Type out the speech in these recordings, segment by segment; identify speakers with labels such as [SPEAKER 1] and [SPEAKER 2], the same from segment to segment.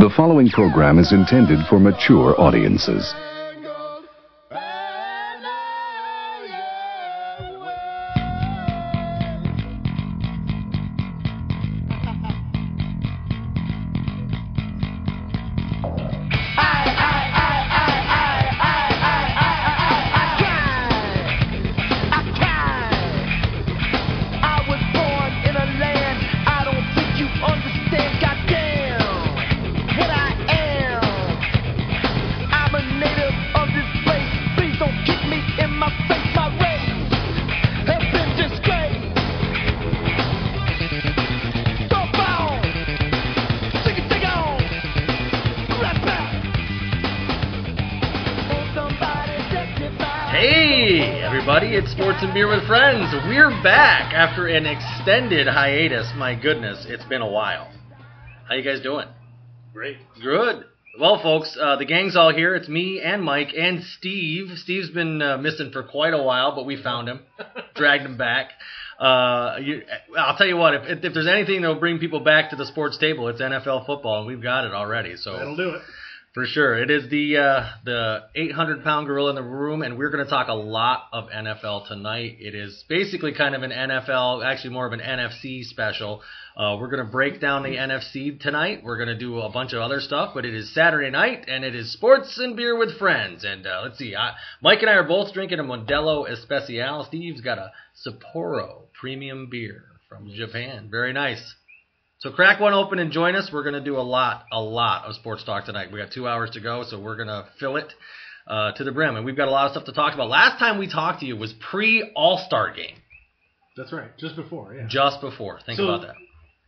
[SPEAKER 1] The following program is intended for mature audiences.
[SPEAKER 2] Hey, everybody, it's Sports and Beer with Friends. We're back after an extended hiatus. My goodness, it's been a while. How you guys doing?
[SPEAKER 3] Great.
[SPEAKER 2] Good. Well, folks, uh, the gang's all here. It's me and Mike and Steve. Steve's been uh, missing for quite a while, but we found him, dragged him back. Uh, you, I'll tell you what, if, if there's anything that'll bring people back to the sports table, it's NFL football, and we've got it already. So
[SPEAKER 3] That'll do it.
[SPEAKER 2] for sure, it is the uh, the 800 pound gorilla in the room, and we're going to talk a lot of NFL tonight. It is basically kind of an NFL, actually more of an NFC special. Uh, we're going to break down the NFC tonight. We're going to do a bunch of other stuff, but it is Saturday night, and it is sports and beer with friends. And uh, let's see, I, Mike and I are both drinking a Modelo Especial. Steve's got a Sapporo premium beer from Japan. Very nice. So crack one open and join us. We're going to do a lot, a lot of sports talk tonight. We got two hours to go, so we're going to fill it uh, to the brim. And we've got a lot of stuff to talk about. Last time we talked to you was pre All Star game,
[SPEAKER 3] That's right. Just before, yeah.
[SPEAKER 2] just before. Think
[SPEAKER 3] So-
[SPEAKER 2] about that.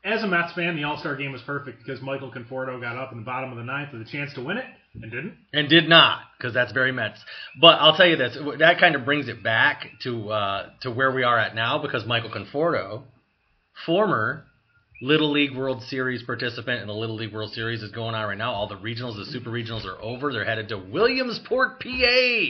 [SPEAKER 3] As a Mets fan, the All Star game was perfect because Michael Conforto got up in the bottom of the ninth with a chance to win it and didn't.
[SPEAKER 2] And did not, because that's very Mets. But I'll tell you this: that kind of brings it back to uh, to where we are at now, because Michael Conforto, former Little League World Series participant in the Little League World Series, is going on right now. All the regionals, the super regionals are over. They're headed to Williamsport, PA.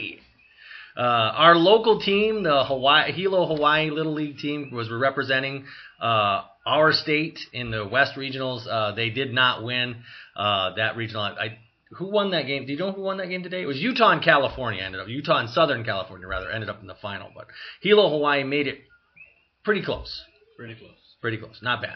[SPEAKER 2] Uh, our local team, the Hawaii, Hilo Hawaii Little League team, was representing uh, our state in the West Regionals. Uh, they did not win uh, that regional. I, who won that game? Do you know who won that game today? It was Utah and California ended up. Utah and Southern California rather ended up in the final, but Hilo Hawaii made it pretty close.
[SPEAKER 3] Pretty close.
[SPEAKER 2] Pretty close. Not bad.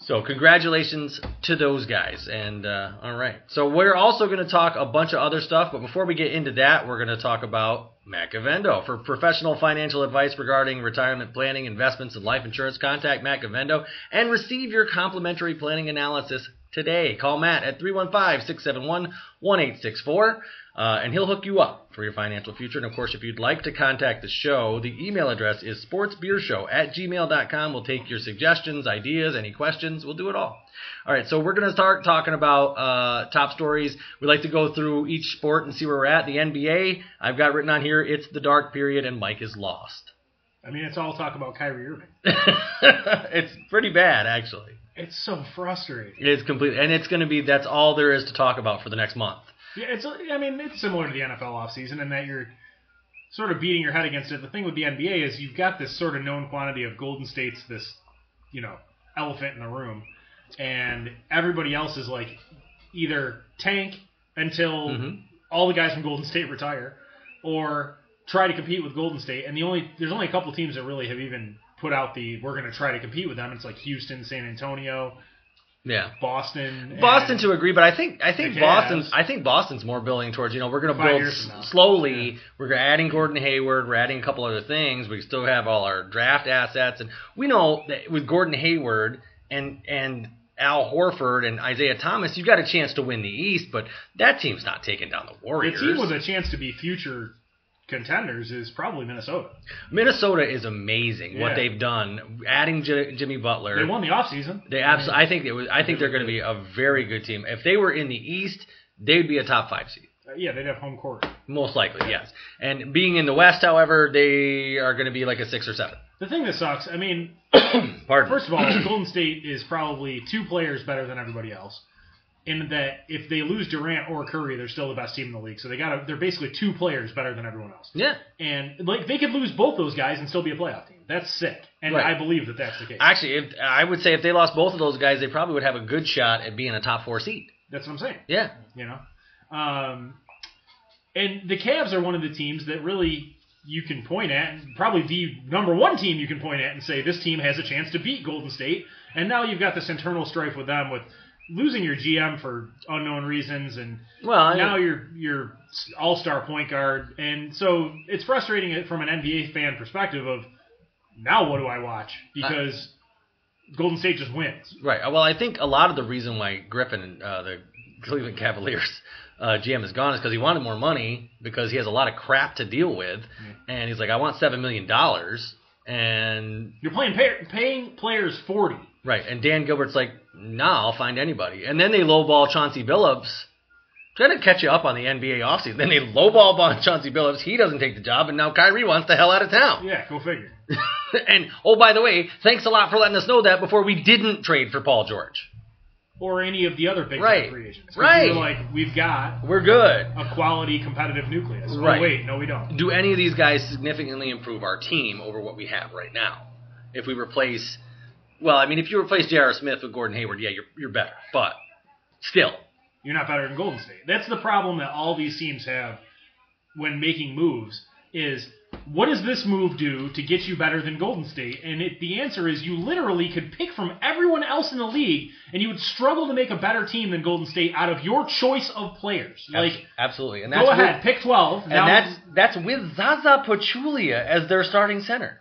[SPEAKER 2] So congratulations to those guys. And uh, all right. So we're also going to talk a bunch of other stuff, but before we get into that, we're going to talk about Mac Avendo. For professional financial advice regarding retirement planning, investments, and life insurance, contact Mac Avendo and receive your complimentary planning analysis today. Call Matt at 315-671-1864. Uh, and he'll hook you up for your financial future. And of course, if you'd like to contact the show, the email address is sportsbeershow at gmail.com. We'll take your suggestions, ideas, any questions. We'll do it all. All right, so we're going to start talking about uh, top stories. We like to go through each sport and see where we're at. The NBA, I've got written on here, it's the dark period, and Mike is lost.
[SPEAKER 3] I mean, it's all talk about Kyrie Irving.
[SPEAKER 2] it's pretty bad, actually.
[SPEAKER 3] It's so frustrating.
[SPEAKER 2] It is complete, and it's going to be that's all there is to talk about for the next month.
[SPEAKER 3] Yeah, it's. I mean, it's similar to the NFL offseason in that you're sort of beating your head against it. The thing with the NBA is you've got this sort of known quantity of Golden State's this, you know, elephant in the room, and everybody else is like either tank until
[SPEAKER 2] Mhm.
[SPEAKER 3] all the guys from Golden State retire, or try to compete with Golden State. And the only there's only a couple teams that really have even put out the we're going to try to compete with them. It's like Houston, San Antonio,
[SPEAKER 2] Yeah.
[SPEAKER 3] Boston. and-
[SPEAKER 2] Boston to agree, but I think I think
[SPEAKER 3] The Cavs.
[SPEAKER 2] Boston's I think Boston's more building towards you know we're going to
[SPEAKER 3] Five
[SPEAKER 2] build
[SPEAKER 3] years from now.
[SPEAKER 2] s- slowly. We're adding Gordon Hayward. We're adding a couple other things. We still have all our draft assets, and we know that with Gordon Hayward and and Al Horford and Isaiah Thomas, you've got a chance to win the East. But that team's not taking down the
[SPEAKER 3] the
[SPEAKER 2] Warriors.
[SPEAKER 3] team with a chance to be future contenders is probably Minnesota.
[SPEAKER 2] Minnesota is amazing what
[SPEAKER 3] Yeah.
[SPEAKER 2] they've done. Adding J- Jimmy Butler,
[SPEAKER 3] They won the offseason.
[SPEAKER 2] They absolutely. I think it was. I think they're going to be a very good team. If they were in the East, they'd be a top five seed.
[SPEAKER 3] Uh, Yeah, they'd have home court.
[SPEAKER 2] Most likely, yes. And being in the West, however, they are going to be like a six or seven.
[SPEAKER 3] The thing that sucks, I mean,
[SPEAKER 2] Pardon.
[SPEAKER 3] first of all, Golden State is probably two players better than everybody else. In that, if they lose Durant or Curry, they're still the best team in the league. So they got, they're basically two players better than everyone else.
[SPEAKER 2] yeah.
[SPEAKER 3] And like they could lose both those guys and still be a playoff team. That's sick, and
[SPEAKER 2] Right.
[SPEAKER 3] I believe that that's the case.
[SPEAKER 2] Actually, if I would say if they lost both of those guys, they probably would have a good shot at being a top four seed.
[SPEAKER 3] That's what I'm saying.
[SPEAKER 2] Yeah.
[SPEAKER 3] You know, um, and the Cavs are one of the teams that really you can point at, and probably the number one team you can point at and say this team has a chance to beat Golden State. And now you've got this internal strife with them with losing your GM for unknown reasons and
[SPEAKER 2] Well, I-
[SPEAKER 3] now you're you're all star point guard, and so it's frustrating it from an NBA fan perspective of now what do I watch because Golden State just wins.
[SPEAKER 2] Right. Well, I think a lot of the reason why Griffin, uh, the Cleveland Cavaliers uh, GM, is gone is because he wanted more money because he has a lot of crap to deal with, and he's like, I want seven million dollars, and
[SPEAKER 3] You're playing pay, paying players forty.
[SPEAKER 2] right, and Dan Gilbert's like, Nah, I'll find anybody, and then they lowball Chauncey Billups. Trying to catch you up on the NBA offseason. Then they lowball on Chauncey Billups. He doesn't take the job, and now Kyrie wants the hell out of town.
[SPEAKER 3] Yeah, go figure.
[SPEAKER 2] and oh, by the way, thanks a lot for letting us know that before we didn't trade for Paul George.
[SPEAKER 3] Or any of the other big
[SPEAKER 2] Right.
[SPEAKER 3] time free agents. 'Cause
[SPEAKER 2] Right.
[SPEAKER 3] You're like we've got
[SPEAKER 2] We're good.
[SPEAKER 3] a quality competitive nucleus. Oh,
[SPEAKER 2] Right.
[SPEAKER 3] wait, no, we don't.
[SPEAKER 2] do any of these guys significantly improve our team over what we have right now? If we replace, well, I mean, if you replace J.R. Smith with Gordon Hayward, yeah, you're you're better, but still,
[SPEAKER 3] You're not better than Golden State. That's the problem that all these teams have when making moves is what does this move do to get you better than Golden State? And if the answer is you literally could pick from everyone else in the league and you would struggle to make a better team than Golden State out of your choice of players. Like
[SPEAKER 2] absolutely, and that's
[SPEAKER 3] go ahead,
[SPEAKER 2] with,
[SPEAKER 3] pick 12.
[SPEAKER 2] and that's that's with Zaza Pachulia as their starting center.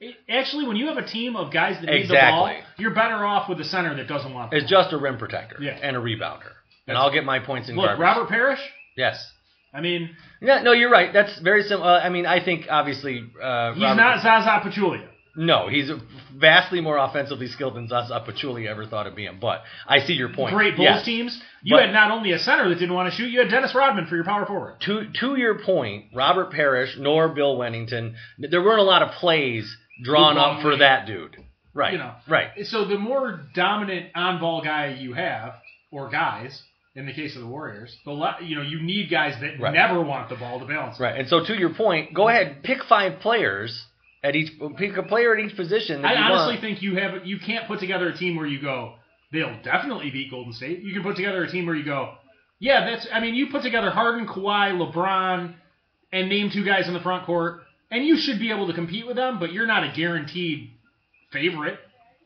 [SPEAKER 3] it- actually when you have a team of guys that need the
[SPEAKER 2] Exactly.
[SPEAKER 3] ball, you're better off with a center that doesn't want it.
[SPEAKER 2] Is just a rim protector
[SPEAKER 3] Yeah.
[SPEAKER 2] and a rebounder, and
[SPEAKER 3] That's-
[SPEAKER 2] I'll get my points in
[SPEAKER 3] Look,
[SPEAKER 2] garbage.
[SPEAKER 3] Robert Parrish,
[SPEAKER 2] yes.
[SPEAKER 3] I mean,
[SPEAKER 2] Yeah, no, you're right. That's very similar. I mean, I think obviously uh,
[SPEAKER 3] he's
[SPEAKER 2] Robert-
[SPEAKER 3] not Zaza Pachulia.
[SPEAKER 2] No, he's vastly more offensively skilled than Zaza Pachulia ever thought of being. But I see your point.
[SPEAKER 3] Great Bulls
[SPEAKER 2] Yes.
[SPEAKER 3] teams. You
[SPEAKER 2] But-
[SPEAKER 3] had not only a center that didn't want to shoot, you had Dennis Rodman for your power forward.
[SPEAKER 2] to to your point, Robert Parrish nor Bill Wennington, there weren't a lot of plays drawn up for that dude. Right.
[SPEAKER 3] You know.
[SPEAKER 2] Right.
[SPEAKER 3] So the more dominant on-ball guy you have, or guys, in the case of the Warriors, the le- you know you need guys that
[SPEAKER 2] Right.
[SPEAKER 3] never want the ball to bounce.
[SPEAKER 2] Right. And so to your point, go ahead, pick five players at each pick a player at each position. That
[SPEAKER 3] I
[SPEAKER 2] you
[SPEAKER 3] honestly
[SPEAKER 2] want.
[SPEAKER 3] think you have you can't put together a team where you go they'll definitely beat Golden State. You can put together a team where you go, yeah, that's. I mean, you put together Harden, Kawhi, LeBron, and name two guys in the front court, and you should be able to compete with them. But you're not a guaranteed favorite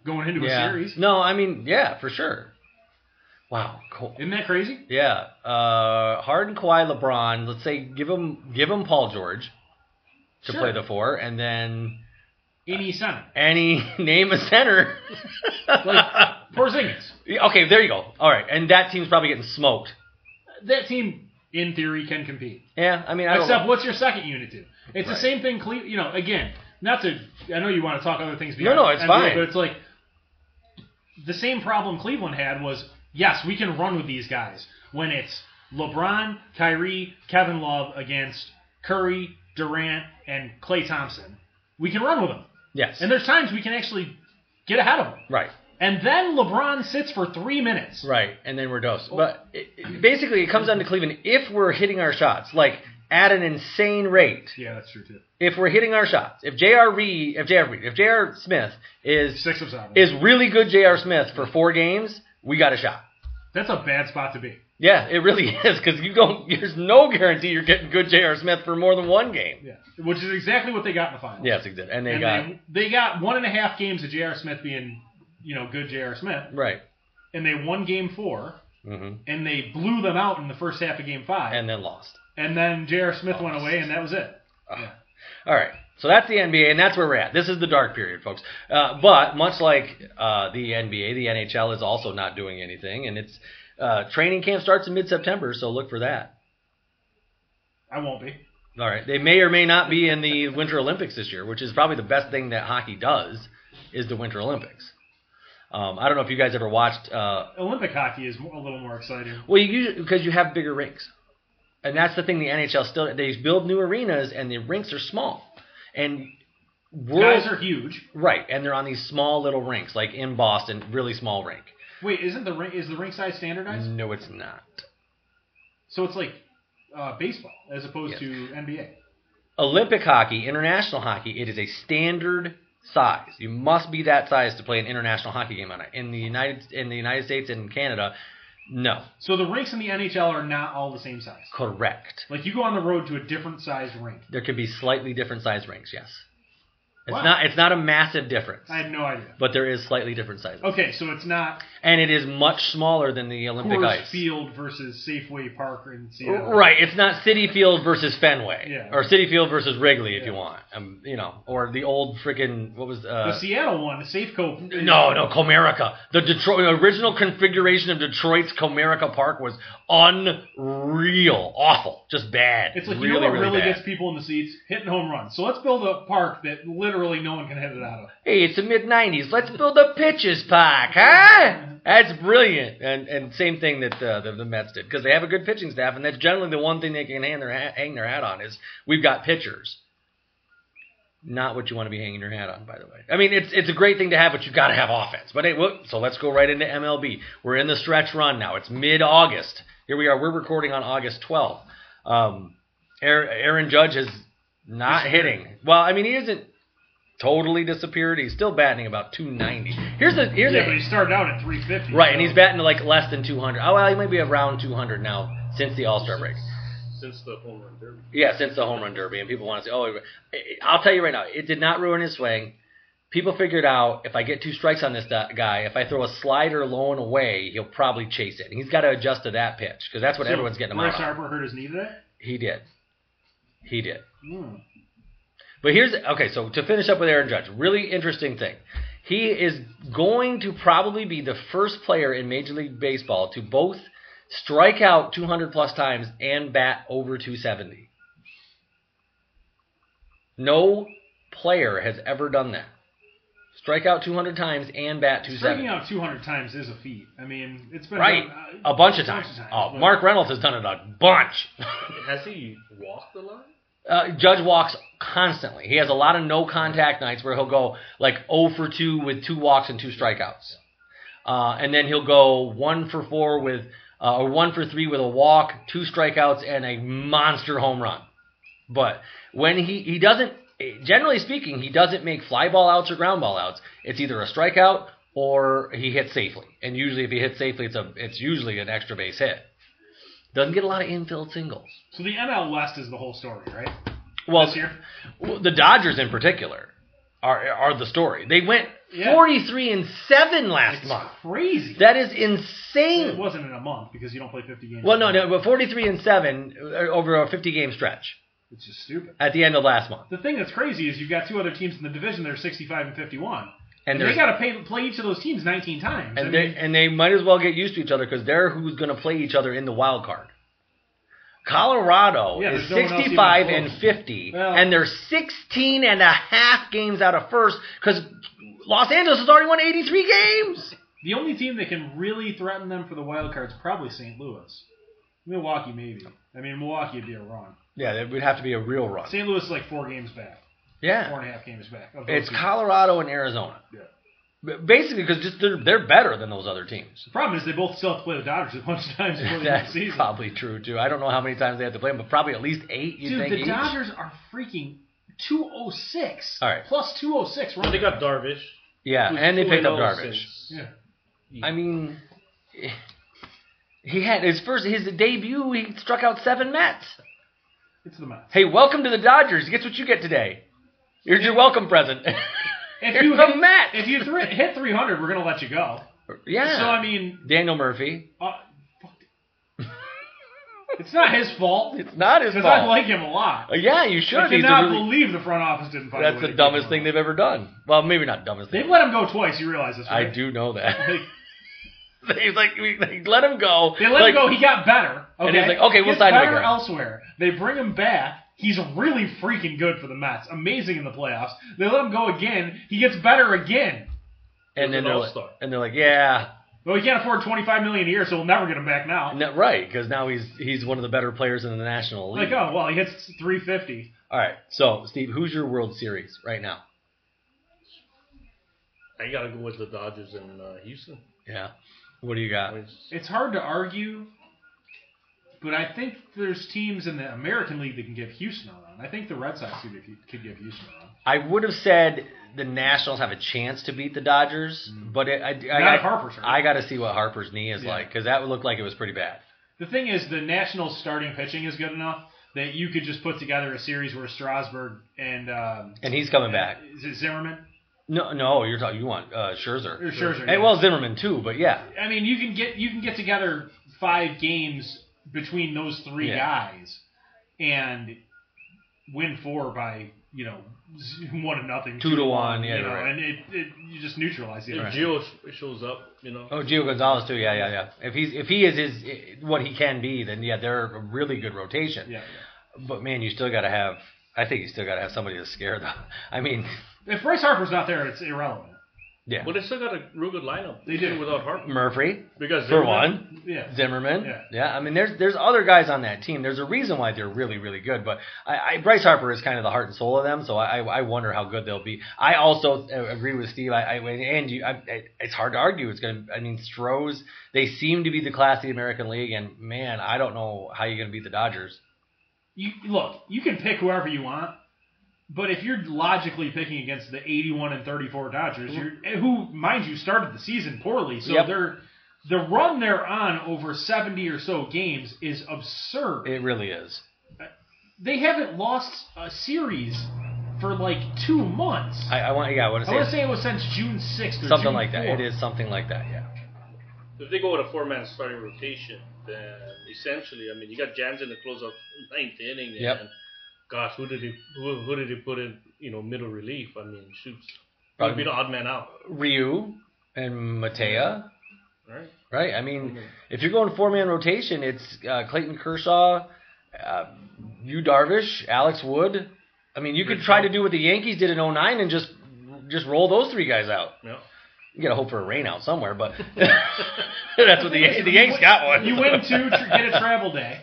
[SPEAKER 3] going into
[SPEAKER 2] yeah.
[SPEAKER 3] a series.
[SPEAKER 2] No, I mean, yeah, for sure. Wow, cool.
[SPEAKER 3] Isn't that crazy?
[SPEAKER 2] Yeah, uh, Harden, Kawhi, LeBron. Let's say give him give him Paul George to
[SPEAKER 3] Sure.
[SPEAKER 2] play the four, and then
[SPEAKER 3] Any center,
[SPEAKER 2] any name a center.
[SPEAKER 3] like Porzingis.
[SPEAKER 2] Okay, there you go. All right, and that team's probably getting smoked.
[SPEAKER 3] That team, in theory, can compete.
[SPEAKER 2] Yeah, I mean, I don't.
[SPEAKER 3] Except, what's your second unit do? It's
[SPEAKER 2] Right.
[SPEAKER 3] the same thing. Cle- you know, again, not to. I know you want to talk other things.
[SPEAKER 2] No, no, it's
[SPEAKER 3] NBA,
[SPEAKER 2] fine.
[SPEAKER 3] But it's like the same problem Cleveland had was yes, we can run with these guys when it's LeBron, Kyrie, Kevin Love against Curry, Durant, and Clay Thompson. We can run with them,
[SPEAKER 2] yes,
[SPEAKER 3] and there's times we can actually get ahead of them.
[SPEAKER 2] right,
[SPEAKER 3] And then LeBron sits for three minutes.
[SPEAKER 2] right, and then we're dosed. But it, it- basically, it comes down to Cleveland. If we're hitting our shots, like at an insane rate,
[SPEAKER 3] Yeah, that's true too.
[SPEAKER 2] if we're hitting our shots, if J.R. Reed, if J.R. Reed, if J.R. Smith is
[SPEAKER 3] Six of seven.
[SPEAKER 2] is really good, J.R. Smith for four games, we got a shot.
[SPEAKER 3] that's a bad spot to be.
[SPEAKER 2] Yeah, it really is because you don't. There's no guarantee you're getting good J.R. Smith for more than one game.
[SPEAKER 3] Yeah, which is exactly what they got in the finals.
[SPEAKER 2] Yes, exactly. And they
[SPEAKER 3] and
[SPEAKER 2] got
[SPEAKER 3] they, they got one and a half games of J.R. Smith being, you know, good J.R. Smith,
[SPEAKER 2] right.
[SPEAKER 3] and they won game four,
[SPEAKER 2] hmm
[SPEAKER 3] and they blew them out in the first half of game five, and,
[SPEAKER 2] And then lost.
[SPEAKER 3] then J.R. Smith went away, and that was it.
[SPEAKER 2] All right. So that's the NBA, and that's where we're at. This is the dark period, folks. Uh, but much like uh, the NBA, the NHL is also not doing anything, and it's uh, training camp starts in mid-September, so look for that.
[SPEAKER 3] I won't be.
[SPEAKER 2] All right. They may or may not be in the Winter Olympics this year, which is probably the best thing that hockey does is the Winter Olympics. Um, I don't know if you guys ever watched. Uh,
[SPEAKER 3] Olympic hockey is a little more exciting.
[SPEAKER 2] well, you usually because you have bigger rinks, and that's the thing. The NHL still they build new arenas, and the rinks are small, and world
[SPEAKER 3] Guys are huge.
[SPEAKER 2] Right, and they're on these small little rinks, like in Boston, really small rink.
[SPEAKER 3] Wait, isn't the ring is the ring size standardized?
[SPEAKER 2] No, it's not. Mm-hmm.
[SPEAKER 3] So it's like uh, baseball as opposed
[SPEAKER 2] Yes.
[SPEAKER 3] to NBA.
[SPEAKER 2] Olympic hockey, international hockey, it is a standard size. You must be that size to play an international hockey game on it. In the United in the United States and Canada, No,
[SPEAKER 3] So the rinks in the NHL are not all the same size.
[SPEAKER 2] correct.
[SPEAKER 3] Like you go on the road to a different sized rink.
[SPEAKER 2] There could be slightly different size rings. Yes, it's
[SPEAKER 3] Wow.
[SPEAKER 2] not. It's not a massive difference,
[SPEAKER 3] I had no idea.
[SPEAKER 2] but there is slightly different sizes,
[SPEAKER 3] Okay, so it's not
[SPEAKER 2] and it is much smaller than the Olympic
[SPEAKER 3] Coors
[SPEAKER 2] ice.
[SPEAKER 3] Field versus Safeway Park in Seattle.
[SPEAKER 2] Right, it's not City Field versus Fenway,
[SPEAKER 3] Yeah.
[SPEAKER 2] or City Field versus Wrigley, if you
[SPEAKER 3] Yeah.
[SPEAKER 2] want, um, you know, or the old freaking what was
[SPEAKER 3] The
[SPEAKER 2] uh,
[SPEAKER 3] Seattle one, the Safeco.
[SPEAKER 2] No, no, Comerica. The Detroit the original configuration of Detroit's Comerica Park was unreal, awful, just bad.
[SPEAKER 3] It's like
[SPEAKER 2] really,
[SPEAKER 3] you know what
[SPEAKER 2] really,
[SPEAKER 3] really
[SPEAKER 2] bad.
[SPEAKER 3] gets people in the seats hitting home runs. So let's build a park that literally no one can hit it out of.
[SPEAKER 2] hey, it's the mid '90s. Let's build a pitches park, huh? That's brilliant. And and same thing that uh, the, the Mets did because they have a good pitching staff, and that's generally the one thing they can hang their hat, hang their hat on is we've got pitchers. Not what you want to be hanging your hat on, by the way. I mean, it's it's a great thing to have, but you've got to have offense. But hey, well, so let's go right into MLB. We're in the stretch run now. It's mid August. Here we are. We're recording on August 12th. Um, Aaron, Aaron Judge is not hitting. Well, I mean, he isn't totally disappeared. He's still batting about 290. Here's the here's
[SPEAKER 3] Yeah,
[SPEAKER 2] the,
[SPEAKER 3] but he started out at 350.
[SPEAKER 2] Right,
[SPEAKER 3] so-
[SPEAKER 2] and he's batting to like less than 200. Oh, well, he might be around 200 now since the All Star break.
[SPEAKER 4] Since the home run derby.
[SPEAKER 2] Yeah, since the home run derby, and people want to say, "Oh, he- I'll tell you right now, it did not ruin his swing." People figured out if I get two strikes on this da- guy, if I throw a slider low and away, he'll probably chase it. And he's got to adjust to that pitch because that's what
[SPEAKER 3] So
[SPEAKER 2] everyone's getting him
[SPEAKER 3] Bryce
[SPEAKER 2] out. on.
[SPEAKER 3] Harper hurt his knee today.
[SPEAKER 2] He did, he did.
[SPEAKER 3] Hmm.
[SPEAKER 2] But here's okay. So to finish up with Aaron Judge, really interesting thing. He is going to probably be the first player in Major League Baseball to both strike out 200 plus times and bat over 270. No player has ever done that. Strike out 200 times and bat 270.
[SPEAKER 3] Striking out 200 times is a feat. I mean, it's been
[SPEAKER 2] Right,
[SPEAKER 3] done, uh,
[SPEAKER 2] a bunch of times. Oh,
[SPEAKER 3] but-
[SPEAKER 2] Mark Reynolds has done it a bunch.
[SPEAKER 4] Has he walked the line?
[SPEAKER 2] Uh, Judge walks constantly. He has a lot of no contact nights where he'll go like 0 for 2 with two walks and two strikeouts. Uh, and then he'll go 1 for 4 with, uh, or 1 for 3 with a walk, two strikeouts, and a monster home run. But when he, he doesn't, generally speaking, he doesn't make fly ball outs or ground ball outs. It's either a strikeout or he hits safely. And usually if he hits safely, it's, a, it's usually an extra base hit. Doesn't get a lot of infield singles.
[SPEAKER 3] So the NL West is the whole story, right?
[SPEAKER 2] Well,
[SPEAKER 3] This year?
[SPEAKER 2] well, the Dodgers in particular are are the story. They went
[SPEAKER 3] Yeah.
[SPEAKER 2] 43 and 7 last
[SPEAKER 3] It's
[SPEAKER 2] month.
[SPEAKER 3] crazy.
[SPEAKER 2] That is
[SPEAKER 3] it
[SPEAKER 2] insane.
[SPEAKER 3] wasn't in a month because you don't play 50 games.
[SPEAKER 2] Well, no, no, but 43 and 7 over a 50 game stretch
[SPEAKER 3] It's just stupid.
[SPEAKER 2] at the end of last month.
[SPEAKER 3] The thing that's crazy is you've got two other teams in the division that are 65 and 51.
[SPEAKER 2] And,
[SPEAKER 3] And
[SPEAKER 2] there's-
[SPEAKER 3] they got to pay, play each of those teams 19 times. I
[SPEAKER 2] and
[SPEAKER 3] mean,
[SPEAKER 2] they and they might as well get used to each other because they're who's going to play each other in the wild card. Colorado
[SPEAKER 3] Yeah,
[SPEAKER 2] is
[SPEAKER 3] there's no one else even
[SPEAKER 2] 65 and
[SPEAKER 3] close.
[SPEAKER 2] 50,
[SPEAKER 3] Well-
[SPEAKER 2] and they're 16 and a half games out of first because Los Angeles has already won 83 games.
[SPEAKER 3] the only team that can really threaten them for the wild card is probably St. Louis. Milwaukee, maybe. I mean, Milwaukee would be a run.
[SPEAKER 2] Yeah, it would have to be a real run.
[SPEAKER 3] St. Louis is like four games back,
[SPEAKER 2] Yeah,
[SPEAKER 3] four and a half games back. of those
[SPEAKER 2] It's
[SPEAKER 3] teams.
[SPEAKER 2] Colorado and Arizona.
[SPEAKER 3] Yeah.
[SPEAKER 2] B- Basically, because just they're they're better than those other teams.
[SPEAKER 3] The problem is they both still have to play the Dodgers a bunch of times before the end of
[SPEAKER 2] That's
[SPEAKER 3] the season.
[SPEAKER 2] probably true too. I don't know how many times they have to play them, but probably at least eight. You
[SPEAKER 3] Dude,
[SPEAKER 2] think
[SPEAKER 3] the
[SPEAKER 2] each?
[SPEAKER 3] Dodgers are freaking 206.
[SPEAKER 2] All right.
[SPEAKER 3] Plus 206.
[SPEAKER 4] Well,
[SPEAKER 3] Run.
[SPEAKER 4] they got Darvish.
[SPEAKER 2] yeah,
[SPEAKER 4] who's
[SPEAKER 2] and they picked up
[SPEAKER 4] 2-0
[SPEAKER 2] Darvish.
[SPEAKER 4] since-
[SPEAKER 3] Yeah.
[SPEAKER 2] I mean, he had his first his debut. He struck out seven Mets.
[SPEAKER 3] It's the Mets.
[SPEAKER 2] Hey, welcome to the Dodgers. Guess what you get today? Here's your welcome present.
[SPEAKER 3] If
[SPEAKER 2] Here's
[SPEAKER 3] you
[SPEAKER 2] the
[SPEAKER 3] hit,
[SPEAKER 2] Mets.
[SPEAKER 3] if you thr hit 300, we're going to let you go.
[SPEAKER 2] yeah.
[SPEAKER 3] So, I mean,
[SPEAKER 2] Daniel Murphy.
[SPEAKER 3] uh, fuck. it's not his fault
[SPEAKER 2] It's not his
[SPEAKER 3] because
[SPEAKER 2] fault.
[SPEAKER 3] I like him a lot.
[SPEAKER 2] yeah, you should.
[SPEAKER 3] I
[SPEAKER 2] He's a
[SPEAKER 3] cannot
[SPEAKER 2] really-
[SPEAKER 3] believe the front office didn't find a
[SPEAKER 2] That's
[SPEAKER 3] way
[SPEAKER 2] the
[SPEAKER 3] to keep
[SPEAKER 2] dumbest
[SPEAKER 3] him
[SPEAKER 2] thing
[SPEAKER 3] on.
[SPEAKER 2] they've ever done. Well, maybe not dumbest thing.
[SPEAKER 3] They've let him go twice. You realize this,
[SPEAKER 2] I
[SPEAKER 3] right?
[SPEAKER 2] do know that.
[SPEAKER 3] Like,
[SPEAKER 2] they like we, they let him go.
[SPEAKER 3] they let
[SPEAKER 2] like,
[SPEAKER 3] him go. He got better. Okay?
[SPEAKER 2] And he's like, okay, we'll
[SPEAKER 3] Gets
[SPEAKER 2] sign him
[SPEAKER 3] better
[SPEAKER 2] again.
[SPEAKER 3] elsewhere. They bring him back. He's really freaking good for the Mets. Amazing in the playoffs. They let him go again. He gets better again.
[SPEAKER 2] and then
[SPEAKER 4] an
[SPEAKER 2] they're like,
[SPEAKER 4] all-star.
[SPEAKER 2] and they're like, yeah,
[SPEAKER 3] Well, we can't afford 25 million a year, so we'll never get him back now.
[SPEAKER 2] no, right, because now he's he's one of the better players in the National
[SPEAKER 3] Like,
[SPEAKER 2] League.
[SPEAKER 3] oh well, he hits 350.
[SPEAKER 2] All right, so Steve, who's your World Series right now?
[SPEAKER 4] I gotta go with the Dodgers and uh, Houston.
[SPEAKER 2] Yeah, what do you
[SPEAKER 4] I
[SPEAKER 2] got?
[SPEAKER 4] mean, it's-
[SPEAKER 3] It's hard to argue But I think there's teams in the American League that can give Houston a run. I think the Red Sox could give- could give Houston a run.
[SPEAKER 2] I would have said the Nationals have a chance to beat the Dodgers, but it, I, I,
[SPEAKER 3] Mm-hmm. Not
[SPEAKER 2] I,
[SPEAKER 3] if Harper's hurt.
[SPEAKER 2] got to see what Harper's knee is
[SPEAKER 3] Yeah.
[SPEAKER 2] like because that looked like it was pretty bad.
[SPEAKER 3] The thing is, the Nationals' starting pitching is good enough that you could just put together a series where Strasburg and um,
[SPEAKER 2] And he's coming back.
[SPEAKER 3] is it Zimmerman
[SPEAKER 2] No, no, you're talking. You want uh, Scherzer.
[SPEAKER 3] or Scherzer?
[SPEAKER 2] Hey,
[SPEAKER 3] yeah.
[SPEAKER 2] well Zimmerman too, but yeah,
[SPEAKER 3] I mean, you can get you can get together five games between those three
[SPEAKER 2] Yeah.
[SPEAKER 3] guys and win four by you know z- one to nothing,
[SPEAKER 2] Two to one, yeah,
[SPEAKER 3] you know,
[SPEAKER 2] right.
[SPEAKER 3] and it, it you just neutralize the
[SPEAKER 4] If
[SPEAKER 3] other.
[SPEAKER 4] Gio sh- shows up, you know,
[SPEAKER 2] Oh, Gio Gonzalez too. Yeah, yeah, yeah. If he's if he is his eh, what he can be, then yeah, they're a really good rotation.
[SPEAKER 3] Yeah.
[SPEAKER 2] But man, you still got to have. I think you still got to have somebody to scare them. I mean,
[SPEAKER 3] If Bryce Harper's not there, it's irrelevant.
[SPEAKER 2] yeah,
[SPEAKER 4] but they still got a real good lineup.
[SPEAKER 3] They do.
[SPEAKER 4] without Harper
[SPEAKER 2] Murphy
[SPEAKER 4] because
[SPEAKER 2] for
[SPEAKER 4] Zimmerman-
[SPEAKER 2] one,
[SPEAKER 3] Yeah.
[SPEAKER 2] Zimmerman.
[SPEAKER 3] Yeah.
[SPEAKER 2] I mean, there's there's other guys on that team. There's a reason why they're really really good. But I, I Bryce Harper is kind of the heart and soul of them. So I I I wonder how good they'll be. I also uh, agree with Steve. I, I and you. I, I, it's hard to argue. It's gonna. I mean, Stros. They seem to be the class of the American League. And man, I don't know how you're gonna beat the Dodgers.
[SPEAKER 3] You look, you can pick whoever you want, but if you're logically picking against the 81 and 34 Dodgers, you're, eh, who mind you started the season poorly, so
[SPEAKER 2] Yep.
[SPEAKER 3] they're the run they're on over 70 or so games is absurd.
[SPEAKER 2] It really is.
[SPEAKER 3] they haven't lost a series for like two months.
[SPEAKER 2] I,
[SPEAKER 3] I,
[SPEAKER 2] I want. Yeah, I want to
[SPEAKER 3] want
[SPEAKER 2] say,
[SPEAKER 3] to say it was since June 6th or
[SPEAKER 2] something
[SPEAKER 3] June
[SPEAKER 2] like that. It
[SPEAKER 3] 4th.
[SPEAKER 2] is something like that. Yeah.
[SPEAKER 4] If they go with a four-man starting rotation, then essentially, I mean, you got Jansen to close out ninth inning.
[SPEAKER 2] Yep.
[SPEAKER 4] And gosh, who did he who, who did he put in? You know, middle relief. I mean, shoots,
[SPEAKER 2] Probably-
[SPEAKER 4] probably be the odd man out,
[SPEAKER 2] Ryu and Matea.
[SPEAKER 4] right?
[SPEAKER 2] Right. I
[SPEAKER 3] Mm-hmm.
[SPEAKER 2] mean, if you're going four man rotation, it's uh, Clayton Kershaw, uh, you Darvish, Alex Wood. I mean, you could try to do what the Yankees did in 09 and just just roll those three guys out.
[SPEAKER 4] Yeah.
[SPEAKER 2] You gotta hope for a rain out somewhere, but that's what the Yan- the Yanks got one.
[SPEAKER 3] You win two, tr- get a travel day.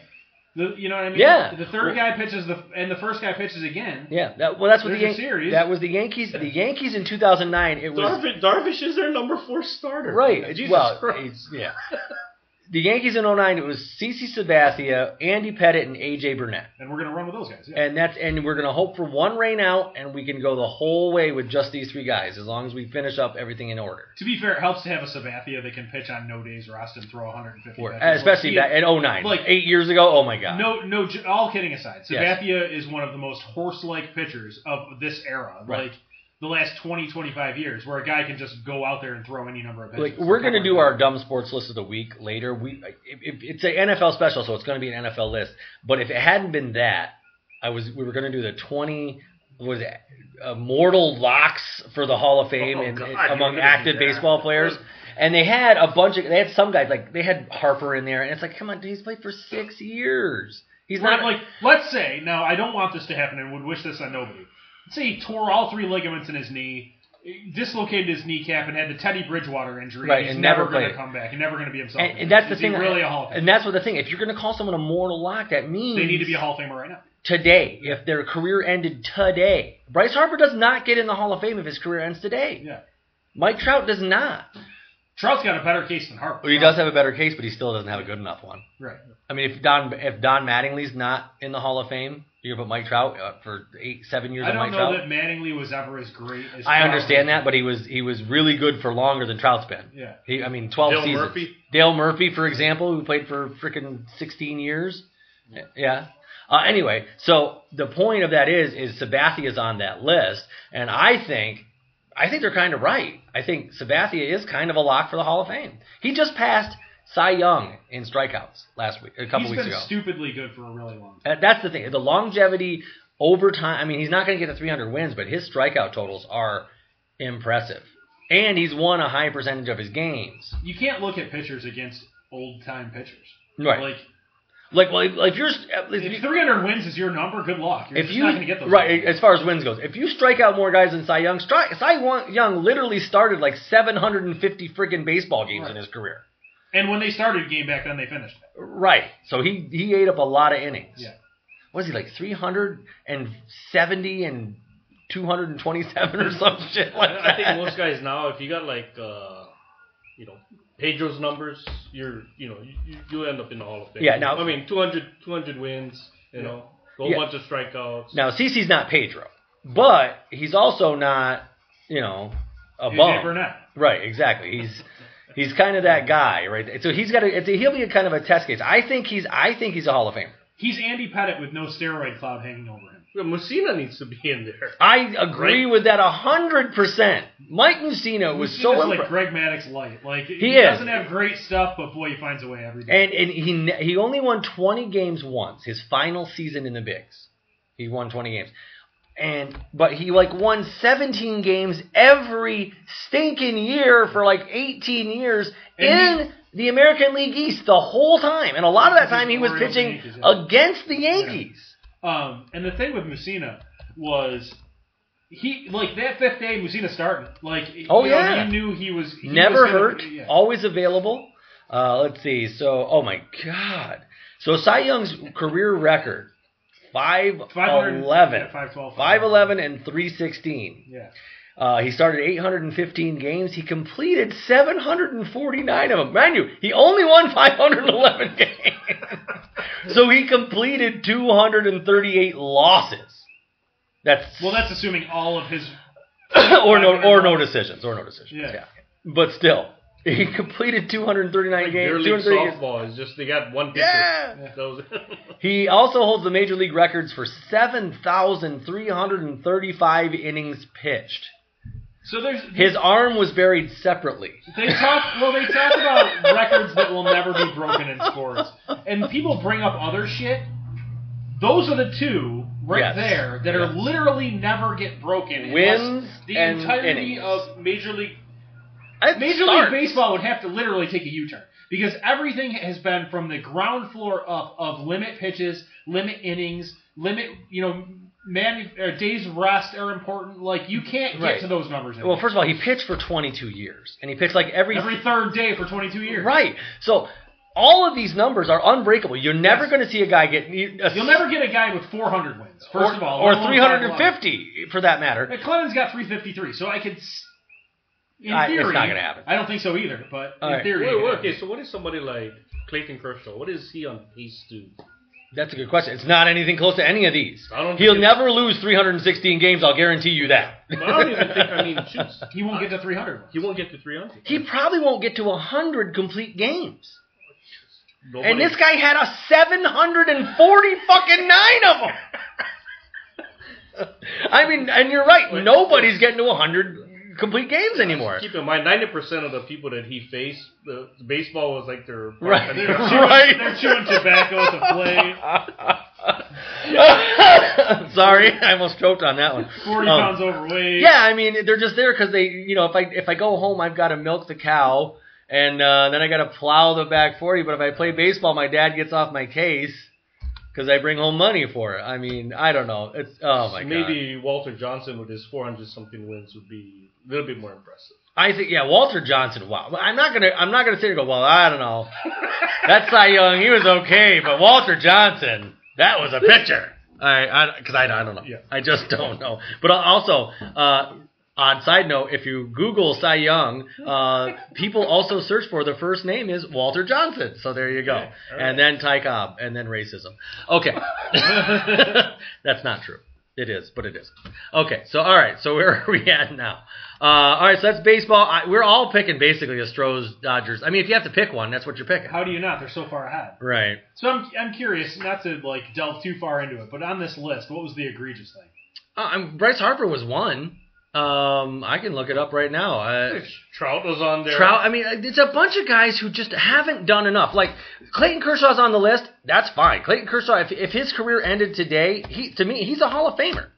[SPEAKER 3] The, you know what I mean?
[SPEAKER 2] Yeah.
[SPEAKER 3] The third guy pitches the and the first guy pitches again.
[SPEAKER 2] Yeah, that, well, that's what
[SPEAKER 3] There's
[SPEAKER 2] the
[SPEAKER 3] a
[SPEAKER 2] Yan-
[SPEAKER 3] series.
[SPEAKER 2] That was the Yankees. The Yankees in 2009. It was
[SPEAKER 4] Darvish, Darvish is their number four starter.
[SPEAKER 2] Right.
[SPEAKER 4] Jesus
[SPEAKER 2] well,
[SPEAKER 4] Christ.
[SPEAKER 2] it's- yeah. the Yankees in 09, it was CC Sabathia, Andy Pettit, and AJ Burnett.
[SPEAKER 3] And we're gonna run with those guys. Yeah.
[SPEAKER 2] And that's and we're gonna hope for one rain out and we can go the whole way with just these three guys as long as we finish up everything in order.
[SPEAKER 3] to be fair, it helps to have a Sabathia that can pitch on no days rest and throw 150.
[SPEAKER 2] Or-
[SPEAKER 3] pitches.
[SPEAKER 2] especially
[SPEAKER 3] Like,
[SPEAKER 2] that at 09. Like
[SPEAKER 3] like-
[SPEAKER 2] eight years ago, oh my god.
[SPEAKER 3] No, no. j- All kidding aside,
[SPEAKER 2] Yes.
[SPEAKER 3] Sabathia is one of the most horse-like pitchers of this era,
[SPEAKER 2] Right.
[SPEAKER 3] like the last 20, 25 years, where a guy can just go out there and throw any number of pitches.
[SPEAKER 2] Like we're gonna do our dumb sports list of the week later. We if, if it's an NFL special, so it's gonna be an NFL list. But if it hadn't been that, I was we were gonna do the twenty was it, uh, mortal locks for the Hall of Fame
[SPEAKER 4] Oh,
[SPEAKER 2] and,
[SPEAKER 4] God,
[SPEAKER 2] and
[SPEAKER 4] you were
[SPEAKER 2] among
[SPEAKER 4] gonna
[SPEAKER 2] active
[SPEAKER 4] do that.
[SPEAKER 2] baseball players. And they had a bunch of they had some guys like they had Harper in there, and it's like come on, dude, he's played for six years. He's
[SPEAKER 3] Right,
[SPEAKER 2] not
[SPEAKER 3] like, let's say now I don't want this to happen and would wish this on nobody. Let's say he tore all three ligaments in his knee, dislocated his kneecap, and had the Teddy Bridgewater injury.
[SPEAKER 2] Right,
[SPEAKER 3] and he's
[SPEAKER 2] and never
[SPEAKER 3] never, going
[SPEAKER 2] played.
[SPEAKER 3] to come back. and never going to be himself.
[SPEAKER 2] and,
[SPEAKER 3] again.
[SPEAKER 2] and that's the
[SPEAKER 3] Is
[SPEAKER 2] thing.
[SPEAKER 3] He really a Hall of Famer?
[SPEAKER 2] and that's what the thing. If you're gonna call someone a mortal lock, that means
[SPEAKER 3] They need to be a Hall of Famer right now.
[SPEAKER 2] today if their career ended today. Bryce Harper does not get in the Hall of Fame if his career ends today.
[SPEAKER 3] Yeah.
[SPEAKER 2] Mike Trout does not.
[SPEAKER 3] Trout's got a better case than Harper.
[SPEAKER 2] Well, Oh, he does have a better case, but he still doesn't have a good enough one.
[SPEAKER 3] Right.
[SPEAKER 2] I mean, if Don if Don Mattingly's not in the Hall of Fame, you're gonna put Mike Trout uh, for eight seven years
[SPEAKER 3] I
[SPEAKER 2] on
[SPEAKER 3] don't
[SPEAKER 2] Mike
[SPEAKER 3] know
[SPEAKER 2] Trout.
[SPEAKER 3] that Mattingly was ever as great as.
[SPEAKER 2] I
[SPEAKER 3] Trout.
[SPEAKER 2] understand that, but he was he was really good for longer than Trout's been.
[SPEAKER 3] Yeah.
[SPEAKER 2] He, I mean, twelve
[SPEAKER 4] Dale
[SPEAKER 2] seasons.
[SPEAKER 4] Murphy?
[SPEAKER 2] Dale Murphy, for example, who played for freaking sixteen years. Yeah. Uh, anyway, so the point of that is, is Sabathia is on that list, and I think, I think they're kind of right. I think Sabathia is kind of a lock for the Hall of Fame. He just passed Cy Young in strikeouts last week, a couple
[SPEAKER 3] He's
[SPEAKER 2] weeks
[SPEAKER 3] been
[SPEAKER 2] ago.
[SPEAKER 3] stupidly good for a really long time.
[SPEAKER 2] Uh, That's the thing. The longevity over time. I mean, he's not going to get the 300 wins, but his strikeout totals are impressive, and he's won a high percentage of his games.
[SPEAKER 3] You can't look at pitchers against old time pitchers.
[SPEAKER 2] Right.
[SPEAKER 3] Like
[SPEAKER 2] Like, well, if, if you're
[SPEAKER 3] if
[SPEAKER 2] if,
[SPEAKER 3] 300 wins is your number, good luck. You're
[SPEAKER 2] if
[SPEAKER 3] just
[SPEAKER 2] you
[SPEAKER 3] not going to get those.
[SPEAKER 2] right as far as wins goes, if you strike out more guys than Cy Young, stri- Cy Wa- Young literally started like 750 friggin' baseball games in
[SPEAKER 3] Right.
[SPEAKER 2] his career.
[SPEAKER 3] And when they started a game back then, they finished. it.
[SPEAKER 2] Right. So he he ate up a lot of innings.
[SPEAKER 3] Yeah.
[SPEAKER 2] Was he like 370 and 227 or some shit like that?
[SPEAKER 4] I, I think most guys now, if you got like, uh, you know, Pedro's numbers, you're you know you, you- you end up in the Hall of Fame.
[SPEAKER 2] Yeah, now-
[SPEAKER 4] I mean 200, 200 wins, you know, a whole
[SPEAKER 2] Yeah.
[SPEAKER 4] bunch of strikeouts.
[SPEAKER 2] Now CC's not Pedro, but he's also not you know a
[SPEAKER 3] AJ
[SPEAKER 2] bum.
[SPEAKER 3] Burnett.
[SPEAKER 2] Right, exactly. He's he's kind of that guy, right? So he's got to he'll be a kind of a test case. I think he's I think he's a Hall of Famer.
[SPEAKER 3] He's Andy Pettit with no steroid cloud hanging over him.
[SPEAKER 4] Yeah, Messina needs to be in there.
[SPEAKER 2] I agree with that hundred percent. Mike Mussina was
[SPEAKER 3] He's
[SPEAKER 2] so
[SPEAKER 3] just like
[SPEAKER 2] impre-
[SPEAKER 3] Greg Maddox light. Like he,
[SPEAKER 2] is.
[SPEAKER 3] doesn't have great stuff, but boy, he finds a way every day.
[SPEAKER 2] and and he ne- he only won twenty games once. His final season in the bigs, he won twenty games, and but he like won seventeen games every stinking year for like eighteen years
[SPEAKER 3] And
[SPEAKER 2] in the American League East the whole time, and a lot of that time he was
[SPEAKER 3] Orioles and
[SPEAKER 2] pitching
[SPEAKER 3] Yankees, yeah.
[SPEAKER 2] against the Yankees.
[SPEAKER 3] Um, and the thing with Messina was he like that fifth day Messina starting. Like
[SPEAKER 2] Oh,
[SPEAKER 3] you know,
[SPEAKER 2] yeah.
[SPEAKER 3] he knew he was he
[SPEAKER 2] Never
[SPEAKER 3] was gonna-
[SPEAKER 2] hurt.
[SPEAKER 3] yeah.
[SPEAKER 2] Always available. Uh, let's see. So, oh my God. So Cy Young's career record:
[SPEAKER 3] 500
[SPEAKER 2] 511,
[SPEAKER 3] yeah, 512,
[SPEAKER 2] 511, and 316.
[SPEAKER 3] Yeah.
[SPEAKER 2] Uh, he started 815 games. He completed 749 of them. Mind you, he only won 511 games. so he completed 238 losses. That's
[SPEAKER 3] Well, that's assuming all of his.
[SPEAKER 2] or no or no decisions or no decisions. Yeah.
[SPEAKER 3] Yeah.
[SPEAKER 2] But still, he completed 239
[SPEAKER 4] Like
[SPEAKER 2] games.
[SPEAKER 4] your league
[SPEAKER 2] 238
[SPEAKER 4] softball is just they got one pitcher.
[SPEAKER 2] Yeah.
[SPEAKER 4] That was-
[SPEAKER 2] He also holds the major league records for 7,335 innings pitched.
[SPEAKER 3] So there's
[SPEAKER 2] His arm was buried separately.
[SPEAKER 3] They talk well. They talk about records that will never be broken in sports, and people bring up other shit. Those are the two right
[SPEAKER 2] Yes.
[SPEAKER 3] there that are
[SPEAKER 2] Yes.
[SPEAKER 3] literally never get broken. unless
[SPEAKER 2] Wins
[SPEAKER 3] the
[SPEAKER 2] and
[SPEAKER 3] entirety
[SPEAKER 2] innings.
[SPEAKER 3] of Major League
[SPEAKER 2] It
[SPEAKER 3] Major
[SPEAKER 2] starts.
[SPEAKER 3] League Baseball would have to literally take a U-turn because everything has been from the ground floor up of limit pitches, limit innings, limit you know man or days rest are important. Like you can't get
[SPEAKER 2] Right.
[SPEAKER 3] to those numbers.
[SPEAKER 2] Well, first of all, he pitched for 22 years, and he pitched like every,
[SPEAKER 3] every third day for 22 years.
[SPEAKER 2] right. So all of these numbers are unbreakable. You're never
[SPEAKER 3] Yes.
[SPEAKER 2] going to see a guy get a,
[SPEAKER 3] You'll never get a guy with 400 wins. First
[SPEAKER 2] or,
[SPEAKER 3] of all,
[SPEAKER 2] or
[SPEAKER 3] let alone
[SPEAKER 2] 350 for that matter.
[SPEAKER 3] 511. Clemens got 353, so I could. s- In
[SPEAKER 2] I- it's
[SPEAKER 3] theory,
[SPEAKER 2] not gonna happen.
[SPEAKER 3] I don't think so either. But
[SPEAKER 2] All
[SPEAKER 3] in
[SPEAKER 2] right.
[SPEAKER 3] theory, it
[SPEAKER 4] Wait,
[SPEAKER 3] could
[SPEAKER 4] wait,
[SPEAKER 3] happen.
[SPEAKER 4] okay, so what is somebody like Clayton Kershaw? What is he on pace to?
[SPEAKER 2] That's a good question. It's not anything close to any of these.
[SPEAKER 4] I don't
[SPEAKER 2] He'll
[SPEAKER 4] think-
[SPEAKER 2] never lose 316 games. I'll guarantee you that.
[SPEAKER 4] But I don't even think. I mean, shoots.
[SPEAKER 3] he won't get to 300.
[SPEAKER 4] He won't get to 300.
[SPEAKER 2] he probably won't get to 100 complete games.
[SPEAKER 4] Nobody-
[SPEAKER 2] And this guy had a 740 fucking nine of them. I mean, and you're right. Nobody's getting to 100 complete games anymore.
[SPEAKER 4] Keep in mind, ninety percent of the people that he faced, the baseball was like their
[SPEAKER 2] Right.
[SPEAKER 4] Their-
[SPEAKER 2] Right.
[SPEAKER 3] They're chewing tobacco at the plate.
[SPEAKER 2] Sorry, I almost choked on that one.
[SPEAKER 3] 40
[SPEAKER 2] Um,
[SPEAKER 3] pounds overweight.
[SPEAKER 2] Yeah, I mean they're just there because they, you know, if I if I go home, I've got to milk the cow, and uh, then I got to plow the back forty. But if I play baseball, my dad gets off my case because I bring home money for it. I mean, I don't know. It's oh my god.
[SPEAKER 4] Maybe Walter Johnson with his four hundred something wins would be a little bit more impressive.
[SPEAKER 2] I think yeah, Walter Johnson. Wow, I'm not gonna I'm not gonna sit here and go. Well, I don't know. That's Cy Young. He was okay, but Walter Johnson, that was a pitcher. I because I, I don't know.
[SPEAKER 4] Yeah.
[SPEAKER 2] I just don't know. But al- also, uh, on side note, if you Google Cy Young, uh, people also search for the first name is Walter Johnson. So there you go. And then Ty Cobb, and then racism. Okay, that's not true. It is, but it is. Okay, so all right, so where are we at now? Uh, all right, so that's baseball. I, we're all picking basically a Astros, Dodgers. I mean, if you have to pick one, that's what you're picking.
[SPEAKER 3] How do you not? They're so far ahead.
[SPEAKER 2] Right.
[SPEAKER 3] So I'm, I'm curious, not to like delve too far into it, but on this list, what was the egregious thing?
[SPEAKER 2] Uh, I'm, Bryce Harper was one. Um, I can look it up right now. Uh,
[SPEAKER 4] Trout was on there.
[SPEAKER 2] Trout. I mean, uh, it's a bunch of guys who just haven't done enough. Like Clayton Kershaw's on the list. That's fine. Clayton Kershaw. If, if his career ended today, he to me he's a Hall of Famer.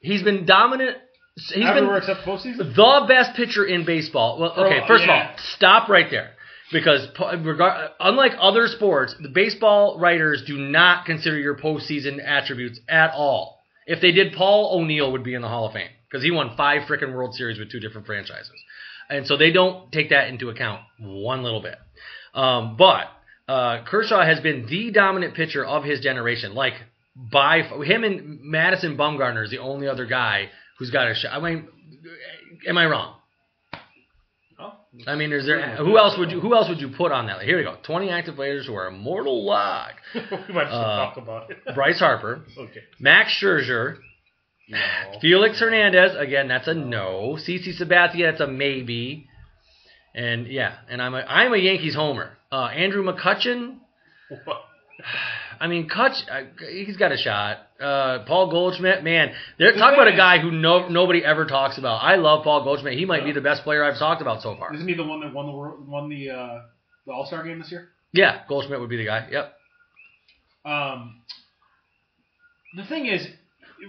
[SPEAKER 2] He's been dominant. He's
[SPEAKER 3] Everywhere
[SPEAKER 2] been
[SPEAKER 3] except postseason.
[SPEAKER 2] the best pitcher in baseball. Well, okay,
[SPEAKER 3] Oh,
[SPEAKER 2] first
[SPEAKER 3] yeah.
[SPEAKER 2] of all, stop right there. Because po- regard, unlike other sports, the baseball writers do not consider your postseason attributes at all. If they did, Paul O'Neill would be in the Hall of Fame because he won five freaking World Series with two different franchises, and so they don't take that into account one little bit. Um, but uh, Kershaw has been the dominant pitcher of his generation. Like by f- him and Madison Bumgarner is the only other guy who's got a shot. I mean, am I wrong?
[SPEAKER 4] No,
[SPEAKER 2] I mean, is there who else would you who else would you put on that? Here we go. Twenty active players who are immortal lock.
[SPEAKER 3] we might just
[SPEAKER 2] Uh,
[SPEAKER 3] talk about it.
[SPEAKER 2] Bryce Harper,
[SPEAKER 3] okay.
[SPEAKER 2] Max Scherzer,
[SPEAKER 4] No.
[SPEAKER 2] Felix Hernandez. Again, that's a no. CC Sabathia, that's a maybe. And yeah, and I'm a I'm a Yankees homer. Uh, Andrew McCutcheon. I mean, Kutch, uh, he's got a shot. Uh, Paul Goldschmidt, man, there, talk about a guy who no, nobody ever talks about. I love Paul Goldschmidt. He might be the best player I've talked about so far.
[SPEAKER 3] Isn't he the one that won the world, won the uh, the All Star game this year?
[SPEAKER 2] Yeah, Goldschmidt would be the guy. Yep.
[SPEAKER 3] Um, the thing is,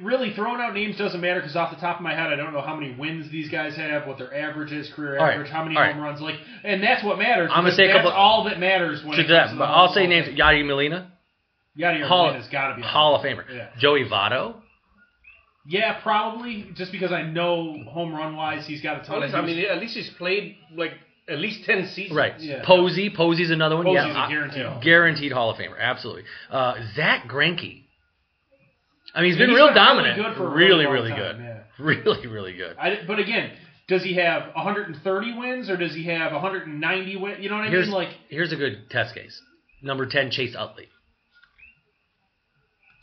[SPEAKER 3] really throwing out names doesn't matter because off the top of my head, I don't know how many wins these guys have, what their average is, career
[SPEAKER 2] All right,
[SPEAKER 3] average, how many
[SPEAKER 2] all right.
[SPEAKER 3] home runs, like, and that's what matters.
[SPEAKER 2] I'm gonna
[SPEAKER 3] because
[SPEAKER 2] say a
[SPEAKER 3] that's
[SPEAKER 2] couple-
[SPEAKER 3] all that matters when
[SPEAKER 2] To
[SPEAKER 3] it comes
[SPEAKER 2] that,
[SPEAKER 3] the
[SPEAKER 2] but
[SPEAKER 3] home
[SPEAKER 2] I'll say
[SPEAKER 3] run.
[SPEAKER 2] names. Yadier Molina,
[SPEAKER 3] Yadier
[SPEAKER 2] Hall,
[SPEAKER 3] Molina's got to be
[SPEAKER 2] Hall of Famer.
[SPEAKER 3] Yeah.
[SPEAKER 2] Joey Votto.
[SPEAKER 3] Yeah, probably just because I know home run wise, he's got a ton.
[SPEAKER 4] At
[SPEAKER 3] of
[SPEAKER 4] least, I mean, at least he's played like at least ten seasons.
[SPEAKER 2] Right.
[SPEAKER 3] Yeah.
[SPEAKER 2] Posey. Posey's another one.
[SPEAKER 3] Posey's
[SPEAKER 2] yeah,
[SPEAKER 3] a guaranteed
[SPEAKER 2] uh,
[SPEAKER 3] Hall of Famer.
[SPEAKER 2] guaranteed Hall of Famer. Absolutely. Uh, Zach Greinke. I mean, he's been
[SPEAKER 3] He's
[SPEAKER 2] real
[SPEAKER 3] been really
[SPEAKER 2] dominant.
[SPEAKER 3] good for a
[SPEAKER 2] really,
[SPEAKER 3] really long
[SPEAKER 2] really
[SPEAKER 3] time,
[SPEAKER 2] good.
[SPEAKER 3] yeah.
[SPEAKER 2] Really, really good.
[SPEAKER 3] I, but again, does he have 130 wins or does he have 190 wins? You know what I
[SPEAKER 2] Here's
[SPEAKER 3] mean? Like,
[SPEAKER 2] here's a good test case. Number ten, Chase Utley.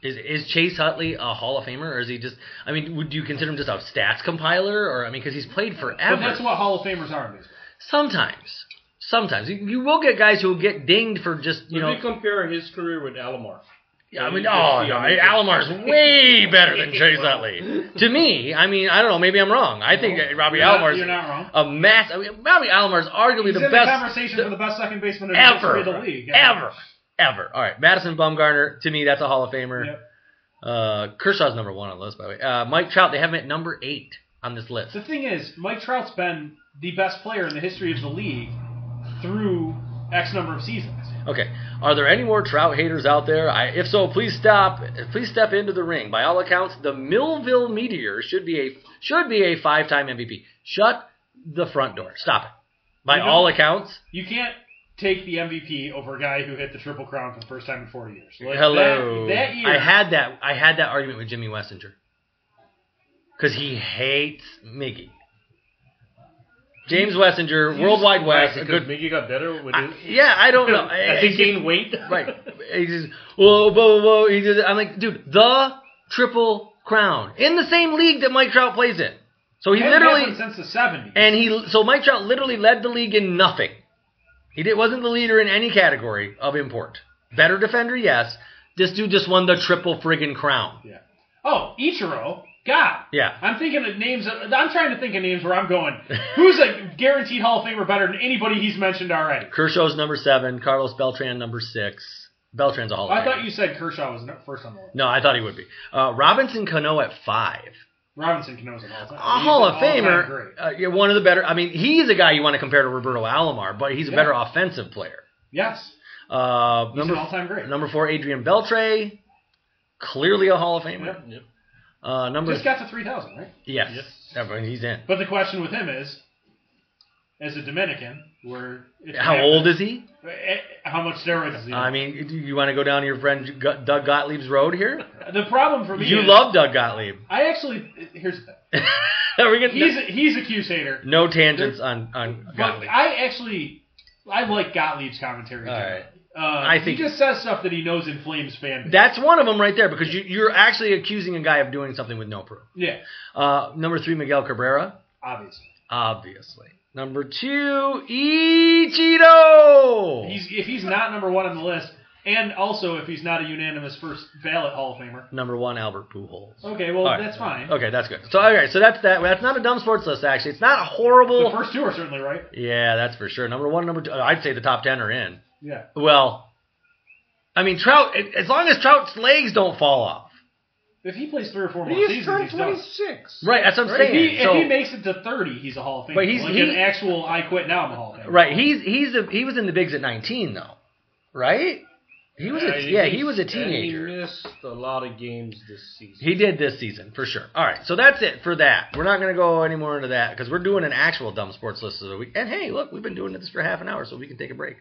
[SPEAKER 2] Is is Chase Utley a Hall of Famer, or is he just? I mean, would you consider him just a stats compiler, or I mean, because he's played forever.
[SPEAKER 3] but that's what Hall of Famers are. in baseball.
[SPEAKER 2] Sometimes, sometimes you, you will get guys who will get dinged for just you
[SPEAKER 4] If
[SPEAKER 2] know.
[SPEAKER 4] we compare his career with Alomar,
[SPEAKER 2] I mean,
[SPEAKER 4] you can
[SPEAKER 2] oh
[SPEAKER 4] see,
[SPEAKER 2] no,
[SPEAKER 4] I mean,
[SPEAKER 2] Alomar's way better than Chase Utley. To me, I mean, I don't know. Maybe I'm wrong. I think
[SPEAKER 3] No,
[SPEAKER 2] Robbie
[SPEAKER 3] you're not-
[SPEAKER 2] Alomar's
[SPEAKER 3] you're not wrong.
[SPEAKER 2] a mass. I mean, Robbie Alomar's arguably
[SPEAKER 3] He's
[SPEAKER 2] the
[SPEAKER 3] in
[SPEAKER 2] best
[SPEAKER 3] the conversation for the best second baseman in the history
[SPEAKER 2] ever,
[SPEAKER 3] of the league.
[SPEAKER 2] ever, ever. All right, Madison Bumgarner. To me, that's a Hall of Famer.
[SPEAKER 3] Yep.
[SPEAKER 2] Uh, Kershaw's number one on the list, by the way. Uh, Mike Trout, they have him at number eight on this list.
[SPEAKER 3] The thing is, Mike Trout's been the best player in the history of the league through X number of seasons.
[SPEAKER 2] Okay, are there any more Trout haters out there? I, if so, please stop. Please step into the ring. By all accounts, the Millville Meteor should be a should be a five time MVP. Shut the front door. Stop it. By
[SPEAKER 3] You know-
[SPEAKER 2] all accounts,
[SPEAKER 3] You can't take the MVP over a guy who hit the triple crown for the first time in 40 years. Like,
[SPEAKER 2] hello.
[SPEAKER 3] That, that year,
[SPEAKER 2] I had that. I had that argument with Jimmy Wessinger because he hates Miggy. James Wessinger, Worldwide West, a good.
[SPEAKER 4] Mickey got better with
[SPEAKER 2] I-
[SPEAKER 4] his.
[SPEAKER 2] yeah, I don't know.
[SPEAKER 4] Has he gained weight?
[SPEAKER 2] Right. He just, whoa, whoa, whoa. He just, I'm like, dude, the Triple Crown in the same league that Mike Trout plays in. So he
[SPEAKER 3] hadn't happened
[SPEAKER 2] literally,
[SPEAKER 3] since the 70s.
[SPEAKER 2] and he, so Mike Trout literally led the league in nothing. He did, wasn't the leader in any category of import. Better defender, yes. This dude just won the triple friggin' crown.
[SPEAKER 3] Yeah. Oh, Ichiro. God.
[SPEAKER 2] Yeah.
[SPEAKER 3] I'm thinking of names. I'm trying to think of names where I'm going. Who's a guaranteed Hall of Famer better than anybody he's mentioned already?
[SPEAKER 2] Kershaw's number seven, Carlos Beltran number six. Beltran's a Hall of
[SPEAKER 3] I
[SPEAKER 2] Famer.
[SPEAKER 3] thought you said Kershaw was no- first on the list.
[SPEAKER 2] No, I thought he would be. Uh, Robinson Cano at five.
[SPEAKER 3] Robinson Cano's an all-time.
[SPEAKER 2] a Hall of Famer.
[SPEAKER 3] Great.
[SPEAKER 2] Uh, you're one of the better. I mean, he's a guy you want to compare to Roberto Alomar, but he's a
[SPEAKER 3] Yeah.
[SPEAKER 2] better offensive player.
[SPEAKER 3] Yes.
[SPEAKER 2] Uh,
[SPEAKER 3] He's
[SPEAKER 2] number
[SPEAKER 3] an all-time great.
[SPEAKER 2] number four, Adrian Beltre, clearly a Hall of Famer.
[SPEAKER 3] Yep.
[SPEAKER 4] Yep.
[SPEAKER 2] Uh, number
[SPEAKER 3] Just got to 3,000, right?
[SPEAKER 2] yes,
[SPEAKER 4] Yes.
[SPEAKER 2] I mean, he's in.
[SPEAKER 3] But the question with him is, as a Dominican, where
[SPEAKER 2] How old is he?
[SPEAKER 3] Eh, How much steroids is he?
[SPEAKER 2] I
[SPEAKER 3] on?
[SPEAKER 2] mean, do you want to go down your friend Gu- Doug Gottlieb's road here?
[SPEAKER 3] the problem for me.
[SPEAKER 2] You
[SPEAKER 3] is,
[SPEAKER 2] love Doug Gottlieb.
[SPEAKER 3] I actually here's the thing.
[SPEAKER 2] Are we gonna,
[SPEAKER 3] He's a, he's a Cuse hater,
[SPEAKER 2] no tangents on on
[SPEAKER 3] but
[SPEAKER 2] Gottlieb.
[SPEAKER 3] I actually I like Gottlieb's commentary.
[SPEAKER 2] All
[SPEAKER 3] generally.
[SPEAKER 2] right.
[SPEAKER 3] Uh,
[SPEAKER 2] I
[SPEAKER 3] he
[SPEAKER 2] think-
[SPEAKER 3] just says stuff that he knows inflames fan base.
[SPEAKER 2] That's one of them right there because you, you're actually accusing a guy of doing something with no proof.
[SPEAKER 3] Yeah,
[SPEAKER 2] Uh, number three, Miguel Cabrera.
[SPEAKER 3] obviously.
[SPEAKER 2] Obviously. Number two, Ichiro.
[SPEAKER 3] He's if he's not number one on the list, and also if he's not a unanimous first ballot Hall of Famer.
[SPEAKER 2] number one, Albert Pujols.
[SPEAKER 3] Okay, well
[SPEAKER 2] All right.
[SPEAKER 3] that's fine.
[SPEAKER 2] Okay, that's good. So, all right, so that's that. That's not a dumb sports list, actually. It's not a
[SPEAKER 3] The
[SPEAKER 2] horrible.
[SPEAKER 3] first two are certainly right.
[SPEAKER 2] yeah, that's for sure. Number one, number two. uh, I'd say the top ten are in.
[SPEAKER 3] Yeah.
[SPEAKER 2] Well, I mean, Trout. As long as Trout's legs don't fall off,
[SPEAKER 3] If he plays three or four more
[SPEAKER 4] He just
[SPEAKER 3] seasons,
[SPEAKER 4] turned
[SPEAKER 3] he's done.
[SPEAKER 4] twenty six.
[SPEAKER 2] right? That's what I'm
[SPEAKER 3] If
[SPEAKER 2] saying.
[SPEAKER 3] he,
[SPEAKER 2] so,
[SPEAKER 3] if he makes it to 30, he's a Hall of Famer.
[SPEAKER 2] But he's-
[SPEAKER 3] like
[SPEAKER 2] he-
[SPEAKER 3] an actual I quit now I'm a Hall of Famer.
[SPEAKER 2] right, he's he's a, he was in the bigs at 19 though, right? He was, a,
[SPEAKER 4] And
[SPEAKER 2] yeah, he was a
[SPEAKER 4] and he
[SPEAKER 2] teenager.
[SPEAKER 4] missed a lot of games this season.
[SPEAKER 2] He did this season for sure. All right, so that's it for that. We're not going to go any more into that because we're doing an actual dumb sports list of the week. And hey, look, we've been doing this for half an hour, so we can take a break.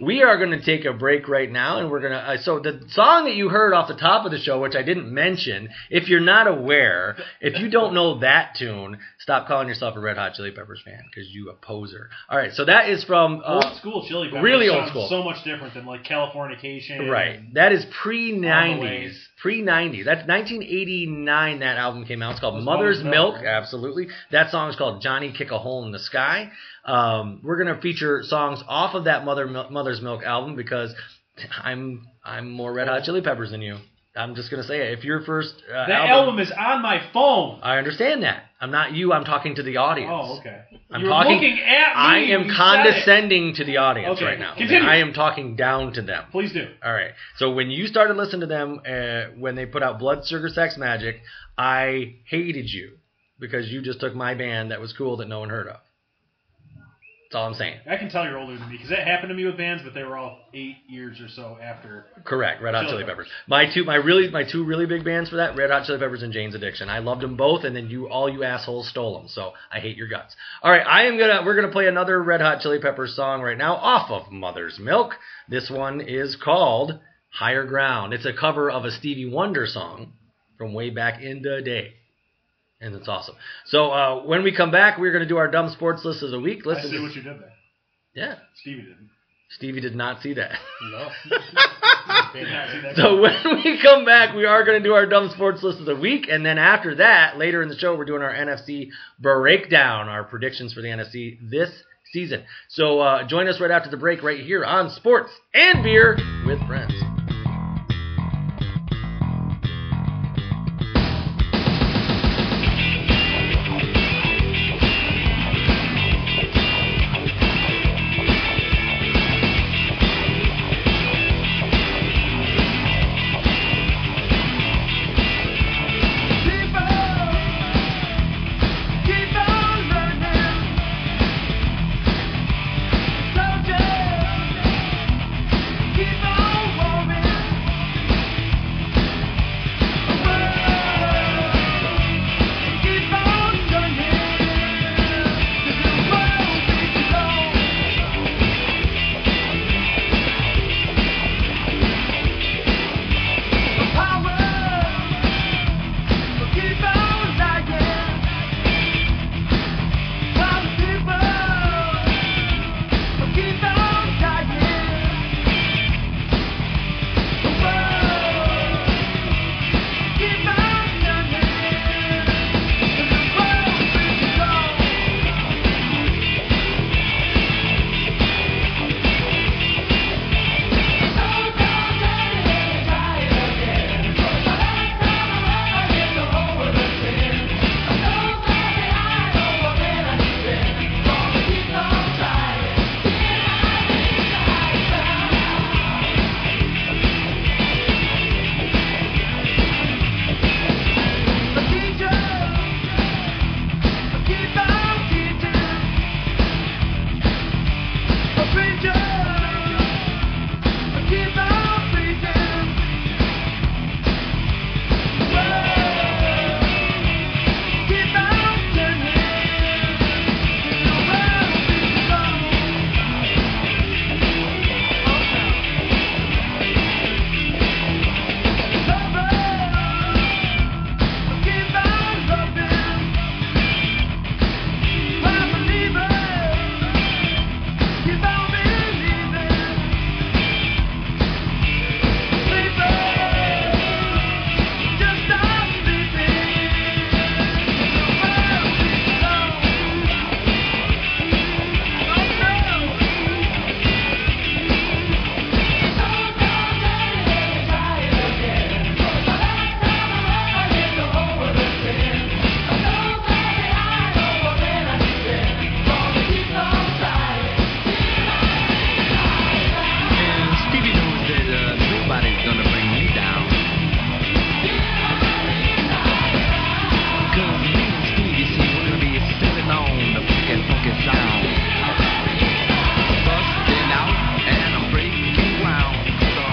[SPEAKER 2] We are going to take a break right now, and we're going to. Uh, so the song that you heard off the top of the show, which I didn't mention, if you're not aware, if you don't know that tune, stop calling yourself a Red Hot Chili Peppers fan because you a poser. All right, so that is from. Uh,
[SPEAKER 3] old school chili peppers.
[SPEAKER 2] really old
[SPEAKER 3] sounds
[SPEAKER 2] school.
[SPEAKER 3] So much different than like Californication.
[SPEAKER 2] Right. That is pre
[SPEAKER 3] On the way.
[SPEAKER 2] nineties. Pre nineties. That's nineteen eighty nine that album came out. It's called
[SPEAKER 3] It was
[SPEAKER 2] Mother's
[SPEAKER 3] Mother's
[SPEAKER 2] Milk.
[SPEAKER 3] Milk, right?
[SPEAKER 2] Absolutely. That song is called Johnny Kick a Hole in the Sky. Um, we're gonna feature songs off of that Mother Mil- Mother's Milk album because I'm I'm more Red Hot Chili Peppers than you. I'm just gonna say it. If your first uh,
[SPEAKER 3] That
[SPEAKER 2] album,
[SPEAKER 3] album is on my phone.
[SPEAKER 2] I understand that. I'm not you. I'm talking to the audience.
[SPEAKER 3] Oh, okay.
[SPEAKER 2] I'm
[SPEAKER 3] You're
[SPEAKER 2] talking-
[SPEAKER 3] looking at me.
[SPEAKER 2] I am
[SPEAKER 3] You said it.
[SPEAKER 2] condescending to the audience
[SPEAKER 3] Okay,
[SPEAKER 2] right now.
[SPEAKER 3] continue.
[SPEAKER 2] I am talking down to them.
[SPEAKER 3] Please do.
[SPEAKER 2] All right. So when you started listening to them uh, when they put out Blood Sugar Sex Magic, I hated you because you just took my band that was cool that no one heard of. That's all I'm saying.
[SPEAKER 3] I can tell you're older than me because that happened to me with bands, but they were all eight years or so after.
[SPEAKER 2] Correct. Red Hot Chili Peppers. My two, my really, my two really big bands for that: Red Hot Chili Peppers and Jane's Addiction. I loved them both, and then you, all you assholes, stole them. So I hate your guts. All right, I am gonna, we're gonna play another Red Hot Chili Peppers song right now off of Mother's Milk. This one is called Higher Ground. It's a cover of a Stevie Wonder song from way back in the day. And it's awesome. So uh, when we come back, we're going to do our dumb sports list of the week.
[SPEAKER 3] I
[SPEAKER 2] Listen,
[SPEAKER 3] see
[SPEAKER 2] to-
[SPEAKER 3] what you did there.
[SPEAKER 2] yeah,
[SPEAKER 3] Stevie didn't.
[SPEAKER 2] Stevie did not see that.
[SPEAKER 4] No.
[SPEAKER 3] Did not see that.
[SPEAKER 2] So when we come back, we are going to do our dumb sports list of the week, and then after that, later in the show, we're doing our NFC breakdown, our predictions for the NFC this season. So uh, join us right after the break, right here on Sports and Beer with Friends.
[SPEAKER 5] Keep on running.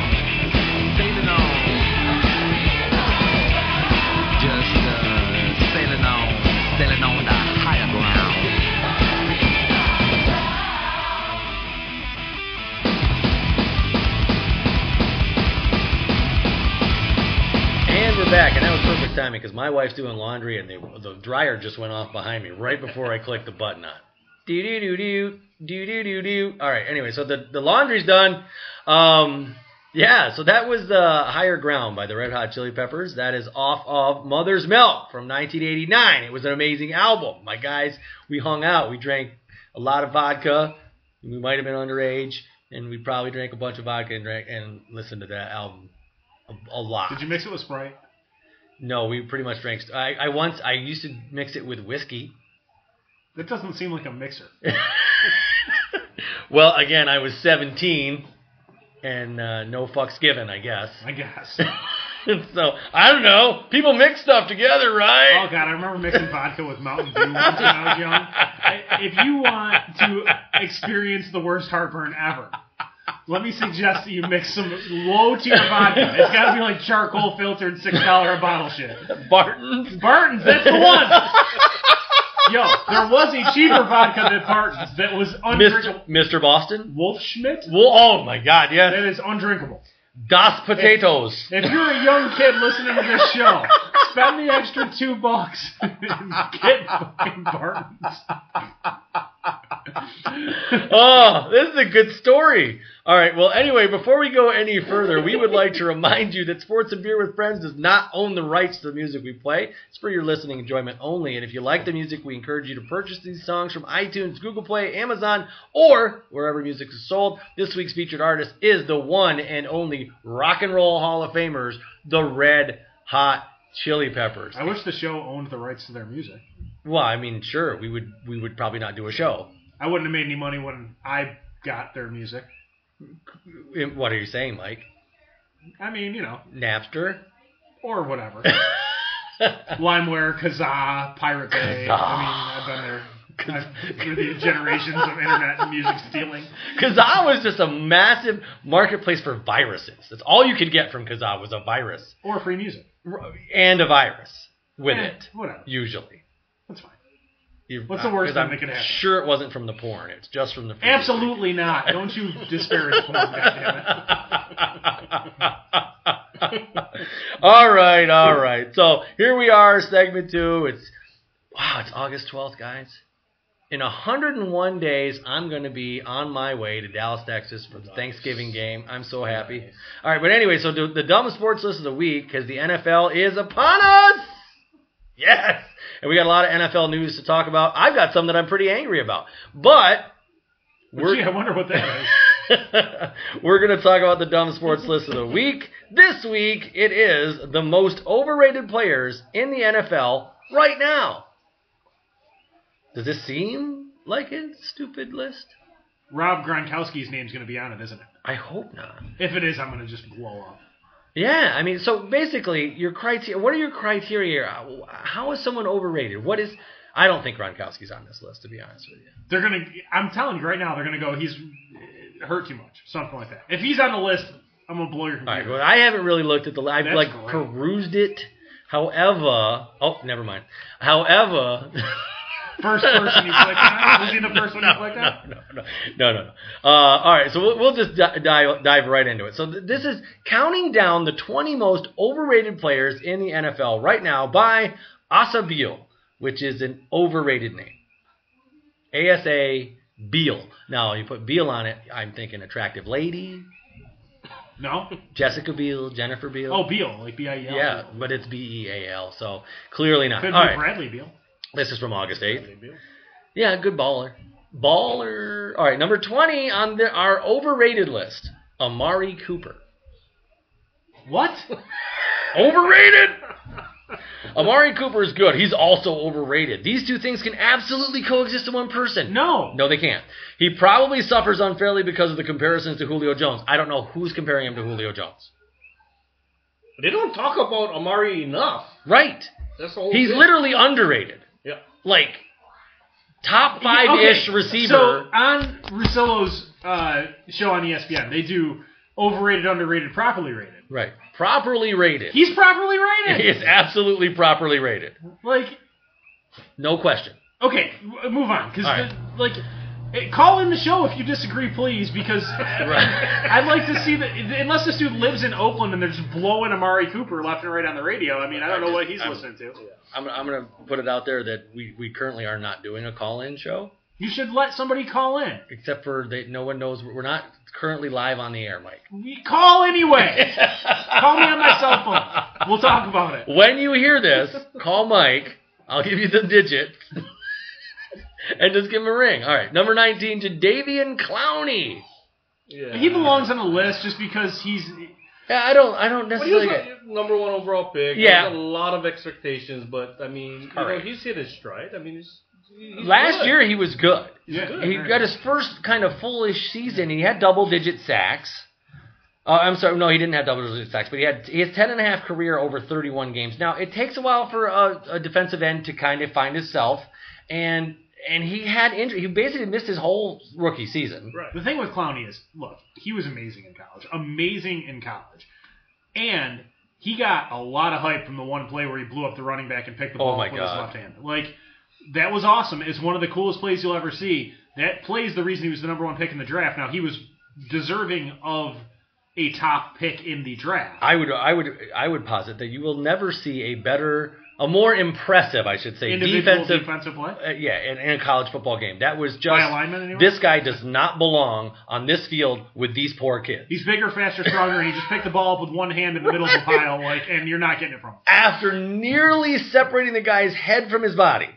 [SPEAKER 2] uh, back, and that was perfect timing because my wife's doing laundry, and they, the dryer just went off behind me right before I clicked the button on. Do do do do do do do do. All right. Anyway, so the the laundry's done. Um, yeah. So that was the Higher Ground by the Red Hot Chili Peppers. That is off of Mother's Milk from 1989. It was an amazing album. My guys, we hung out. We drank a lot of vodka. We might have been underage, and we probably drank a bunch of vodka and drank and listened to that album a, a lot.
[SPEAKER 3] Did you mix it with Sprite?
[SPEAKER 2] No, we pretty much drank. St- I, I once I used to mix it with whiskey.
[SPEAKER 3] That doesn't seem like a mixer.
[SPEAKER 2] Well, again, I was 17, and uh, no fucks given, I guess.
[SPEAKER 3] I guess. Oh,
[SPEAKER 2] so I don't know. People mix stuff together,
[SPEAKER 3] Oh
[SPEAKER 2] right?
[SPEAKER 3] god, I remember mixing vodka with Mountain Dew once when I was young. I- If you want to experience the worst heartburn ever, let me suggest that you mix some low tier vodka. It's got to be like charcoal filtered six dollar a bottle shit.
[SPEAKER 2] Barton's.
[SPEAKER 3] Barton's, that's the one. Yo, there was a cheaper vodka than Barton's that was
[SPEAKER 2] Mr.
[SPEAKER 3] undrinkable.
[SPEAKER 2] Mr. Boston.
[SPEAKER 3] Wolf Schmidt.
[SPEAKER 2] Well, oh my God,
[SPEAKER 3] That
[SPEAKER 2] yes.
[SPEAKER 3] is undrinkable.
[SPEAKER 2] Das potatoes.
[SPEAKER 3] If you're a young kid listening to this show, spend the extra two bucks and get fucking Barton's.
[SPEAKER 2] oh, this is a good story. All right. Well, anyway, before we go any further, we would like to remind you that Sports and Beer with Friends does not own the rights to the music we play. It's for your listening enjoyment only. And if you like the music, we encourage you to purchase these songs from iTunes, Google Play, Amazon, or wherever music is sold. This week's featured artist is the one and only Rock and Roll Hall of Famers, the Red Hot Chili Peppers.
[SPEAKER 3] I wish the show owned the rights to their music.
[SPEAKER 2] Well, I mean, sure, we would we would probably not do a show.
[SPEAKER 3] I wouldn't have made any money when I got their music.
[SPEAKER 2] What are you saying, Mike?
[SPEAKER 3] I mean, you know,
[SPEAKER 2] Napster?
[SPEAKER 3] or whatever. LimeWare, Kazaa, Pirate Bay. I mean, I've been there. I've, through the generations of internet and music stealing.
[SPEAKER 2] Kazaa was just a massive marketplace for viruses. That's all you could get from Kazaa was a virus
[SPEAKER 3] Or free music.
[SPEAKER 2] and a virus with
[SPEAKER 3] Eh,
[SPEAKER 2] it,
[SPEAKER 3] Whatever.
[SPEAKER 2] usually.
[SPEAKER 3] That's fine.
[SPEAKER 2] You-
[SPEAKER 3] What's the worst
[SPEAKER 2] 'cause
[SPEAKER 3] thing
[SPEAKER 2] I'm
[SPEAKER 3] that could happen?
[SPEAKER 2] Sure, it wasn't from the porn. It's just from the free
[SPEAKER 3] Absolutely not. Don't you disparage porn, goddammit.
[SPEAKER 2] all right, all right. So here we are, segment two. It's wow, it's August twelfth, guys. In 101 days, I'm going to be on my way to Dallas, Texas for the Thanksgiving game. I'm so happy. All right, but anyway, so the, the dumb sports list of the week because the NFL is upon us. Yes, and we got a lot of NFL news to talk about. I've got some that I'm pretty angry about, but
[SPEAKER 3] But Gee, I wonder what that is.
[SPEAKER 2] We're going to talk about the dumb sports list of the week. This week, it is the most overrated players in the NFL right now. Does this seem like a stupid list?
[SPEAKER 3] Rob Gronkowski's name's going to be on it, isn't it?
[SPEAKER 2] I hope not.
[SPEAKER 3] If it is, I'm going to just blow up.
[SPEAKER 2] Yeah, I mean, so basically, your criteria. What are your criteria? How is someone overrated? What is? I don't think Gronkowski's on this list, to be honest with you.
[SPEAKER 3] They're going to. I'm telling you right now, they're going to go. He's uh, hurt too much, something like that. If he's on the list, I'm going to blow your
[SPEAKER 2] All right,
[SPEAKER 3] computer.
[SPEAKER 2] well, I haven't really looked at the. I've
[SPEAKER 3] That's
[SPEAKER 2] like
[SPEAKER 3] great.
[SPEAKER 2] perused it. However, oh, never mind. However,
[SPEAKER 3] First person you clicked on. Was he the first one you
[SPEAKER 2] no,
[SPEAKER 3] clicked
[SPEAKER 2] no,
[SPEAKER 3] on?
[SPEAKER 2] no, no, no, no. no. Uh, all right, so we'll, we'll just di- dive dive right into it. So th- this is counting down the 20 most overrated players in the NFL right now by Asa Beal, which is an overrated name. Asa Beal. Now you put Beal on it, I'm thinking attractive lady,
[SPEAKER 3] No.
[SPEAKER 2] Jessica Beal, Jennifer Beal.
[SPEAKER 3] Oh, Beal, like B I E L.
[SPEAKER 2] Yeah, but it's B E A L, so clearly not.
[SPEAKER 3] Could
[SPEAKER 2] All
[SPEAKER 3] be
[SPEAKER 2] right,
[SPEAKER 3] Bradley Beal.
[SPEAKER 2] this is from August 8th.
[SPEAKER 3] Beal.
[SPEAKER 2] Yeah, good baller. Baller. All right, number 20 on the, our overrated list Amari Cooper.
[SPEAKER 3] What?
[SPEAKER 2] Overrated? Amari Cooper is good. He's also overrated. These two things can absolutely coexist in one person.
[SPEAKER 3] No.
[SPEAKER 2] No, they can't. He probably suffers unfairly because of the comparisons to Julio Jones. I don't know who's comparing him to Julio Jones.
[SPEAKER 4] They don't talk about Amari enough.
[SPEAKER 2] Right.
[SPEAKER 4] That's all.
[SPEAKER 2] He's literally underrated.
[SPEAKER 4] Yeah.
[SPEAKER 2] Like, top five ish
[SPEAKER 3] Okay,
[SPEAKER 2] receiver.
[SPEAKER 3] So on Russillo's uh, show on ESPN, they do overrated, underrated, properly rated.
[SPEAKER 2] Right. Properly rated.
[SPEAKER 3] He's properly
[SPEAKER 2] He
[SPEAKER 3] rated.
[SPEAKER 2] is absolutely properly rated.
[SPEAKER 3] like
[SPEAKER 2] No question.
[SPEAKER 3] Okay, w- move on because
[SPEAKER 2] All right.
[SPEAKER 3] like Hey, call in the show if you disagree, please, because I'd like to see that. Unless this dude lives in Oakland and they're just blowing Amari Cooper left and right on the radio. I mean, I don't know what he's
[SPEAKER 2] I'm-
[SPEAKER 3] listening to.
[SPEAKER 2] I'm, I'm going to put it out there that we, we currently are not doing a call in show,
[SPEAKER 3] You should let somebody call in.
[SPEAKER 2] except for that no one knows. We're not currently live on the air, Mike.
[SPEAKER 3] You Call anyway. call me on my cell phone. We'll talk about it.
[SPEAKER 2] When you hear this, call Mike. I'll give you the digits. and just give him a ring. All right. Number 19, Jadavian Clowney.
[SPEAKER 4] Yeah.
[SPEAKER 3] He belongs on the list just because he's.
[SPEAKER 2] Yeah, I don't I don't
[SPEAKER 4] But he was
[SPEAKER 2] necessarily get,
[SPEAKER 4] a number one overall pick.
[SPEAKER 2] Yeah.
[SPEAKER 4] There's a lot of expectations, but I mean, you know,
[SPEAKER 2] Correct.
[SPEAKER 4] he's hit his stride. I mean, he's, he's
[SPEAKER 2] Last
[SPEAKER 4] good.
[SPEAKER 2] year he was good.
[SPEAKER 3] Yeah.
[SPEAKER 2] He got his first kind of foolish season and he had double digit sacks. Uh, I'm sorry, no, he didn't have double digit sacks, but he had he has ten and a half career over 31 games. Now it takes a while for a, a defensive end to kind of find himself, and and he had injury. He basically missed his whole rookie season.
[SPEAKER 4] Right.
[SPEAKER 3] The thing with Clowney is, look, he was amazing in college. Amazing in college. And he got a lot of hype from the one play where he blew up the running back and picked the
[SPEAKER 2] Oh
[SPEAKER 3] ball
[SPEAKER 2] my
[SPEAKER 3] up with his
[SPEAKER 2] God.
[SPEAKER 3] left hand. Like, that was awesome. It's one of the coolest plays you'll ever see. That play's the reason he was the number one pick in the draft. Now, he was deserving of a top pick in the draft.
[SPEAKER 2] I would I would I would posit that you will never see a better, a more impressive, I should say,
[SPEAKER 3] Individual
[SPEAKER 2] defensive.
[SPEAKER 3] defensive, play.
[SPEAKER 2] uh, yeah, in, in a college football game, that was just
[SPEAKER 3] By alignment, anyway?
[SPEAKER 2] this guy does not belong on this field with these poor kids.
[SPEAKER 3] He's bigger, faster, stronger, and he just picked the ball up with one hand in the middle of the pile, like, and you're not getting it from him.
[SPEAKER 2] after nearly separating the guy's head from his body.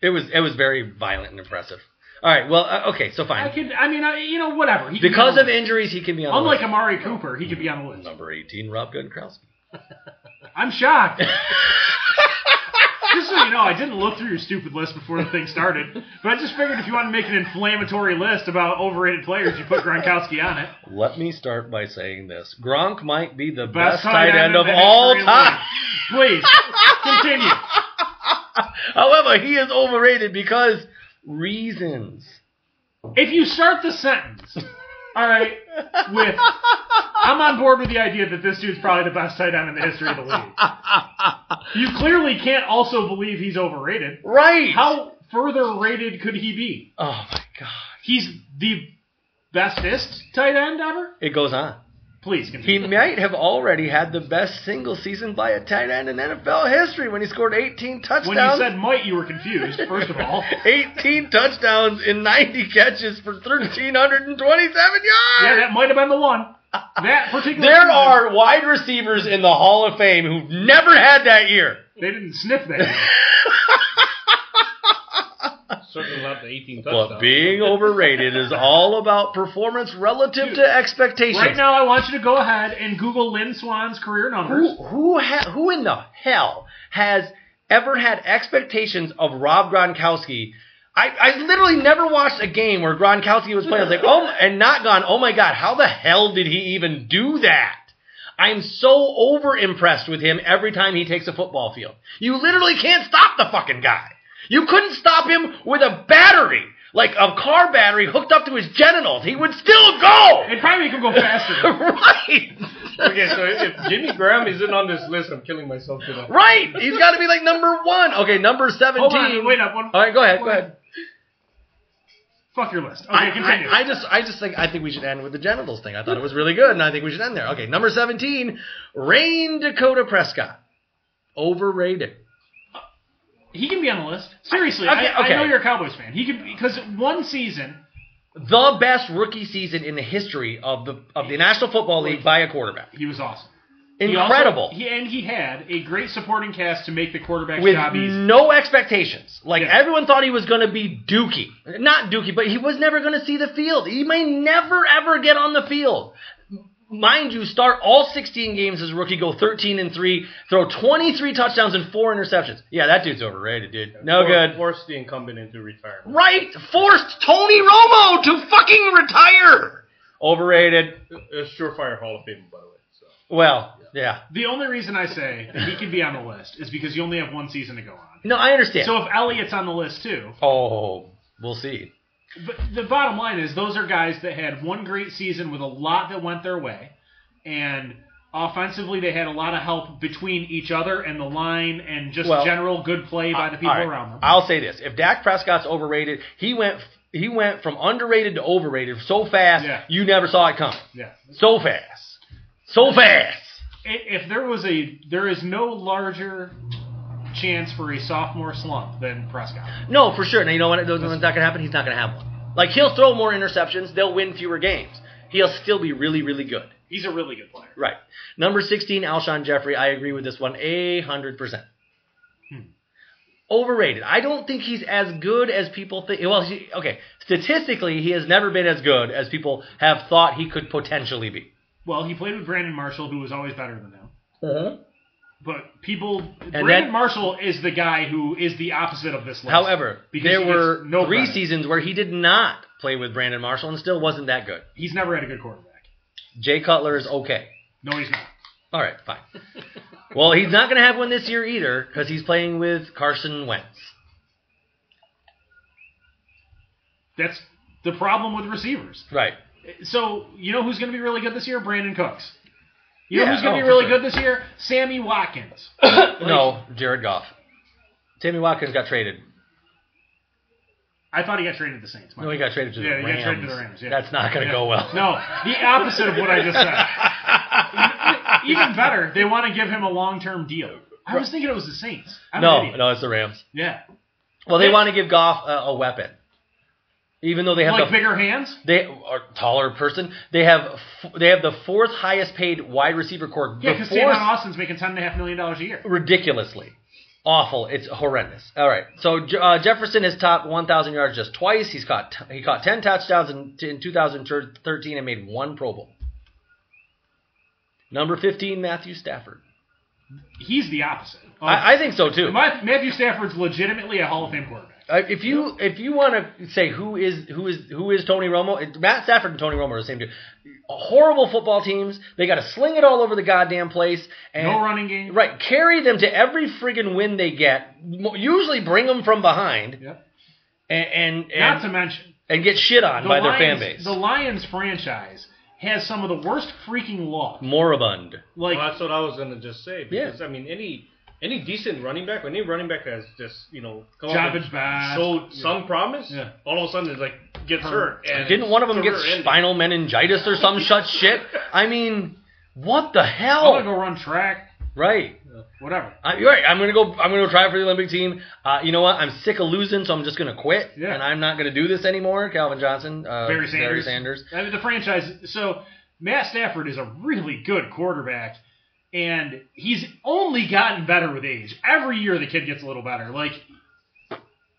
[SPEAKER 2] It was it was very violent and impressive. All right, well, uh, okay, so
[SPEAKER 3] I
[SPEAKER 2] fine.
[SPEAKER 3] could, I mean, I, you know, whatever. He could be
[SPEAKER 2] Because
[SPEAKER 3] on
[SPEAKER 2] of
[SPEAKER 3] the list.
[SPEAKER 2] injuries, he can be on
[SPEAKER 3] unlike
[SPEAKER 2] the list.
[SPEAKER 3] Amari Cooper, he could be on the list.
[SPEAKER 2] number eighteen, Rob Gronkowski.
[SPEAKER 3] I'm shocked. just so you know, I didn't look through your stupid list before the thing started, but I just figured if you wanted to make an inflammatory list about overrated players, you put Gronkowski on it.
[SPEAKER 2] Let me start by saying this: Gronk might be the best,
[SPEAKER 3] Best
[SPEAKER 2] tight end
[SPEAKER 3] in
[SPEAKER 2] of
[SPEAKER 3] the
[SPEAKER 2] all
[SPEAKER 3] history of the
[SPEAKER 2] time.
[SPEAKER 3] league. Please continue.
[SPEAKER 2] However, he is overrated because reasons.
[SPEAKER 3] If you start the sentence, all right, with I'm on board with the idea that this dude's probably the best tight end in the history of the league. You clearly can't also believe he's overrated.
[SPEAKER 2] Right?
[SPEAKER 3] How further rated could he be?
[SPEAKER 2] Oh my god!
[SPEAKER 3] He's the bestest tight end ever.
[SPEAKER 2] It goes on.
[SPEAKER 3] Please
[SPEAKER 2] He
[SPEAKER 3] continue.
[SPEAKER 2] might have already had the best single season by a tight end in NFL history when he scored 18 touchdowns.
[SPEAKER 3] when you said might, you were confused. First of all,
[SPEAKER 2] 18 touchdowns and 90 catches for 1,327 yards.
[SPEAKER 3] yeah, that might have been the one. That particular.
[SPEAKER 2] there
[SPEAKER 3] season,
[SPEAKER 2] are wide receivers in the Hall of Fame who've never had that year.
[SPEAKER 3] They didn't sniff that.
[SPEAKER 4] Certainly not the 18 touchdowns.
[SPEAKER 2] But being overrated is all about performance relative to expectations.
[SPEAKER 3] right now, I want you to go ahead and Google Lynn Swan's career numbers.
[SPEAKER 2] who who ha- who in the hell has ever had expectations of Rob Gronkowski? I, I literally never watched a game where Gronkowski was playing. I was like, oh, my- and not gone. Oh my god, how the hell did he even do that? I'm so over impressed with him every time he takes a football field. You literally can't stop the fucking guy. You couldn't stop him with a battery, like a car battery hooked up to his genitals. He would still go.
[SPEAKER 3] It'd probably make him go faster.
[SPEAKER 2] right.
[SPEAKER 4] Okay, so if Jimmy Graham isn't on this list, I'm killing myself today.
[SPEAKER 2] Right. He's got to be like number one. Okay, number 17.
[SPEAKER 3] Hold on, wait up. One,
[SPEAKER 2] All right, go ahead. Go ahead.
[SPEAKER 3] Fuck your list. Okay,
[SPEAKER 2] I,
[SPEAKER 3] continue.
[SPEAKER 2] I, I just, I just think, I think we should end with the genitals thing. I thought it was really good, and I think we should end there. Okay, number 17, Rain Dakota Prescott. Overrated.
[SPEAKER 3] he can be on the list. Seriously,
[SPEAKER 2] Okay,
[SPEAKER 3] I,
[SPEAKER 2] okay.
[SPEAKER 3] I know you're a Cowboys fan. He could because one season
[SPEAKER 2] The best rookie season in the history of the of the National Football League by a quarterback.
[SPEAKER 3] he was awesome. He also-
[SPEAKER 2] Incredible.
[SPEAKER 3] he, and he had a great supporting cast to make the quarterback's
[SPEAKER 2] with
[SPEAKER 3] job easy.
[SPEAKER 2] no expectations. Like
[SPEAKER 3] Yeah.
[SPEAKER 2] everyone thought he was going to be Dookie, not Dookie, but he was never going to see the field. He may never ever get on the field. Mind you, start all 16 games as a rookie, go 13 and three, throw 23 touchdowns and four interceptions. Yeah, that dude's overrated, dude. No
[SPEAKER 4] Or
[SPEAKER 2] good.
[SPEAKER 4] Force the incumbent into retirement.
[SPEAKER 2] Right, forced Tony Romo to fucking retire. Overrated.
[SPEAKER 4] A surefire Hall of Fame, by the way. So.
[SPEAKER 2] Well, yeah.
[SPEAKER 3] The only reason I say that he could be on the list is because you only have one season to go on.
[SPEAKER 2] No, I understand.
[SPEAKER 3] So if Elliott's on the list too,
[SPEAKER 2] oh, we'll see.
[SPEAKER 3] but the bottom line is those are guys that had one great season with a lot that went their way, and offensively they had a lot of help between each other and the line and just
[SPEAKER 2] Well,
[SPEAKER 3] general good play by the people
[SPEAKER 2] All right.
[SPEAKER 3] around them.
[SPEAKER 2] I'll say this: if Dak Prescott's overrated, he went. he went from underrated to overrated so fast
[SPEAKER 3] Yeah.
[SPEAKER 2] you never saw it coming.
[SPEAKER 3] Yeah.
[SPEAKER 2] So fast. So fast.
[SPEAKER 3] I- If there was a, there is no larger chance for a sophomore slump than Prescott.
[SPEAKER 2] No, for sure. Now you know what? It's not gonna happen. He's not gonna have one. Like he'll throw more interceptions. They'll win fewer games. He'll still be really, really good.
[SPEAKER 3] He's a really good player.
[SPEAKER 2] Right. Number 16, Alshon Jeffrey. I agree with this one 800%.
[SPEAKER 3] Hmm.
[SPEAKER 2] Overrated. I don't think he's as good as people think. Well, he, okay. Statistically, he has never been as good as people have thought he could potentially be.
[SPEAKER 3] Well, he played with Brandon Marshall, who was always better than him.
[SPEAKER 2] Uh-huh.
[SPEAKER 3] But people, Brandon
[SPEAKER 2] that-
[SPEAKER 3] Marshall is the guy who is the opposite of this list.
[SPEAKER 2] However,
[SPEAKER 3] Because
[SPEAKER 2] there
[SPEAKER 3] he gets
[SPEAKER 2] were
[SPEAKER 3] no
[SPEAKER 2] three
[SPEAKER 3] credit.
[SPEAKER 2] seasons where he did not play with Brandon Marshall and still wasn't that good.
[SPEAKER 3] he's never had a good quarterback.
[SPEAKER 2] Jay Cutler is okay.
[SPEAKER 3] No, he's not.
[SPEAKER 2] All right, fine. well, he's not going to have one this year either because he's playing with Carson Wentz.
[SPEAKER 3] That's the problem with receivers.
[SPEAKER 2] Right.
[SPEAKER 3] So you know who's going to be really good this year? Brandon Cooks. You know
[SPEAKER 2] Yeah,
[SPEAKER 3] who's going
[SPEAKER 2] oh,
[SPEAKER 3] to
[SPEAKER 2] for
[SPEAKER 3] be really
[SPEAKER 2] sure.
[SPEAKER 3] good this year? Sammy Watkins.
[SPEAKER 2] No, Jared Goff. Timmy Watkins got traded.
[SPEAKER 3] I thought he got traded to the Saints.
[SPEAKER 2] No, he got traded to the
[SPEAKER 3] Yeah, he
[SPEAKER 2] Rams.
[SPEAKER 3] got traded to the Rams, yeah.
[SPEAKER 2] That's not going to
[SPEAKER 3] Yeah.
[SPEAKER 2] go well.
[SPEAKER 3] No, the opposite of what I just said. Even better, they want to give him a long-term deal. I was thinking it was the Saints. I'm an
[SPEAKER 2] no,
[SPEAKER 3] idiot.
[SPEAKER 2] no, it's the Rams.
[SPEAKER 3] Yeah,
[SPEAKER 2] Well, they want to give Goff a, a weapon, even though they have
[SPEAKER 3] like
[SPEAKER 2] the
[SPEAKER 3] bigger hands.
[SPEAKER 2] they are taller person. They have f- they have the fourth highest paid wide receiver core.
[SPEAKER 3] Yeah,
[SPEAKER 2] the
[SPEAKER 3] because
[SPEAKER 2] fourth-
[SPEAKER 3] Tavon Austin's making ten and a half million dollars a year.
[SPEAKER 2] ridiculously awful. It's horrendous. All right. So Je- uh, Jefferson has topped 1,000 yards just twice. He's caught t- he caught 10 touchdowns in, t- in 2013 and made one Pro Bowl. Number 15, Matthew Stafford.
[SPEAKER 3] He's the opposite.
[SPEAKER 2] I, I think so too.
[SPEAKER 3] My, Matthew Stafford's legitimately a Hall of Fame quarterback.
[SPEAKER 2] Uh, If you if you want to say who is who is who is Tony Romo, it- Matt Stafford and Tony Romo are the same dude. Horrible football teams. They got to sling it all over the goddamn place. And
[SPEAKER 3] No running game.
[SPEAKER 2] Right, carry them to every friggin' win they get. mo- Usually bring them from behind
[SPEAKER 3] Yep.
[SPEAKER 2] and and
[SPEAKER 3] Not to
[SPEAKER 2] and,
[SPEAKER 3] mention
[SPEAKER 2] and get shit on by their fan
[SPEAKER 3] Lions,
[SPEAKER 2] base.
[SPEAKER 3] The Lions franchise has some of the worst freaking laws.
[SPEAKER 2] Moribund.
[SPEAKER 3] Like
[SPEAKER 4] well, that's what I was gonna just say. Because I mean, any any decent running back, any running back has just you know come up
[SPEAKER 3] Jobbage
[SPEAKER 4] and
[SPEAKER 3] back.
[SPEAKER 4] showed some promise,
[SPEAKER 3] Yeah.
[SPEAKER 4] all of a sudden it's like gets hurt. And
[SPEAKER 2] Didn't one of them
[SPEAKER 4] it's
[SPEAKER 2] get
[SPEAKER 4] career-ending.
[SPEAKER 2] spinal meningitis or some such shit? I mean, what the
[SPEAKER 3] I'm
[SPEAKER 2] hell?
[SPEAKER 3] gonna go run track.
[SPEAKER 2] Right.
[SPEAKER 3] Whatever.
[SPEAKER 2] I, you're right. I'm gonna go. I'm gonna go try for the Olympic team. Uh, you know what? I'm sick of losing, so I'm just gonna quit.
[SPEAKER 3] Yeah.
[SPEAKER 2] And I'm not gonna do this anymore. Calvin Johnson, uh,
[SPEAKER 3] Barry Sanders.
[SPEAKER 2] Barry Sanders.
[SPEAKER 3] I mean, the franchise. So Matt Stafford is a really good quarterback, and he's only gotten better with age. Every year, the kid gets a little better. Like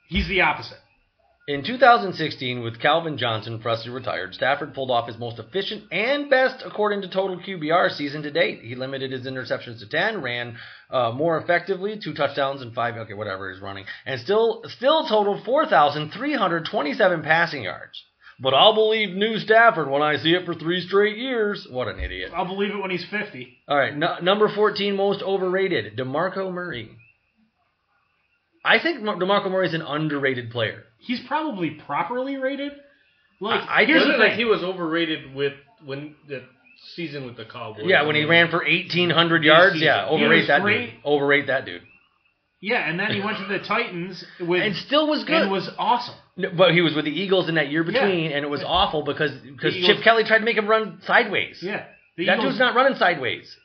[SPEAKER 3] he's the opposite.
[SPEAKER 2] In 2016, with Calvin Johnson freshly retired, Stafford pulled off his most efficient and best, according to total QBR, season to date. He limited his interceptions to 10, ran uh, more effectively, two touchdowns and five, okay, whatever he's running, and still still totaled 4,327 passing yards. But I'll believe new Stafford when I see it for three straight years. What an idiot!
[SPEAKER 3] I'll believe it when he's fifty.
[SPEAKER 2] All right, nu- number 14, most overrated, DeMarco Murray. I think Mar- DeMarco Murray is an underrated player.
[SPEAKER 3] He's probably properly rated. Like
[SPEAKER 2] I- I
[SPEAKER 3] here's
[SPEAKER 2] do
[SPEAKER 3] the
[SPEAKER 4] Wasn't it like
[SPEAKER 3] thing.
[SPEAKER 4] he was overrated with when the season with the Cowboys.
[SPEAKER 2] Yeah, when he ran for eighteen hundred yards.
[SPEAKER 4] season.
[SPEAKER 2] Yeah,
[SPEAKER 4] He
[SPEAKER 2] overrate
[SPEAKER 3] was
[SPEAKER 2] that
[SPEAKER 3] great.
[SPEAKER 2] dude. Overrate that dude.
[SPEAKER 3] yeah, and then he went to the Titans with
[SPEAKER 2] And still was good.
[SPEAKER 3] and was awesome.
[SPEAKER 2] No, but he was with the Eagles in that year between, and it was awful because because
[SPEAKER 3] The
[SPEAKER 2] Chip
[SPEAKER 3] Eagles-
[SPEAKER 2] Kelly tried to make him run sideways.
[SPEAKER 3] Yeah, the
[SPEAKER 2] that
[SPEAKER 3] Eagles,
[SPEAKER 2] dude's not running sideways.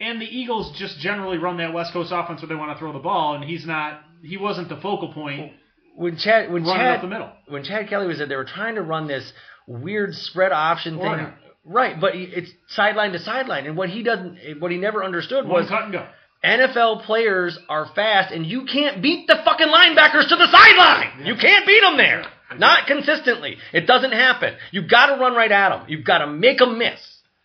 [SPEAKER 3] And the Eagles just generally run that West Coast offense where they want to throw the ball, and he's not. He wasn't the focal point
[SPEAKER 2] When Chad when
[SPEAKER 3] running
[SPEAKER 2] Chad
[SPEAKER 3] up the middle.
[SPEAKER 2] when Chad Kelly was there, they were trying to run this weird spread option thing.
[SPEAKER 3] Corner.
[SPEAKER 2] Right, but he- it's sideline to sideline, and what he doesn't, what he never understood
[SPEAKER 3] One
[SPEAKER 2] was
[SPEAKER 3] cut and go.
[SPEAKER 2] NFL players are fast, and you can't beat the fucking linebackers to the sideline. You can't beat them there. Not consistently. It doesn't happen. You've got to run right at them. You've got to make them miss.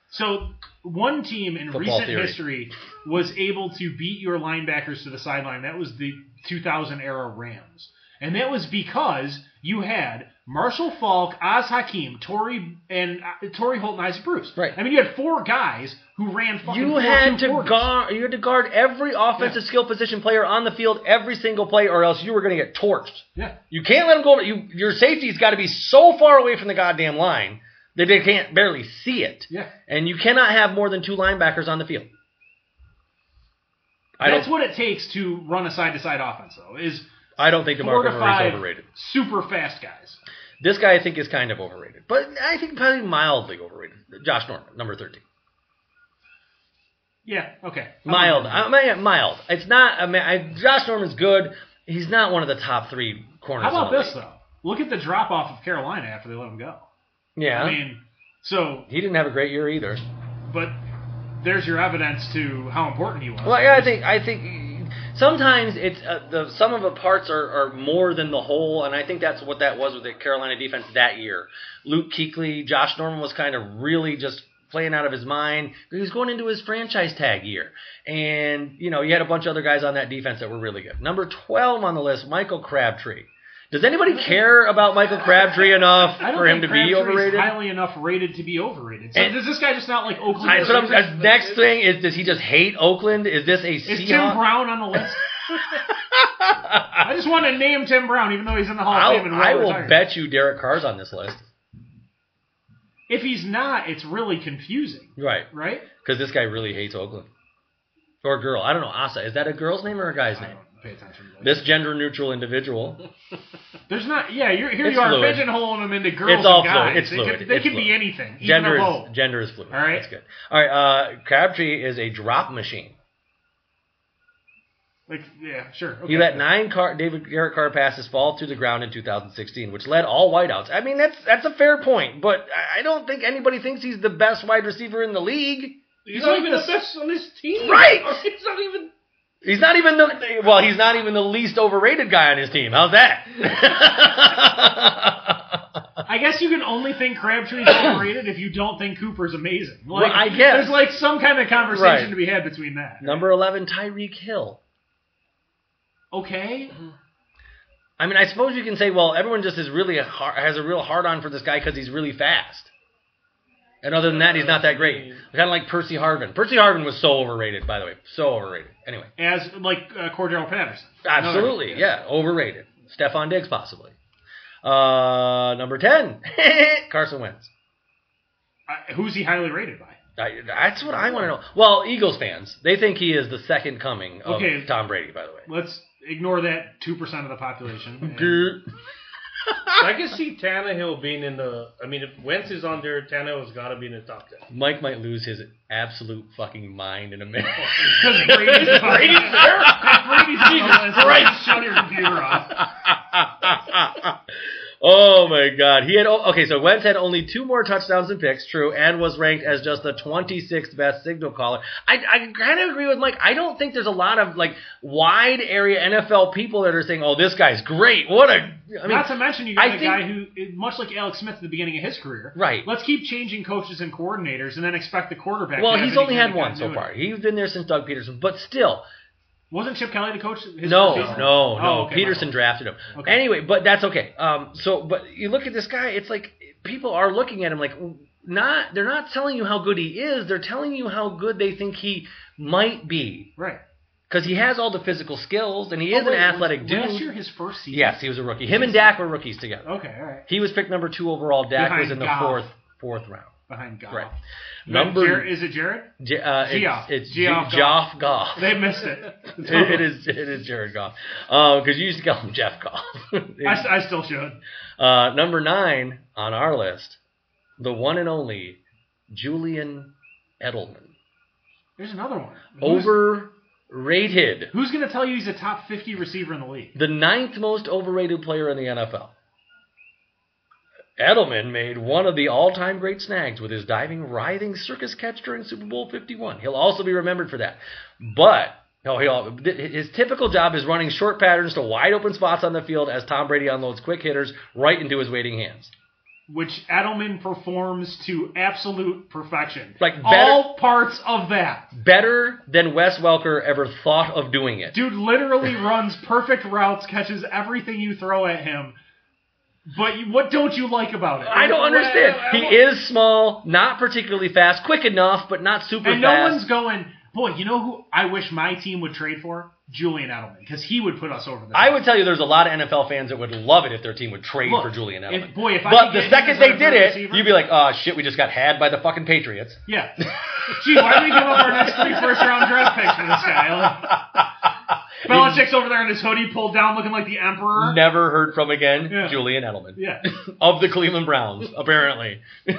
[SPEAKER 3] So one team in
[SPEAKER 2] Football
[SPEAKER 3] recent
[SPEAKER 2] theory.
[SPEAKER 3] history was able to beat your linebackers to the sideline. That was the 2000 era Rams, and that was because you had Marshall Falk, Oz Hakeem, Torrey, and uh, Torrey Holt, and Isaac Bruce.
[SPEAKER 2] Right.
[SPEAKER 3] I mean, you had four guys who ran fucking.
[SPEAKER 2] You
[SPEAKER 3] four
[SPEAKER 2] had to
[SPEAKER 3] 240s.
[SPEAKER 2] guard. You had to guard every offensive skill position player on the field every single play, or else you were going to get torched.
[SPEAKER 3] Yeah.
[SPEAKER 2] You can't let them go. You, your safety's got to be so far away from the goddamn line that they can't barely see it.
[SPEAKER 3] Yeah.
[SPEAKER 2] And you cannot have more than two linebackers on the field. I
[SPEAKER 3] That's
[SPEAKER 2] don't.
[SPEAKER 3] what it takes to run a side to side offense, though. Is
[SPEAKER 2] I don't think DeMarco
[SPEAKER 3] four to
[SPEAKER 2] Murray's
[SPEAKER 3] five
[SPEAKER 2] overrated.
[SPEAKER 3] super fast guys.
[SPEAKER 2] This guy I think is kind of overrated, but I think probably mildly overrated. Josh Norman, number thirteen.
[SPEAKER 3] Yeah. Okay.
[SPEAKER 2] Mild. I mean, mild. It's not. I mean, I, Josh Norman's good. He's not one of the top three corners.
[SPEAKER 3] How about
[SPEAKER 2] in the
[SPEAKER 3] this
[SPEAKER 2] league.
[SPEAKER 3] though? Look at the drop off of Carolina after they let him go.
[SPEAKER 2] Yeah.
[SPEAKER 3] I mean, so
[SPEAKER 2] he didn't have a great year either.
[SPEAKER 3] but there's your evidence to how important he was.
[SPEAKER 2] Well, yeah, I think I think sometimes it's uh, the sum of the parts are, are more than the whole, and I think that's what that was with the Carolina defense that year. Luke Kuechly, Josh Norman was kind of really just playing out of his mind. He was going into his franchise tag year, and you know you had a bunch of other guys on that defense that were really good. Number twelve on the list, Michael Crabtree. Does anybody care about Michael Crabtree enough
[SPEAKER 3] I don't
[SPEAKER 2] for him
[SPEAKER 3] think
[SPEAKER 2] to be
[SPEAKER 3] Crabtree's
[SPEAKER 2] overrated?
[SPEAKER 3] highly enough rated to be overrated. So
[SPEAKER 2] And-
[SPEAKER 3] does this guy just not like Oakland?
[SPEAKER 2] I- so I'm-
[SPEAKER 3] Is
[SPEAKER 2] uh, next thing is, does he just hate Oakland? Is this a
[SPEAKER 3] Tim
[SPEAKER 2] Seahawk?
[SPEAKER 3] Brown on the list? I just want to name Tim Brown, even though he's in the Hall of
[SPEAKER 2] I'll,
[SPEAKER 3] Fame and
[SPEAKER 2] I
[SPEAKER 3] well
[SPEAKER 2] will
[SPEAKER 3] retired.
[SPEAKER 2] bet you Derek Carr's on this list.
[SPEAKER 3] If he's not, it's really confusing,
[SPEAKER 2] Right.
[SPEAKER 3] right?
[SPEAKER 2] Because this guy really hates Oakland. Or girl. I don't know. Asa. Is that a girl's name or a guy's
[SPEAKER 3] I
[SPEAKER 2] name?
[SPEAKER 3] don't pay attention. To that.
[SPEAKER 2] This gender neutral individual.
[SPEAKER 3] There's not. Yeah, you're, here
[SPEAKER 2] It's
[SPEAKER 3] you are
[SPEAKER 2] fluid.
[SPEAKER 3] pigeonholing them into girls
[SPEAKER 2] all
[SPEAKER 3] and guys.
[SPEAKER 2] fluid. It's
[SPEAKER 3] they
[SPEAKER 2] fluid.
[SPEAKER 3] Could, they
[SPEAKER 2] It's
[SPEAKER 3] could be
[SPEAKER 2] fluid.
[SPEAKER 3] anything, even
[SPEAKER 2] Gender
[SPEAKER 3] a hoe.
[SPEAKER 2] is, gender is fluid.
[SPEAKER 3] All right.
[SPEAKER 2] That's good. All right. Uh, Crabtree is a drop machine.
[SPEAKER 3] Like, yeah, sure. Okay.
[SPEAKER 2] He let nine car, David Garrett Carr passes fall to the ground in 2016, which led all whiteouts. I mean, that's that's a fair point, but I I don't think anybody thinks he's the best wide receiver in the league.
[SPEAKER 4] He's
[SPEAKER 3] not
[SPEAKER 4] not
[SPEAKER 3] even
[SPEAKER 4] even
[SPEAKER 3] a
[SPEAKER 4] the best on his team.
[SPEAKER 2] Right!
[SPEAKER 4] He's not even.
[SPEAKER 2] He's not even the well. He's not even the least overrated guy on his team. How's that?
[SPEAKER 3] I guess you can only think Crabtree's overrated if you don't think Cooper's amazing. Like,
[SPEAKER 2] Well, I guess.
[SPEAKER 3] there's like some kind of conversation
[SPEAKER 2] Right.
[SPEAKER 3] to be had between that.
[SPEAKER 2] Number 11, Tyreek Hill.
[SPEAKER 3] Okay,
[SPEAKER 2] Mm-hmm. I mean, I suppose you can say, well, everyone just is really a har has a real hard on for this guy because he's really fast. And other than that, he's not that great. Kind of like Percy Harvin. Percy Harvin was so overrated, by the way, so overrated. Anyway,
[SPEAKER 3] as like uh, Cordell Patterson.
[SPEAKER 2] absolutely, yeah. overrated. Stephon Diggs possibly. Uh, number ten, Carson Wentz.
[SPEAKER 3] Uh, who's he highly rated by?
[SPEAKER 2] I, that's what I want to know. Well, Eagles fans, they think he is the second coming of
[SPEAKER 3] Okay.
[SPEAKER 2] Tom Brady. By the way,
[SPEAKER 3] Let's ignore that two percent of the population. and-
[SPEAKER 4] I can see Tannehill being in the. I mean, if Wentz is on there, Tannehill's got to be in the top ten.
[SPEAKER 2] Mike might lose his absolute fucking mind in a minute.
[SPEAKER 3] Because Brady's, Brady's there. Brady's there. Right. Shut your computer off.
[SPEAKER 2] oh my god, he had o- okay. So Wentz had only two more touchdowns and picks, true, and was ranked as just the 26th best signal caller. I, I kind of agree with Mike. I don't think there's a lot of like wide area NFL people that are saying, "Oh, this guy's great." What a I mean,
[SPEAKER 3] Not to mention you got
[SPEAKER 2] I
[SPEAKER 3] a
[SPEAKER 2] think-
[SPEAKER 3] guy who, much like Alex Smith at the beginning of his career,
[SPEAKER 2] Right.
[SPEAKER 3] Let's keep changing coaches and coordinators, and then expect the quarterback.
[SPEAKER 2] well,
[SPEAKER 3] to have
[SPEAKER 2] he's
[SPEAKER 3] any
[SPEAKER 2] only had
[SPEAKER 3] kind of
[SPEAKER 2] one so
[SPEAKER 3] continuity.
[SPEAKER 2] far. He's been there since Doug Peterson, but still,
[SPEAKER 3] Wasn't Chip Kelly the coach? His
[SPEAKER 2] No,
[SPEAKER 3] first season?
[SPEAKER 2] no, no.
[SPEAKER 3] Oh, okay,
[SPEAKER 2] Peterson
[SPEAKER 3] my
[SPEAKER 2] drafted him.
[SPEAKER 3] Okay.
[SPEAKER 2] Anyway, but that's okay. Um, so, but you look at this guy, it's like people are looking at him like not. They're not telling you how good he is. They're telling you how good they think he might be
[SPEAKER 3] fault. right.
[SPEAKER 2] because he has all the physical skills and he
[SPEAKER 3] Oh,
[SPEAKER 2] is
[SPEAKER 3] wait,
[SPEAKER 2] an athletic
[SPEAKER 3] was
[SPEAKER 2] dude.
[SPEAKER 3] Last year, his first season.
[SPEAKER 2] yes, he was a rookie. Him and Dak were rookies together.
[SPEAKER 3] Okay, all right.
[SPEAKER 2] He was picked number two overall. Dak was
[SPEAKER 3] Behind
[SPEAKER 2] in the
[SPEAKER 3] Goff.
[SPEAKER 2] fourth fourth round.
[SPEAKER 3] Behind Goff.
[SPEAKER 2] Right.
[SPEAKER 3] Then
[SPEAKER 2] Number-
[SPEAKER 3] Jar- is it Jared?
[SPEAKER 2] J- uh, it's
[SPEAKER 3] Geoff.
[SPEAKER 2] it's
[SPEAKER 3] Geoff
[SPEAKER 2] J-
[SPEAKER 3] Goff.
[SPEAKER 2] Joff Goff.
[SPEAKER 3] They missed it.
[SPEAKER 2] It- it is it is Jared Goff because you used to call him Jeff Goff.
[SPEAKER 3] I, s- I still should.
[SPEAKER 2] Uh, number nine on our list, the one and only Julian Edelman.
[SPEAKER 3] There's another one.
[SPEAKER 2] Oh.
[SPEAKER 3] Who's-
[SPEAKER 2] Overrated.
[SPEAKER 3] Who's going to tell you he's a top 50 receiver in the league?
[SPEAKER 2] The ninth most overrated player in the NFL. Edelman made one of the all time great snags with his diving, writhing circus catch during Super Bowl 51. He'll also be remembered for that. But. No, he'll, th- his typical job is running short patterns to wide open spots on the field as Tom Brady unloads quick hitters right into his waiting hands.
[SPEAKER 3] Which Edelman performs to absolute perfection.
[SPEAKER 2] Like better-
[SPEAKER 3] all parts of that.
[SPEAKER 2] better than Wes Welker ever thought of doing it.
[SPEAKER 3] Dude literally runs perfect routes, catches everything you throw at him. But you, what don't you like about it?
[SPEAKER 2] I don't understand. He is small, not particularly fast, quick enough, but not super
[SPEAKER 3] And no
[SPEAKER 2] fast.
[SPEAKER 3] one's going, boy, you know who I wish my team would trade for? Julian Edelman, because he would put us over the top.
[SPEAKER 2] I would tell you there's a lot of NFL fans that would love it if their team would trade
[SPEAKER 3] Look,
[SPEAKER 2] for Julian
[SPEAKER 3] if-
[SPEAKER 2] Edelman.
[SPEAKER 3] boy, if I
[SPEAKER 2] but
[SPEAKER 3] could get
[SPEAKER 2] the
[SPEAKER 3] him
[SPEAKER 2] second
[SPEAKER 3] as
[SPEAKER 2] they
[SPEAKER 3] our
[SPEAKER 2] did
[SPEAKER 3] third
[SPEAKER 2] it,
[SPEAKER 3] receiver-
[SPEAKER 2] you'd be like, oh shit, we just got had by the fucking Patriots.
[SPEAKER 3] Yeah. Gee, why did we give up our next three first round draft picks for this guy? Like, Belichick's over there in his hoodie pulled down, looking like the emperor.
[SPEAKER 2] Never heard from again,
[SPEAKER 3] Yeah.
[SPEAKER 2] Julian Edelman.
[SPEAKER 3] Yeah,
[SPEAKER 2] of the Cleveland Browns, apparently.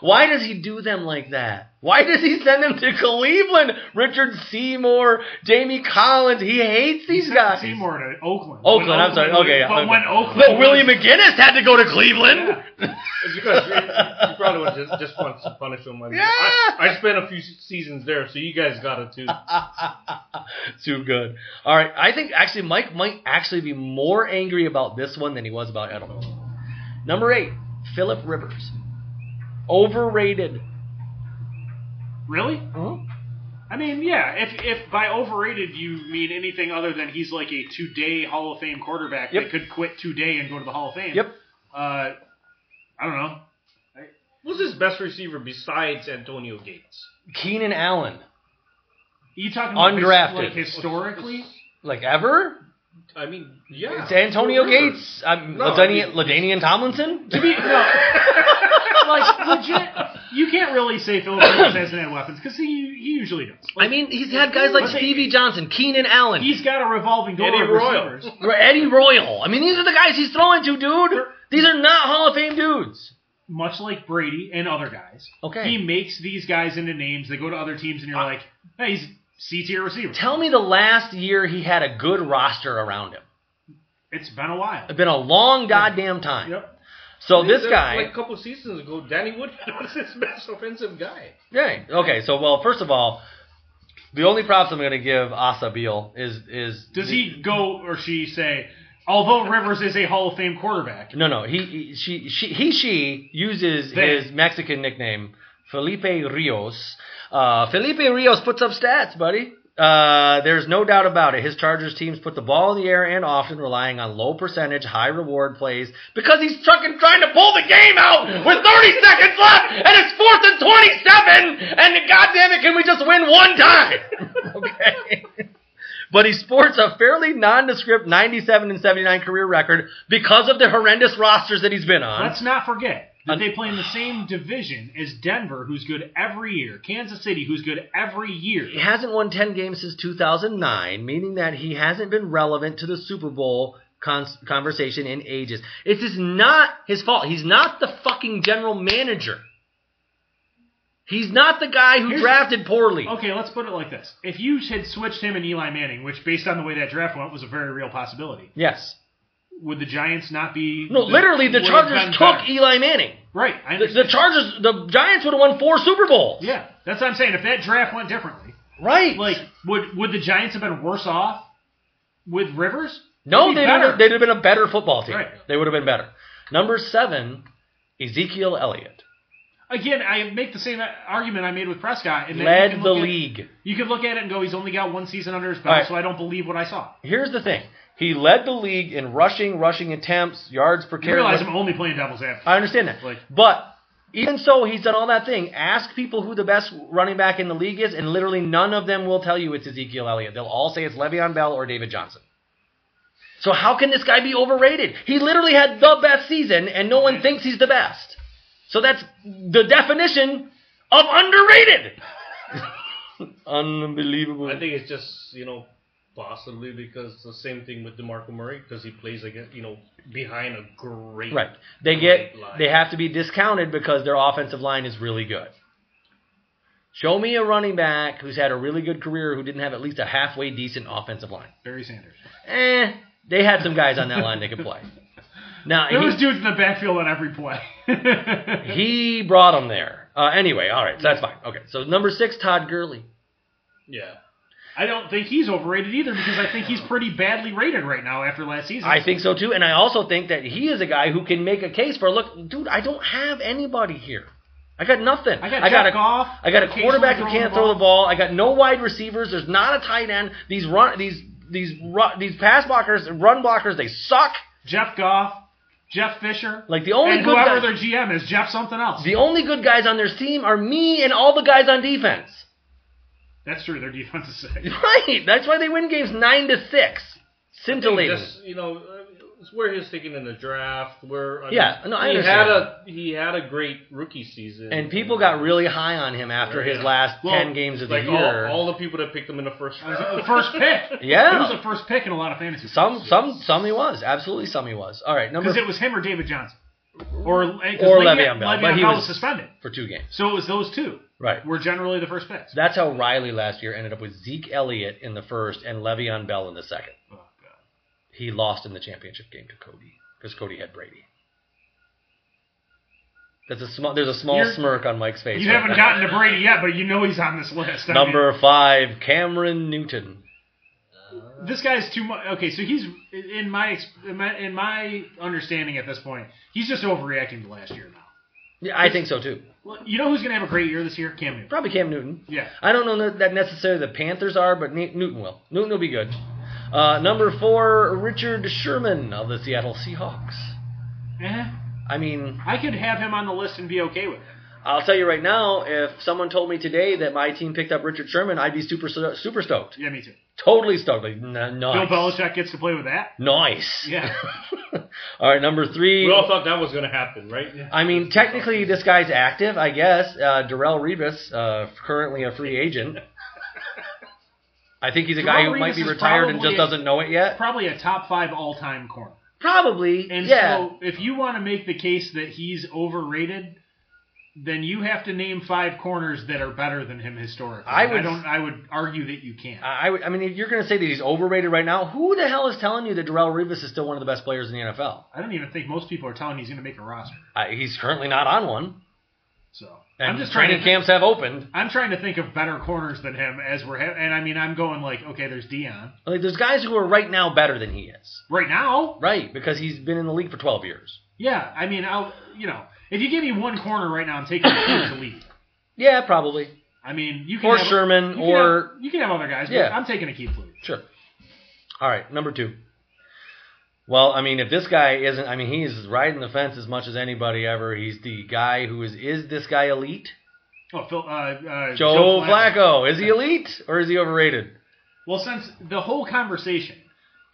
[SPEAKER 2] Why does he do them like that? Why does he send them to Cleveland? Richard Seymour, Jamie Collins, he hates these guys.
[SPEAKER 3] Seymour to Oakland.
[SPEAKER 2] Oakland,
[SPEAKER 3] When
[SPEAKER 2] I'm sorry.
[SPEAKER 3] Oakland-
[SPEAKER 2] Okay, yeah,
[SPEAKER 3] but
[SPEAKER 2] okay.
[SPEAKER 3] when Oakland,
[SPEAKER 2] But
[SPEAKER 3] was-
[SPEAKER 2] Willie McGinnis had to go to Cleveland.
[SPEAKER 4] It's because you, you probably would just, just want to punish him. I, mean, I, I spent a few seasons there, so you guys got it too.
[SPEAKER 2] Too good. All right, I think actually Mike might actually be more angry about this one than he was about Edelman. Number eight, Philip Rivers, overrated.
[SPEAKER 3] really? I mean, yeah. If if by overrated you mean anything other than he's like a two-day Hall of Fame quarterback
[SPEAKER 2] Yep.
[SPEAKER 3] that could quit today and go to the Hall of Fame.
[SPEAKER 2] Yep.
[SPEAKER 3] Uh, I don't know.
[SPEAKER 4] Who's his best receiver besides Antonio Gates?
[SPEAKER 2] Keenan Allen,
[SPEAKER 3] Are you talking about his-
[SPEAKER 2] Undrafted.
[SPEAKER 3] like historically?
[SPEAKER 2] like ever?
[SPEAKER 4] I mean, yeah.
[SPEAKER 2] It's Antonio
[SPEAKER 4] Rivers.
[SPEAKER 2] Gates. I'm
[SPEAKER 4] No,
[SPEAKER 2] Ladani-
[SPEAKER 4] I mean-
[SPEAKER 2] Ladanian Tomlinson.
[SPEAKER 3] To be no, like legit, you can't really say Philip Rivers hasn't had weapons because he he usually does.
[SPEAKER 2] I mean, he's had guys like
[SPEAKER 3] Let's say-
[SPEAKER 2] Stevie Johnson, Keenan Allen,
[SPEAKER 3] He's got a revolving door
[SPEAKER 4] Eddie
[SPEAKER 3] of
[SPEAKER 4] Royal.
[SPEAKER 3] receivers.
[SPEAKER 2] Eddie Royal. I mean, these are the guys he's throwing to, dude. These are not Hall of Fame dudes.
[SPEAKER 3] much like Brady and other guys.
[SPEAKER 2] Okay.
[SPEAKER 3] He makes these guys into names. They go to other teams, and you're like, hey, he's C tier receiver.
[SPEAKER 2] Tell me the last year he had a good roster around him.
[SPEAKER 3] It's been a while.
[SPEAKER 2] It's been a long goddamn time.
[SPEAKER 3] Yep.
[SPEAKER 2] So this guy,
[SPEAKER 4] like a couple seasons ago, Danny Wood was his best offensive guy.
[SPEAKER 2] yeah. Okay. So well, first of all, the only props I'm going to give Asa Beal is is
[SPEAKER 3] Does he go or she say, although Rivers is a Hall of Fame quarterback?
[SPEAKER 2] No, no. He, he she, she, he, she uses
[SPEAKER 3] They.
[SPEAKER 2] his Mexican nickname, Felipe Rios. Uh, Felipe Rios puts up stats, buddy. Uh, there's no doubt about it. His Chargers teams put the ball in the air and often relying on low percentage, high reward plays because he's fucking trying to pull the game out with 30 seconds left and it's fourth and 27 and goddamn it, can we just win one time? okay. but he sports a fairly nondescript 97 and 79 career record because of the horrendous rosters that he's been on.
[SPEAKER 3] Let's not forget that
[SPEAKER 2] Un-
[SPEAKER 3] they play in the same division as Denver, who's good every year, Kansas City, who's good every year.
[SPEAKER 2] he hasn't won 10 games since 2009, meaning that he hasn't been relevant to the Super Bowl cons- conversation in ages. It is not his fault. He's not the fucking general manager. He's not the guy who
[SPEAKER 3] Here's-
[SPEAKER 2] drafted poorly.
[SPEAKER 3] Okay, let's put it like this. If you had switched him and Eli Manning, which based on the way that draft went was a very real possibility,
[SPEAKER 2] Yes.
[SPEAKER 3] would the Giants not be
[SPEAKER 2] No, literally, the
[SPEAKER 3] would have
[SPEAKER 2] Chargers
[SPEAKER 3] been
[SPEAKER 2] took
[SPEAKER 3] better?
[SPEAKER 2] Eli Manning.
[SPEAKER 3] Right, I
[SPEAKER 2] The,
[SPEAKER 3] understand.
[SPEAKER 2] the Chargers, the Giants would have won four Super Bowls.
[SPEAKER 3] Yeah, that's what I'm saying. If that draft went differently,
[SPEAKER 2] Right.
[SPEAKER 3] like would would the Giants have been worse off with Rivers?
[SPEAKER 2] No,
[SPEAKER 3] They'd be
[SPEAKER 2] they'd
[SPEAKER 3] better.
[SPEAKER 2] have, they'd have been a better football team.
[SPEAKER 3] Right.
[SPEAKER 2] They would have been better. Number seven, Ezekiel Elliott
[SPEAKER 3] Again, I make the same argument I made with Prescott. And then you
[SPEAKER 2] led
[SPEAKER 3] can
[SPEAKER 2] the
[SPEAKER 3] look at-
[SPEAKER 2] league.
[SPEAKER 3] You could look at it and go, he's only got one season under his belt,
[SPEAKER 2] Alright.
[SPEAKER 3] so I don't believe what I saw.
[SPEAKER 2] Here's the thing: he led the league in rushing, rushing attempts, yards per
[SPEAKER 3] You
[SPEAKER 2] carry.
[SPEAKER 3] realize I'm only playing devil's advocate.
[SPEAKER 2] I understand that,
[SPEAKER 3] Like-
[SPEAKER 2] but even so, he's done all that thing. Ask people who the best running back in the league is, and literally none of them will tell you it's Ezekiel Elliott. They'll all say it's Le'Veon Bell or David Johnson. So how can this guy be overrated? He literally had the best season, and no one thinks he's the best. So that's the definition of underrated. Unbelievable.
[SPEAKER 4] I think it's just you know possibly because the same thing with Demarco Murray because he plays against you know behind a great
[SPEAKER 2] Right. They
[SPEAKER 4] great
[SPEAKER 2] get
[SPEAKER 4] line.
[SPEAKER 2] they have to be discounted because their offensive line is really good. Show me a running back who's had a really good career who didn't have at least a halfway decent offensive line.
[SPEAKER 3] Barry Sanders.
[SPEAKER 2] Eh, they had some guys on that line they could play. Now
[SPEAKER 3] There
[SPEAKER 2] he-
[SPEAKER 3] was dudes in the backfield on every play.
[SPEAKER 2] he brought them there. Uh, anyway, all right, so that's fine. Okay, so number six, Todd Gurley.
[SPEAKER 4] yeah
[SPEAKER 3] I don't think he's overrated either because I think he's pretty badly rated right now after last season.
[SPEAKER 2] I think so too, and I also think that he is a guy who can make a case for look, dude. I don't have anybody here. I got nothing.
[SPEAKER 3] I got,
[SPEAKER 2] a
[SPEAKER 3] Jared Goff.
[SPEAKER 2] I got a
[SPEAKER 3] occasionally
[SPEAKER 2] quarterback who
[SPEAKER 3] throwing
[SPEAKER 2] can't throw the ball. I got no wide receivers. There's not a tight end. These run these these run, these pass blockers, run blockers, they suck.
[SPEAKER 3] Jeff Goff, Jeff Fisher.
[SPEAKER 2] Like the only
[SPEAKER 3] and
[SPEAKER 2] good
[SPEAKER 3] whoever
[SPEAKER 2] guys,
[SPEAKER 3] their GM is, Jeff something else.
[SPEAKER 2] the only good guys on their team are me and all the guys on defense.
[SPEAKER 3] That's true. Their defense is sick.
[SPEAKER 2] Right. That's why they win games nine to six. Scintillating.
[SPEAKER 4] just you know it's where he was taken in the draft. Where I mean,
[SPEAKER 2] Yeah, no, I
[SPEAKER 4] he
[SPEAKER 2] understand.
[SPEAKER 4] had a he had a great rookie season,
[SPEAKER 2] And people got really high on him after his
[SPEAKER 4] Yeah.
[SPEAKER 2] last
[SPEAKER 4] Well,
[SPEAKER 2] ten games of the
[SPEAKER 4] like all-
[SPEAKER 2] year.
[SPEAKER 4] All, the people that picked him in the first
[SPEAKER 3] It was
[SPEAKER 4] round.
[SPEAKER 3] the first pick.
[SPEAKER 2] Yeah.
[SPEAKER 3] It was the first pick in a lot of fantasy.
[SPEAKER 2] some, some, some he was absolutely some he was. All right, number
[SPEAKER 3] because it was him or David Johnson, or eh, or
[SPEAKER 2] Or Le'Veon Bell, but he
[SPEAKER 3] Bell
[SPEAKER 2] was-
[SPEAKER 3] was suspended,
[SPEAKER 2] f- for two games.
[SPEAKER 3] so it was those two
[SPEAKER 2] Right.
[SPEAKER 3] were generally the first picks.
[SPEAKER 2] That's how Riley last year ended up with Zeke Elliott in the first and Le'Veon Bell in the second.
[SPEAKER 3] Oh, God.
[SPEAKER 2] He lost in the championship game to Cody because Cody had Brady. That's a small. There's a small
[SPEAKER 3] You're-
[SPEAKER 2] smirk on Mike's face.
[SPEAKER 3] You
[SPEAKER 2] right
[SPEAKER 3] haven't
[SPEAKER 2] now.
[SPEAKER 3] gotten to Brady yet, but you know he's on this list. I mean,
[SPEAKER 2] number five, Cameron Newton.
[SPEAKER 3] this guy's too much. Okay, so he's in my ex- in my in my understanding at this point, he's just overreacting to last year now.
[SPEAKER 2] Yeah, I think so too.
[SPEAKER 3] Well, You know who's going to have a great year this year? Cam Newton.
[SPEAKER 2] Probably Cam Newton.
[SPEAKER 3] Yeah.
[SPEAKER 2] I don't know that- that necessarily the Panthers are, but Ne- Newton will. Newton will be good. Uh, number four, Richard Sherman of the Seattle Seahawks.
[SPEAKER 3] Eh,
[SPEAKER 2] I mean,
[SPEAKER 3] I could have him on the list and be okay with it.
[SPEAKER 2] I'll tell you right now, if someone told me today that my team picked up Richard Sherman, I'd be super super stoked.
[SPEAKER 3] Yeah, me too.
[SPEAKER 2] Totally stoked. Like, n- nice.
[SPEAKER 3] Bill Belichick gets to play with that.
[SPEAKER 2] Nice.
[SPEAKER 3] Yeah.
[SPEAKER 2] All right, number three.
[SPEAKER 4] We all thought that was going to happen, right?
[SPEAKER 2] I mean, technically, this guy's active, I guess. Uh, Darrell Revis, uh, currently a free agent. I think he's a guy
[SPEAKER 3] Darrell
[SPEAKER 2] who might
[SPEAKER 3] Revis
[SPEAKER 2] be
[SPEAKER 3] is
[SPEAKER 2] retired and
[SPEAKER 3] probably-
[SPEAKER 2] just doesn't know it yet.
[SPEAKER 3] Probably a top five all time corner.
[SPEAKER 2] Probably,
[SPEAKER 3] And
[SPEAKER 2] yeah.
[SPEAKER 3] so, if you want to make the case that he's overrated, then you have to name five corners that are better than him historically.
[SPEAKER 2] I would-
[SPEAKER 3] don't. I would argue that you can't.
[SPEAKER 2] I, I would- I mean, if you're going to say that he's overrated right now, who the hell is telling you that Darrell Revis is still one of the best players in the NFL?
[SPEAKER 3] I don't even think most people are telling he's going to make a roster.
[SPEAKER 2] I, he's currently not on one.
[SPEAKER 3] So
[SPEAKER 2] And
[SPEAKER 3] I'm just trying
[SPEAKER 2] training
[SPEAKER 3] to.
[SPEAKER 2] camps have opened.
[SPEAKER 3] I'm trying to think of better corners than him as we're. Ha- and I mean, I'm going like, okay, there's Dion
[SPEAKER 2] Like, there's guys who are right now better than he is.
[SPEAKER 3] right now.
[SPEAKER 2] Right, because he's been in the league for 12 years.
[SPEAKER 3] Yeah, I mean, I'll. You know, if you give me one corner right now, I'm taking the lead.
[SPEAKER 2] Yeah, probably.
[SPEAKER 3] I mean, you can
[SPEAKER 2] Or
[SPEAKER 3] have,
[SPEAKER 2] Sherman,
[SPEAKER 3] you can
[SPEAKER 2] or
[SPEAKER 3] have- you can have other guys. But
[SPEAKER 2] Yeah.
[SPEAKER 3] I'm taking a Keith Lee.
[SPEAKER 2] Sure. All right, number two. Well, I mean, if this guy isn't, I mean, he's riding the fence as much as anybody ever. He's the guy who is, is this guy elite?
[SPEAKER 3] Oh, Phil, uh, uh,
[SPEAKER 2] Joe,
[SPEAKER 3] Joe
[SPEAKER 2] Flacco. Is he elite or is he overrated?
[SPEAKER 3] Well, since the whole conversation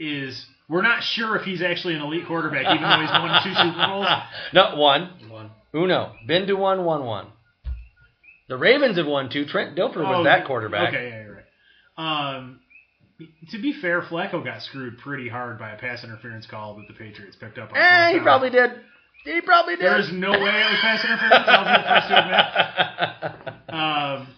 [SPEAKER 3] is we're not sure if he's actually an elite quarterback, even though he's won two Super Bowls.
[SPEAKER 2] Ah, Not one.
[SPEAKER 4] One.
[SPEAKER 2] Uno. Been to one, one, one. The Ravens have won two. Trent Dilfer was
[SPEAKER 3] Oh,
[SPEAKER 2] that quarterback.
[SPEAKER 3] Okay, yeah, you're right. Um, to be fair, Flacco got screwed pretty hard by a pass interference call that the Patriots picked up on.
[SPEAKER 2] Eh,
[SPEAKER 3] fourth
[SPEAKER 2] he
[SPEAKER 3] down.
[SPEAKER 2] probably did. He probably did.
[SPEAKER 3] There's no way it was pass interference. I'll be the first to admit. Um,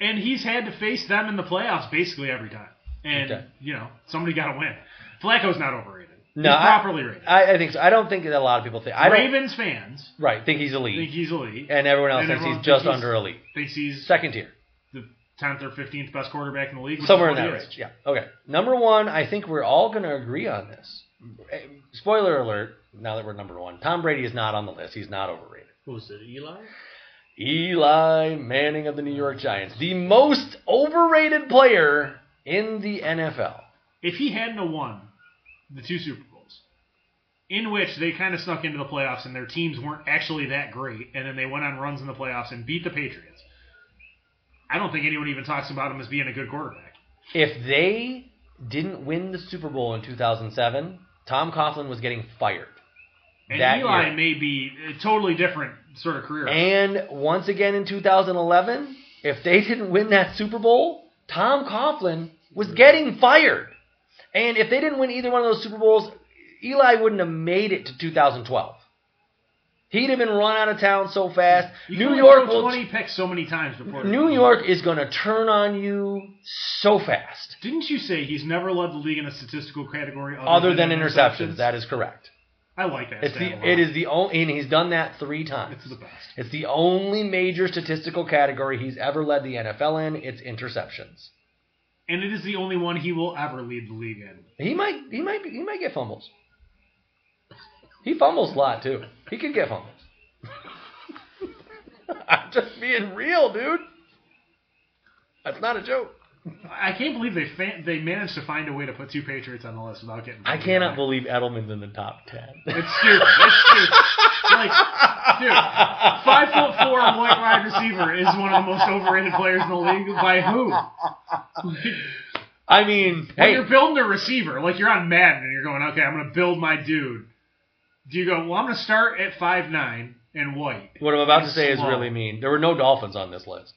[SPEAKER 3] and he's had to face them in the playoffs basically every time. And
[SPEAKER 2] Okay.
[SPEAKER 3] you know, somebody got to win. Flacco's not overrated.
[SPEAKER 2] No,
[SPEAKER 3] he's
[SPEAKER 2] I-
[SPEAKER 3] properly rated.
[SPEAKER 2] I, I think so. I don't think that a lot of people think. I don't
[SPEAKER 3] Ravens fans
[SPEAKER 2] right think he's elite,
[SPEAKER 3] think he's elite.
[SPEAKER 2] and everyone else
[SPEAKER 3] and
[SPEAKER 2] thinks
[SPEAKER 3] everyone
[SPEAKER 2] he's just
[SPEAKER 3] thinks he's-
[SPEAKER 2] under elite,
[SPEAKER 3] Thinks he's
[SPEAKER 2] second tier.
[SPEAKER 3] the tenth or fifteenth best quarterback in the league. which is
[SPEAKER 2] Somewhere in
[SPEAKER 3] what
[SPEAKER 2] that
[SPEAKER 3] he is.
[SPEAKER 2] range. Yeah. Okay. Number one, I think we're all going to agree on this. Eh, Spoiler alert, now that we're number one, Tom Brady is not on the list. He's not overrated.
[SPEAKER 4] Who was it? Eli.
[SPEAKER 2] Eli Manning of the New York Giants, the most overrated player in the NFL.
[SPEAKER 3] If he hadn't have won the two Super Bowls, in which they kind of snuck into the playoffs and their teams weren't actually that great, and then they went on runs in the playoffs and beat the Patriots, I don't think anyone even talks about him as being a good quarterback.
[SPEAKER 2] If they didn't win the Super Bowl in 2007, Tom Coughlin was getting fired.
[SPEAKER 3] And
[SPEAKER 2] That
[SPEAKER 3] Eli
[SPEAKER 2] year.
[SPEAKER 3] may be a totally different sort of career.
[SPEAKER 2] And once again in 2011, if they didn't win that Super Bowl, Tom Coughlin was getting fired. And if they didn't win either one of those Super Bowls, Eli wouldn't have made it to 2012. He'd have been run out of town so fast.
[SPEAKER 3] you can
[SPEAKER 2] New
[SPEAKER 3] only
[SPEAKER 2] York
[SPEAKER 3] throw
[SPEAKER 2] will
[SPEAKER 3] 20 picks so many times before.
[SPEAKER 2] New York is going to turn on you so fast.
[SPEAKER 3] Didn't you say he's never led the league in a statistical category other,
[SPEAKER 2] Other than interceptions,
[SPEAKER 3] interceptions?
[SPEAKER 2] that is correct.
[SPEAKER 3] I like that.
[SPEAKER 2] It's
[SPEAKER 3] stat a lot.
[SPEAKER 2] the it is the only and he's done that 3 times.
[SPEAKER 3] It's the best.
[SPEAKER 2] It's the only major statistical category he's ever led the NFL in. It's interceptions.
[SPEAKER 3] And it is the only one he will ever lead the league in.
[SPEAKER 2] He might he might be, he might get fumbles. He fumbles a lot too. He could get fumbles. I'm just being real, dude. That's not a joke.
[SPEAKER 3] I can't believe they fan- they managed to find a way to put two Patriots on the list without getting.
[SPEAKER 2] I cannot believe Edelman's in the top ten.
[SPEAKER 3] It's stupid. It's stupid. like, dude, five foot four white wide receiver is one of the most overrated players in the league. By who?
[SPEAKER 5] I mean,
[SPEAKER 3] When
[SPEAKER 5] hey,
[SPEAKER 3] you're building a receiver, like you're on Madden and you're going, okay, I'm going to build my dude. Do you go, well, I'm going to start at five nine and white?
[SPEAKER 2] What I'm about to
[SPEAKER 3] It's
[SPEAKER 2] say is
[SPEAKER 3] slow.
[SPEAKER 2] really mean. There were no dolphins on this list.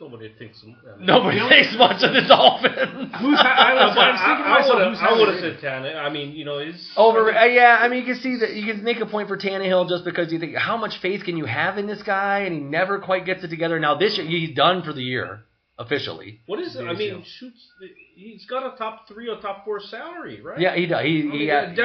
[SPEAKER 4] Nobody thinks. I mean,
[SPEAKER 2] Nobody
[SPEAKER 3] Really?
[SPEAKER 2] thinks much of the dolphins.
[SPEAKER 3] Who's I, I was, I was thinking to myself, who's
[SPEAKER 4] I would have
[SPEAKER 3] overrated?
[SPEAKER 4] said Tanner. I mean, you know, it's
[SPEAKER 2] Over, uh, yeah, I mean, you can see that you can make a point for Tannehill just because you think how much faith can you have in this guy, and he never quite gets it together. Now this year, he's done for the year officially.
[SPEAKER 4] What is it? I
[SPEAKER 2] Easy.
[SPEAKER 4] mean, shoots. He's got a top three or top four salary, right?
[SPEAKER 2] Yeah, he does. He
[SPEAKER 4] I mean,
[SPEAKER 2] he,
[SPEAKER 4] that,
[SPEAKER 2] uh,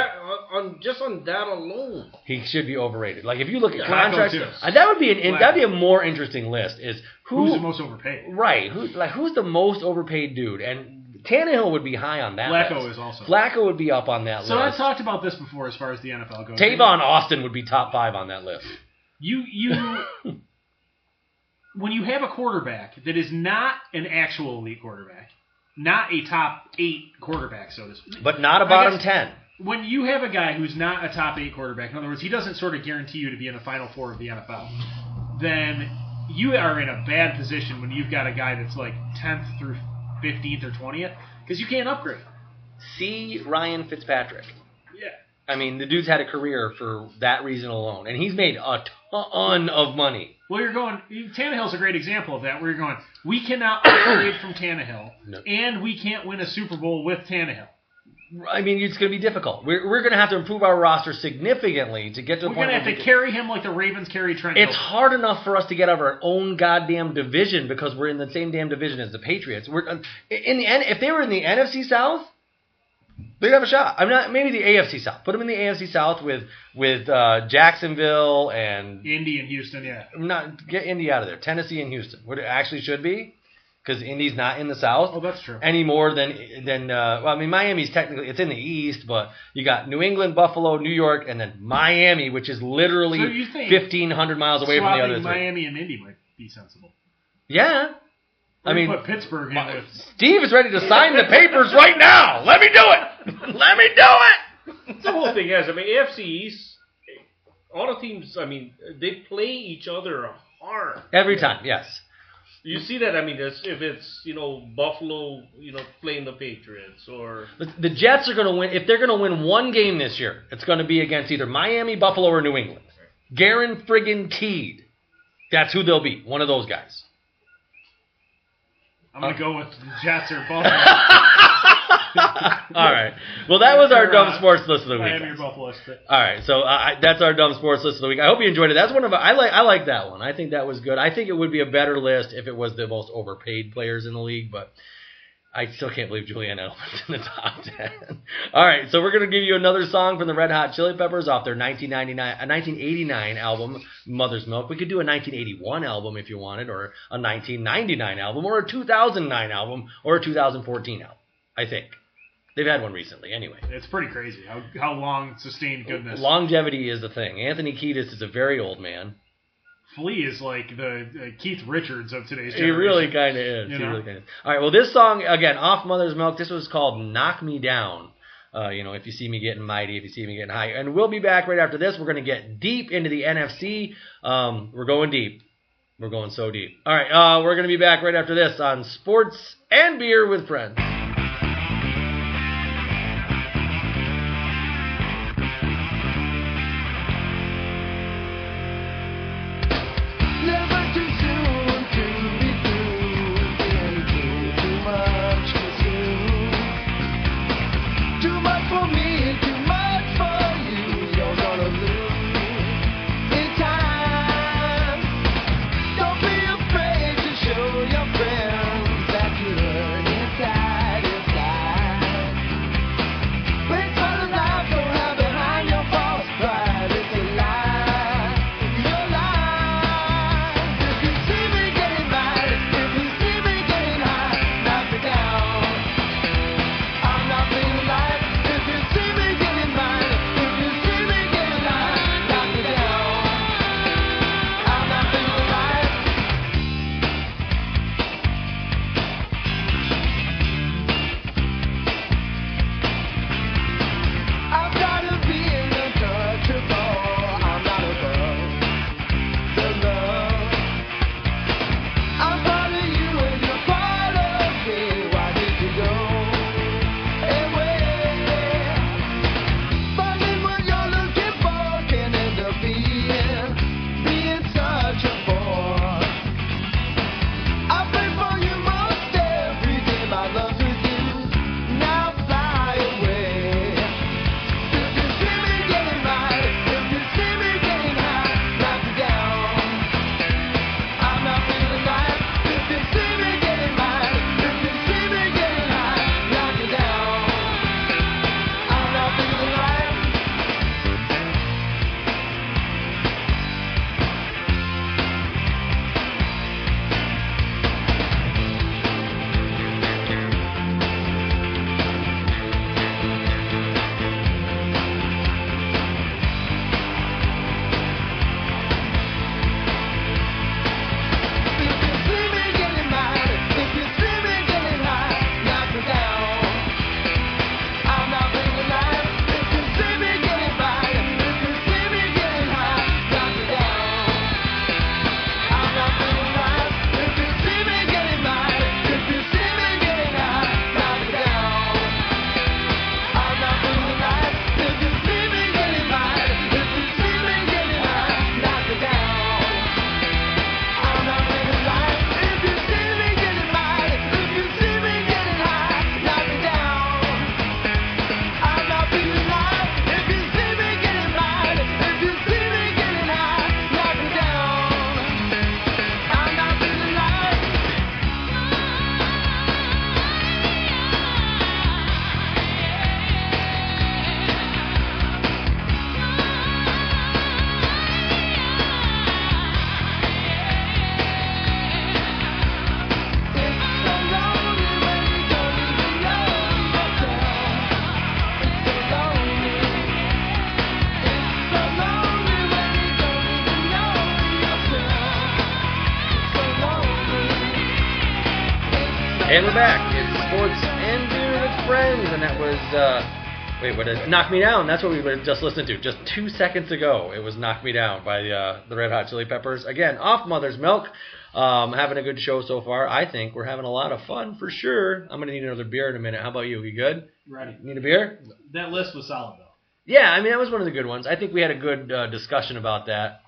[SPEAKER 4] on just on that alone.
[SPEAKER 2] he should be overrated. Like if you look at
[SPEAKER 4] Yeah,
[SPEAKER 2] contracts,
[SPEAKER 3] Flacco, too.
[SPEAKER 2] uh, that would be an in- that'd be a more interesting list. Is who
[SPEAKER 3] Who's the most overpaid?
[SPEAKER 2] right? Who like who's the most overpaid dude? And Tannehill would be high on that.
[SPEAKER 3] Flacco
[SPEAKER 2] list.
[SPEAKER 3] is also.
[SPEAKER 2] Flacco would be up on that
[SPEAKER 3] So I
[SPEAKER 2] list.
[SPEAKER 3] talked about this before as far as the NFL goes.
[SPEAKER 2] Tavon Austin would be top five on that list.
[SPEAKER 3] You you when you have a quarterback that is not an actual elite quarterback, not a top eight quarterback, so to speak.
[SPEAKER 2] But not a bottom
[SPEAKER 3] guess-
[SPEAKER 2] ten.
[SPEAKER 3] When you have a guy who's not a top eight quarterback, in other words, he doesn't sort of guarantee you to be in the final four of the NFL, then you are in a bad position when you've got a guy that's like tenth through fifteenth or twentieth because you can't upgrade.
[SPEAKER 2] See Ryan Fitzpatrick.
[SPEAKER 3] Yeah.
[SPEAKER 2] I mean, the dude's had a career for that reason alone, and he's made a ton of money.
[SPEAKER 3] Well, you're going. Tannehill's a great example of that. Where you're going, we cannot upgrade from Tannehill,
[SPEAKER 2] No.
[SPEAKER 3] and we can't win a Super Bowl with Tannehill.
[SPEAKER 2] I mean, it's going to be difficult. We're, we're going to have to improve our roster significantly to get to the
[SPEAKER 3] We're
[SPEAKER 2] point
[SPEAKER 3] gonna have
[SPEAKER 2] where
[SPEAKER 3] to
[SPEAKER 2] we can-
[SPEAKER 3] carry him like the Ravens carry Trent.
[SPEAKER 2] It's
[SPEAKER 3] Dilfer.
[SPEAKER 2] hard enough for us to get out of our own goddamn division because we're in the same damn division as the Patriots. We're uh, in the N- if they were in the NFC South, they'd have a shot. I'm not maybe the AFC South. Put them in the AFC South with with uh, Jacksonville and
[SPEAKER 3] Indy and Houston. Yeah,
[SPEAKER 2] I'm not get Indy out of there. Tennessee and Houston, what it actually should be, because Indy's not in the South
[SPEAKER 3] oh, that's true.
[SPEAKER 2] any more than than uh, well, I mean Miami's technically it's in the East, but you got New England, Buffalo, New York, and then Miami, which is
[SPEAKER 3] So
[SPEAKER 2] literally
[SPEAKER 3] you think
[SPEAKER 2] fifteen hundred miles away from the
[SPEAKER 3] Swapping
[SPEAKER 2] other three.
[SPEAKER 3] Miami and Indy might be sensible.
[SPEAKER 2] Yeah, I
[SPEAKER 3] Or you
[SPEAKER 2] mean
[SPEAKER 3] put Pittsburgh in with.
[SPEAKER 2] Steve is ready to sign the papers right now. Let me do it. Let me do it.
[SPEAKER 4] The whole thing is, I mean, AFC East. All the teams, I mean, they play each other hard.
[SPEAKER 2] Every time, yes.
[SPEAKER 4] You see that? I mean, that's- if it's you know Buffalo, you know, playing the Patriots or
[SPEAKER 2] The- The Jets are going to win. If they're going to win one game this year, it's going to be against either Miami, Buffalo, or New England. Garen friggin' teed. That's who they'll be. One of those guys.
[SPEAKER 3] I'm
[SPEAKER 2] uh,
[SPEAKER 3] gonna go with the Jets or Buffalo.
[SPEAKER 2] All right. Well, that was our
[SPEAKER 3] Or,
[SPEAKER 2] dumb
[SPEAKER 3] uh,
[SPEAKER 2] sports list of the week.
[SPEAKER 3] Miami or
[SPEAKER 2] guys.
[SPEAKER 3] Buffalo. but-
[SPEAKER 2] All right. So uh, I, that's our dumb sports list of the week. I hope you enjoyed it. That's one of I like. I like that one. I think that was good. I think it would be a better list if it was the most overpaid players in the league, but. I still can't believe Julian Edelman's in the top 10. All right, so we're going to give you another song from the Red Hot Chili Peppers off their 1999, uh, 1989 album, Mother's Milk. We could do a 1981 album if you wanted, or a 1999 album, or a 2009 album, or a 2014 album, I think. They've had one recently, anyway.
[SPEAKER 3] It's pretty crazy how how long sustained goodness.
[SPEAKER 2] Longevity is the thing. Anthony Kiedis is a very old man.
[SPEAKER 3] Flea is like the uh, Keith Richards of today's.
[SPEAKER 2] He really
[SPEAKER 3] generation.
[SPEAKER 2] kind of is.
[SPEAKER 3] You
[SPEAKER 2] He
[SPEAKER 3] know?
[SPEAKER 2] really kind of. All right. Well, this song again off Mother's Milk. This was called "Knock Me Down." Uh, you know, if you see me getting mighty, if you see me getting high, and we'll be back right after this. We're gonna get deep into the NFC. Um, we're going deep. We're going so deep. All right. Uh, we're gonna be back right after this on sports and beer with friends.
[SPEAKER 6] Don't be afraid to show your friends that you learn inside.
[SPEAKER 2] And we're back. It's sports and beer with friends, and that was uh, wait, what? Is, Knock me down. That's what we were just listened to just two seconds ago. It was Knock Me Down by uh, the Red Hot Chili Peppers. Again, off Mother's Milk. Um, having a good show so far. I think we're having a lot of fun for sure. I'm gonna need another beer in a minute. How about you? You good?
[SPEAKER 3] Ready.
[SPEAKER 2] Need a beer?
[SPEAKER 3] That list was solid though.
[SPEAKER 2] Yeah. I mean, that was one of the good ones. I think we had a good uh, discussion about that.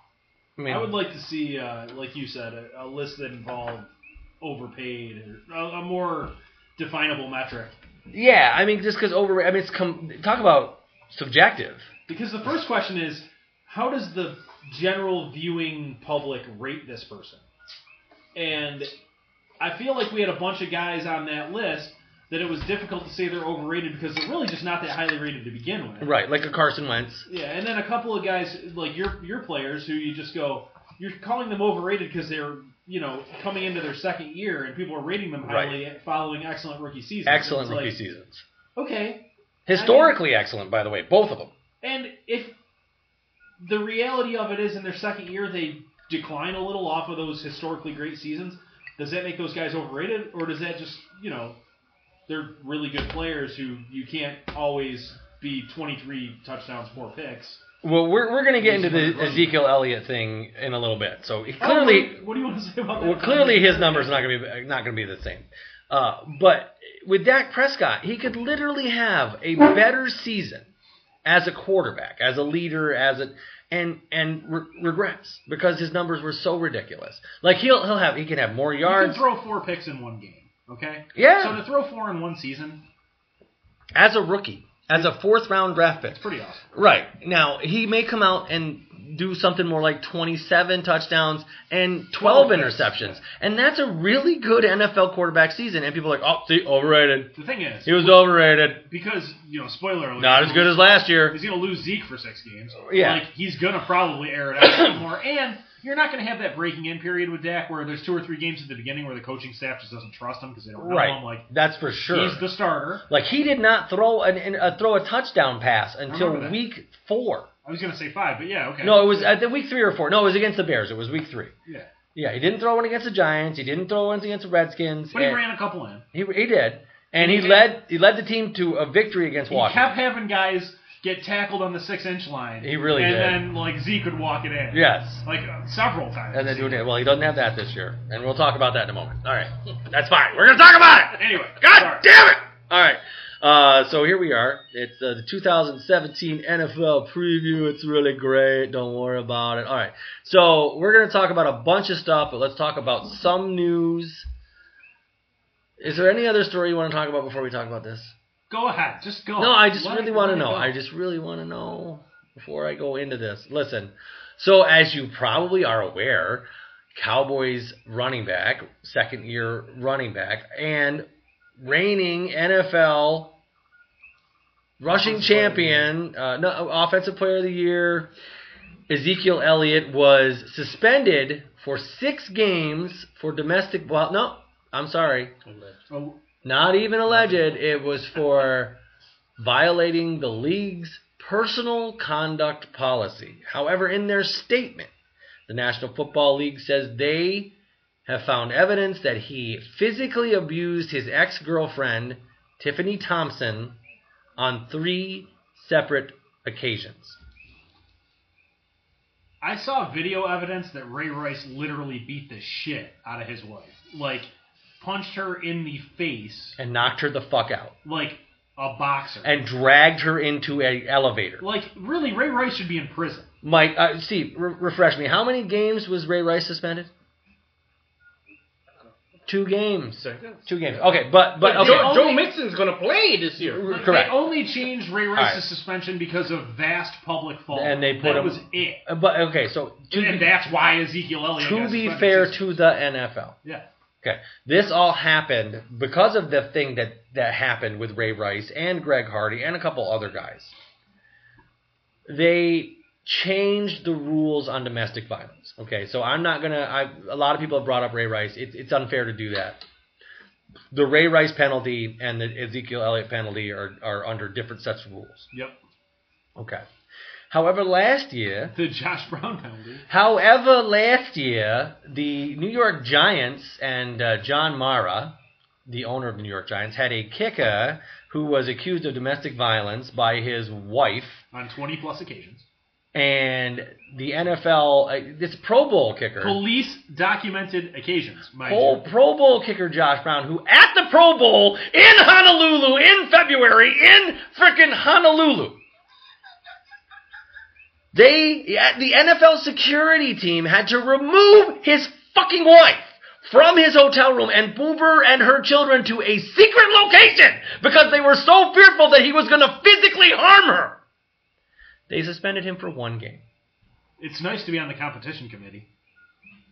[SPEAKER 2] I mean,
[SPEAKER 3] I would like to see, uh, like you said, a, a list that involved overpaid or a, a more definable metric.
[SPEAKER 2] yeah. I mean, just because over. I mean, it's com- talk about subjective.
[SPEAKER 3] Because the first question is, how does the general viewing public rate this person? And I feel like we had a bunch of guys on that list that it was difficult to say they're overrated because they're really just not that highly rated to begin with.
[SPEAKER 2] Right, like a Carson Wentz.
[SPEAKER 3] Yeah, and then a couple of guys like your your players who you just go, you're calling them overrated because they're you know coming into their second year and people are rating them highly following excellent rookie seasons. And
[SPEAKER 2] Excellent
[SPEAKER 3] it's
[SPEAKER 2] rookie
[SPEAKER 3] like,
[SPEAKER 2] seasons.
[SPEAKER 3] Okay,
[SPEAKER 2] Historically excellent, by the way, both of them.
[SPEAKER 3] and if the reality of it is in their second year they decline a little off of those historically great seasons, does that make those guys overrated or does that just you know they're really good players who you can't always be 23 touchdowns, four picks.
[SPEAKER 2] Well, we're, we're going to get
[SPEAKER 3] He's
[SPEAKER 2] into
[SPEAKER 3] my
[SPEAKER 2] the
[SPEAKER 3] brother.
[SPEAKER 2] Ezekiel Elliott thing in a little bit. So he-
[SPEAKER 3] I don't
[SPEAKER 2] clearly,
[SPEAKER 3] know, what do you want to say about that?
[SPEAKER 2] well, clearly his numbers not going to be not going to be the same. Uh, but with Dak Prescott, he could literally have a better season as a quarterback, as a leader, as a and and re- regress because his numbers were so ridiculous. Like he'll he'll have he can have more
[SPEAKER 3] You can
[SPEAKER 2] yards.
[SPEAKER 3] throw four picks in one game. Okay.
[SPEAKER 2] Yeah.
[SPEAKER 3] So to throw four in one season,
[SPEAKER 2] as a rookie, as a fourth round draft pick.
[SPEAKER 3] it's pretty awesome.
[SPEAKER 2] Right. Now, he may come out and do something more like 27 touchdowns and 12 interceptions. And that's a really good NFL quarterback season. And people are like, oh, see, overrated.
[SPEAKER 3] The thing is,
[SPEAKER 2] He was overrated.
[SPEAKER 3] because you know, spoiler alert,
[SPEAKER 2] Not as good as last year.
[SPEAKER 3] He's gonna lose Zeke for six games.
[SPEAKER 2] Yeah.
[SPEAKER 3] Like he's gonna probably air it out a little more, and you're not gonna have that breaking in period with Dak where there's two or three games at the beginning where the coaching staff just doesn't trust him because they don't know him. Like
[SPEAKER 2] Right. That's for sure.
[SPEAKER 3] he's the starter.
[SPEAKER 2] Like, he did not throw, an, an, uh, throw a touchdown pass
[SPEAKER 3] remember
[SPEAKER 2] until
[SPEAKER 3] that.
[SPEAKER 2] week four.
[SPEAKER 3] I was gonna say five, but yeah, okay.
[SPEAKER 2] No, it was at the week three or four. No, it was against the Bears. It was week three.
[SPEAKER 3] yeah.
[SPEAKER 2] Yeah, he didn't throw one against the Giants. He didn't throw ones against the Redskins.
[SPEAKER 3] But he
[SPEAKER 2] and-
[SPEAKER 3] ran a couple in.
[SPEAKER 2] He, he did, and he
[SPEAKER 3] And-
[SPEAKER 2] led he led the team to a victory against
[SPEAKER 3] He
[SPEAKER 2] Washington.
[SPEAKER 3] kept having guys get tackled on the six inch line.
[SPEAKER 2] He really
[SPEAKER 3] and
[SPEAKER 2] did.
[SPEAKER 3] then like Zeke would walk it in.
[SPEAKER 2] yes,
[SPEAKER 3] Like uh, several times.
[SPEAKER 2] and then doing it. Well, he doesn't have that this year, and we'll talk about that in a moment. All right, that's fine. We're gonna talk about it.
[SPEAKER 3] Anyway,
[SPEAKER 2] God
[SPEAKER 3] sorry.
[SPEAKER 2] damn it! All right. Uh, so here we are. It's uh, the 2017 NFL preview. It's really great. Don't worry about it. All right. So we're gonna talk about a bunch of stuff, but let's talk about some news. Is there any other story you want to talk about before we talk about this?
[SPEAKER 3] Go ahead, just go.
[SPEAKER 2] No, I just
[SPEAKER 3] Let
[SPEAKER 2] really
[SPEAKER 3] it-
[SPEAKER 2] want to
[SPEAKER 3] let it
[SPEAKER 2] know.
[SPEAKER 3] go.
[SPEAKER 2] I just really want to know before I go into this. Listen, so as you probably are aware, Cowboys running back, second year running back, and reigning NFL rushing
[SPEAKER 3] Offensive
[SPEAKER 2] champion, uh, no, offensive player of the year, Ezekiel Elliott was suspended for six games for domestic. Well, no, I'm sorry.
[SPEAKER 3] Oh,
[SPEAKER 2] Not even alleged. It was for violating the league's personal conduct policy. However, in their statement, the National Football League says they have found evidence that he physically abused his ex girlfriend, Tiffany Thompson, on three separate occasions.
[SPEAKER 3] I saw video evidence that Ray Rice literally beat the shit out of his wife. Like, punched her in the face
[SPEAKER 2] And knocked her the fuck out.
[SPEAKER 3] like a boxer.
[SPEAKER 2] And dragged her into an elevator.
[SPEAKER 3] like, really, Ray Rice should be in prison.
[SPEAKER 2] Mike, uh, Steve, re- refresh me. How many games was Ray Rice suspended? Two games. Two games. Okay, but but
[SPEAKER 4] But
[SPEAKER 2] okay.
[SPEAKER 4] Joe, Joe
[SPEAKER 3] only-
[SPEAKER 4] Mixon's gonna play this year.
[SPEAKER 3] Like,
[SPEAKER 2] correct.
[SPEAKER 3] They only changed Ray
[SPEAKER 2] right.
[SPEAKER 3] Rice's suspension because of vast public fault.
[SPEAKER 2] And they put
[SPEAKER 3] that
[SPEAKER 2] him-
[SPEAKER 3] was it.
[SPEAKER 2] Uh, But okay, so to,
[SPEAKER 3] And that's why Ezekiel Elliott.
[SPEAKER 2] to
[SPEAKER 3] got
[SPEAKER 2] be
[SPEAKER 3] suspended.
[SPEAKER 2] fair to the NFL,
[SPEAKER 3] yeah.
[SPEAKER 2] okay, this all happened because of the thing that that happened with Ray Rice and Greg Hardy and a couple other guys. They changed the rules on domestic violence. Okay, so I'm not gonna. I, a lot of people have brought up Ray Rice. It's it's unfair to do that. the Ray Rice penalty and the Ezekiel Elliott penalty are, are under different sets of rules.
[SPEAKER 3] Yep.
[SPEAKER 2] Okay. However, last year,
[SPEAKER 3] The Josh Brown penalty.
[SPEAKER 2] however, last year, the New York Giants and uh, John Mara the owner of the New York Giants, had a kicker who was accused of domestic violence by his wife.
[SPEAKER 3] on 20 plus occasions.
[SPEAKER 2] And the NFL, uh, this Pro Bowl kicker,
[SPEAKER 3] Police documented occasions, mind
[SPEAKER 2] Pro,
[SPEAKER 3] you.
[SPEAKER 2] Pro Bowl kicker Josh Brown, who at the Pro Bowl in Honolulu in February in frickin' Honolulu. They, yeah, the NFL security team had to remove his fucking wife from his hotel room and move her and her children to a secret location because they were so fearful that he was going to physically harm her. They suspended him for one game.
[SPEAKER 3] It's nice to be on the competition committee.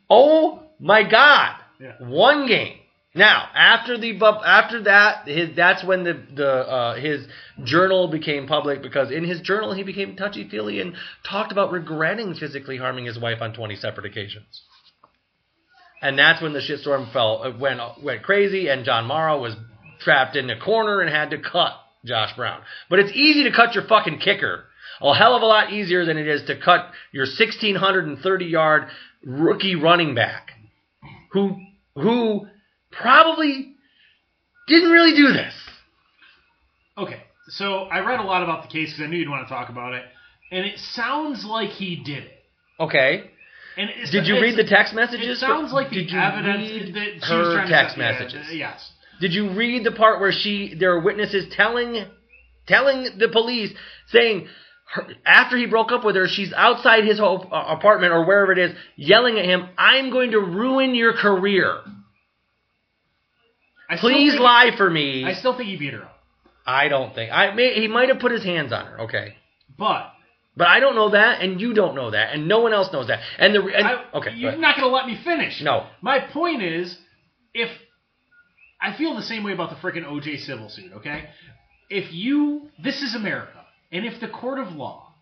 [SPEAKER 2] Oh my God!
[SPEAKER 3] Yeah.
[SPEAKER 2] One game. Now after the bu- after that, his that's when the the uh, his journal became public because in his journal he became touchy feely and talked about regretting physically harming his wife on twenty separate occasions. And that's when the shitstorm fell uh, went went crazy and John Morrow was trapped in a corner and had to cut Josh Brown. But it's easy to cut your fucking kicker. A hell of a lot easier than it is to cut your 1630 yard rookie running back who who probably didn't really do this.
[SPEAKER 3] Okay, so I read a lot about the case because I knew you'd want to talk about it, and it sounds like he did it.
[SPEAKER 2] Okay.
[SPEAKER 3] And it's,
[SPEAKER 2] Did you read the
[SPEAKER 3] it's-
[SPEAKER 2] text messages?
[SPEAKER 3] It sounds like the
[SPEAKER 2] did you
[SPEAKER 3] evidence
[SPEAKER 2] read
[SPEAKER 3] that she was
[SPEAKER 2] her
[SPEAKER 3] trying to-
[SPEAKER 2] text
[SPEAKER 3] yeah, uh,
[SPEAKER 2] messages.
[SPEAKER 3] yes.
[SPEAKER 2] Did you read the part where she there are witnesses telling telling the police saying her, after he broke up with her she's outside his whole uh, apartment or wherever it is yelling at him I'm going to ruin your career.
[SPEAKER 3] I still
[SPEAKER 2] Please
[SPEAKER 3] think-
[SPEAKER 2] lie for me.
[SPEAKER 3] I still think he beat her up,
[SPEAKER 2] I don't think. I may, he might have put his hands on her. Okay.
[SPEAKER 3] but
[SPEAKER 2] But I don't know that, and you don't know that, and no one else knows that. And the and,
[SPEAKER 3] I,
[SPEAKER 2] okay, go
[SPEAKER 3] you're
[SPEAKER 2] ahead.
[SPEAKER 3] not going to let me finish.
[SPEAKER 2] No.
[SPEAKER 3] My point is, if I feel the same way about the frickin' OJ civil suit, okay? If you, this is America, and if the court of law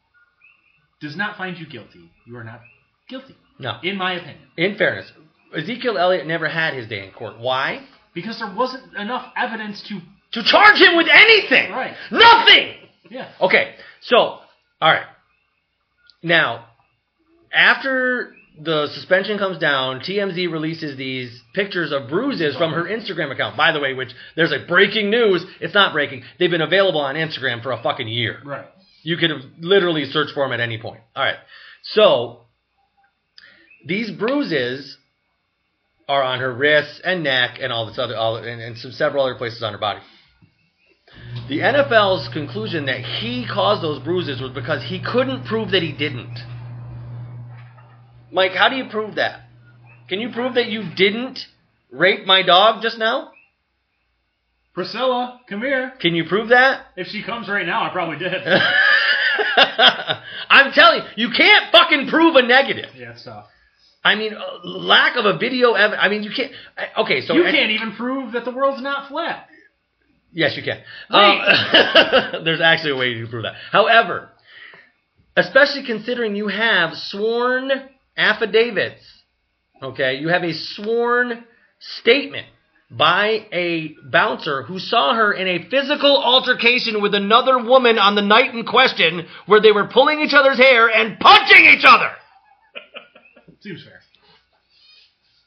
[SPEAKER 3] does not find you guilty, you are not guilty,
[SPEAKER 2] no.
[SPEAKER 3] in my opinion,
[SPEAKER 2] In fairness, Ezekiel Elliott never had his day in court. Why?
[SPEAKER 3] because there wasn't enough evidence to,
[SPEAKER 2] To charge him with anything.
[SPEAKER 3] Right.
[SPEAKER 2] Nothing.
[SPEAKER 3] yeah,
[SPEAKER 2] Okay. So, all right. Now, after the suspension comes down, TMZ releases these pictures of bruises from her Instagram account. By the way, which there's a breaking news. It's not breaking. They've been available on Instagram for a fucking year.
[SPEAKER 3] right.
[SPEAKER 2] You could have literally searched for him at any point. All right. So these bruises are on her wrists and neck and all this other all and, and some several other places on her body. The NFL's conclusion that he caused those bruises was because he couldn't prove that he didn't. Mike, how do you prove that? Can you prove that you didn't rape my dog just now?
[SPEAKER 3] Priscilla, come here.
[SPEAKER 2] Can you prove that?
[SPEAKER 3] If she comes right now, I probably did.
[SPEAKER 2] I'm telling you, you can't fucking prove a negative.
[SPEAKER 3] yeah, it's tough.
[SPEAKER 2] I mean, uh, lack of a video evidence. I mean, you can't. I- Okay, so
[SPEAKER 3] You
[SPEAKER 2] and-
[SPEAKER 3] can't even prove that the world's not flat.
[SPEAKER 2] Yes, you can.
[SPEAKER 3] Wait.
[SPEAKER 2] Um, there's actually a way to prove that. However, especially considering you have sworn affidavits, okay, you have a sworn statement by a bouncer who saw her in a physical altercation with another woman on the night in question where they were pulling each other's hair and punching each other.
[SPEAKER 3] Seems fair.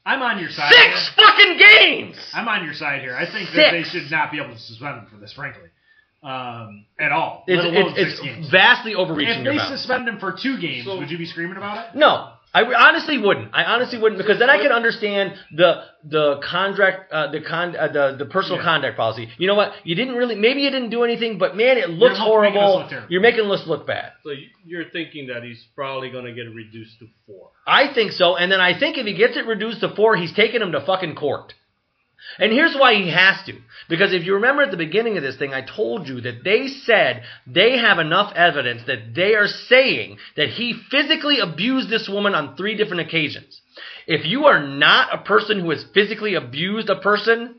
[SPEAKER 3] I'm on your side. here.
[SPEAKER 2] Six fucking games.
[SPEAKER 3] I'm on your side here. I think
[SPEAKER 2] Six.
[SPEAKER 3] that they should not be able to suspend him for this, frankly, um, at all.
[SPEAKER 2] It's,
[SPEAKER 3] let alone
[SPEAKER 2] it's,
[SPEAKER 3] six
[SPEAKER 2] it's
[SPEAKER 3] games.
[SPEAKER 2] vastly overreaching
[SPEAKER 3] If
[SPEAKER 2] your
[SPEAKER 3] they
[SPEAKER 2] bounds.
[SPEAKER 3] suspend him for two games,
[SPEAKER 4] So-
[SPEAKER 3] would you be screaming about it?
[SPEAKER 2] No, I w- honestly wouldn't. I honestly wouldn't because then I could understand the the contract, uh, the con, uh, the the personal
[SPEAKER 3] Yeah.
[SPEAKER 2] conduct policy. You know what? You didn't really. Maybe you didn't do anything, but man, it looks
[SPEAKER 3] look- making us
[SPEAKER 2] horrible.
[SPEAKER 3] look terrible.
[SPEAKER 2] You're making us look bad.
[SPEAKER 4] So you- you're thinking that he's probably gonna get reduced to four.
[SPEAKER 2] I think so. And then I think if he gets it reduced to four, he's taking him to fucking court. And here's why he has to. Because if you remember at the beginning of this thing, I told you that they said they have enough evidence that they are saying that he physically abused this woman on three different occasions. If you are not a person who has physically abused a person,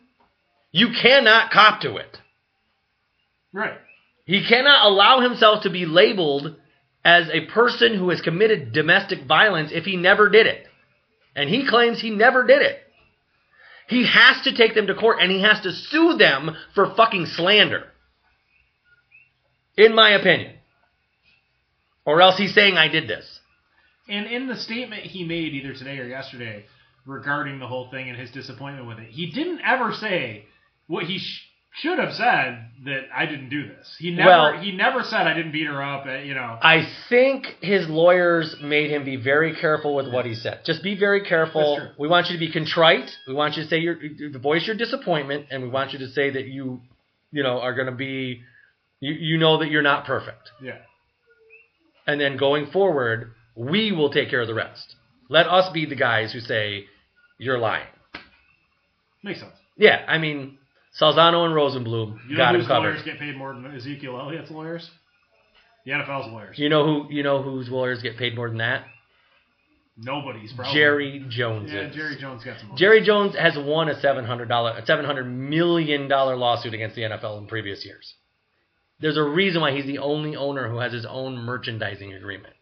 [SPEAKER 2] you cannot cop to it.
[SPEAKER 3] Right.
[SPEAKER 2] He cannot allow himself to be labeled as a person who has committed domestic violence if he never did it. And he claims he never did it. He has to take them to court and he has to sue them for fucking slander. In my opinion. Or else he's saying I did this.
[SPEAKER 3] And in the statement he made either today or yesterday regarding the whole thing and his disappointment with it, he didn't ever say what he sh- should have said that I didn't do this. He never
[SPEAKER 2] Well-
[SPEAKER 3] he never said I didn't beat her up. uh, You know,
[SPEAKER 2] I think his lawyers made him be very careful with what he said. Just be very
[SPEAKER 3] That's
[SPEAKER 2] careful.
[SPEAKER 3] true.
[SPEAKER 2] We want you to be contrite. We want you to say your to voice your disappointment, and we want you to say that you, you know, are going to be, you, you know that you're not perfect.
[SPEAKER 3] yeah,
[SPEAKER 2] And then going forward, we will take care of the rest. Let us be the guys who say you're lying.
[SPEAKER 3] makes sense.
[SPEAKER 2] Yeah, I mean, Salzano and Rosenblum
[SPEAKER 3] You know
[SPEAKER 2] got him
[SPEAKER 3] whose
[SPEAKER 2] covered.
[SPEAKER 3] lawyers get paid more than Ezekiel Elliott's lawyers? The NFL's lawyers.
[SPEAKER 2] You know who? You know whose lawyers get paid more than that?
[SPEAKER 3] Nobody's probably.
[SPEAKER 2] Jerry Jones.
[SPEAKER 3] Yeah, Jerry Jones got some. Money.
[SPEAKER 2] Jerry Jones has won a seven hundred dollar, a seven hundred million dollar lawsuit against the NFL in previous years. There's a reason why he's the only owner who has his own merchandising agreement,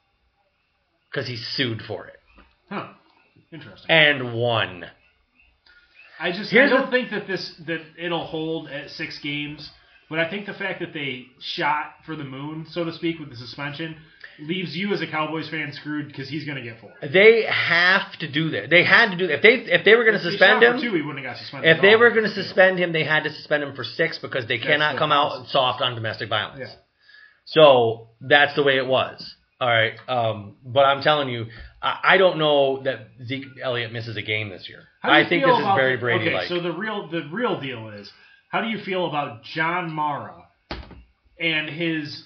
[SPEAKER 2] because he sued for it
[SPEAKER 3] Huh. Interesting.
[SPEAKER 2] and won.
[SPEAKER 3] I just I
[SPEAKER 2] Here's
[SPEAKER 3] don't
[SPEAKER 2] a-
[SPEAKER 3] think that this that it'll hold at six games, but I think the fact that they shot for the moon, so to speak, with the suspension, leaves you as a Cowboys fan screwed because he's going to get four.
[SPEAKER 2] They have to do that. They had to do that. If they if they were going to
[SPEAKER 3] If they
[SPEAKER 2] suspend
[SPEAKER 3] shot for
[SPEAKER 2] him,
[SPEAKER 3] Two, he wouldn't have got suspended.
[SPEAKER 2] if
[SPEAKER 3] at
[SPEAKER 2] they
[SPEAKER 3] all.
[SPEAKER 2] were going to suspend him, they had to suspend him for six because they cannot
[SPEAKER 3] their
[SPEAKER 2] come out
[SPEAKER 3] policy.
[SPEAKER 2] soft on domestic violence.
[SPEAKER 3] Yeah.
[SPEAKER 2] So that's the way it was. All right. Um, but I'm telling you, I, I don't know that Zeke Elliott misses a game this year.
[SPEAKER 3] How do you
[SPEAKER 2] I think
[SPEAKER 3] feel
[SPEAKER 2] this is
[SPEAKER 3] about
[SPEAKER 2] very
[SPEAKER 3] the-
[SPEAKER 2] Brady like.
[SPEAKER 3] Okay, so the real the real deal is, how do you feel about John Mara and his?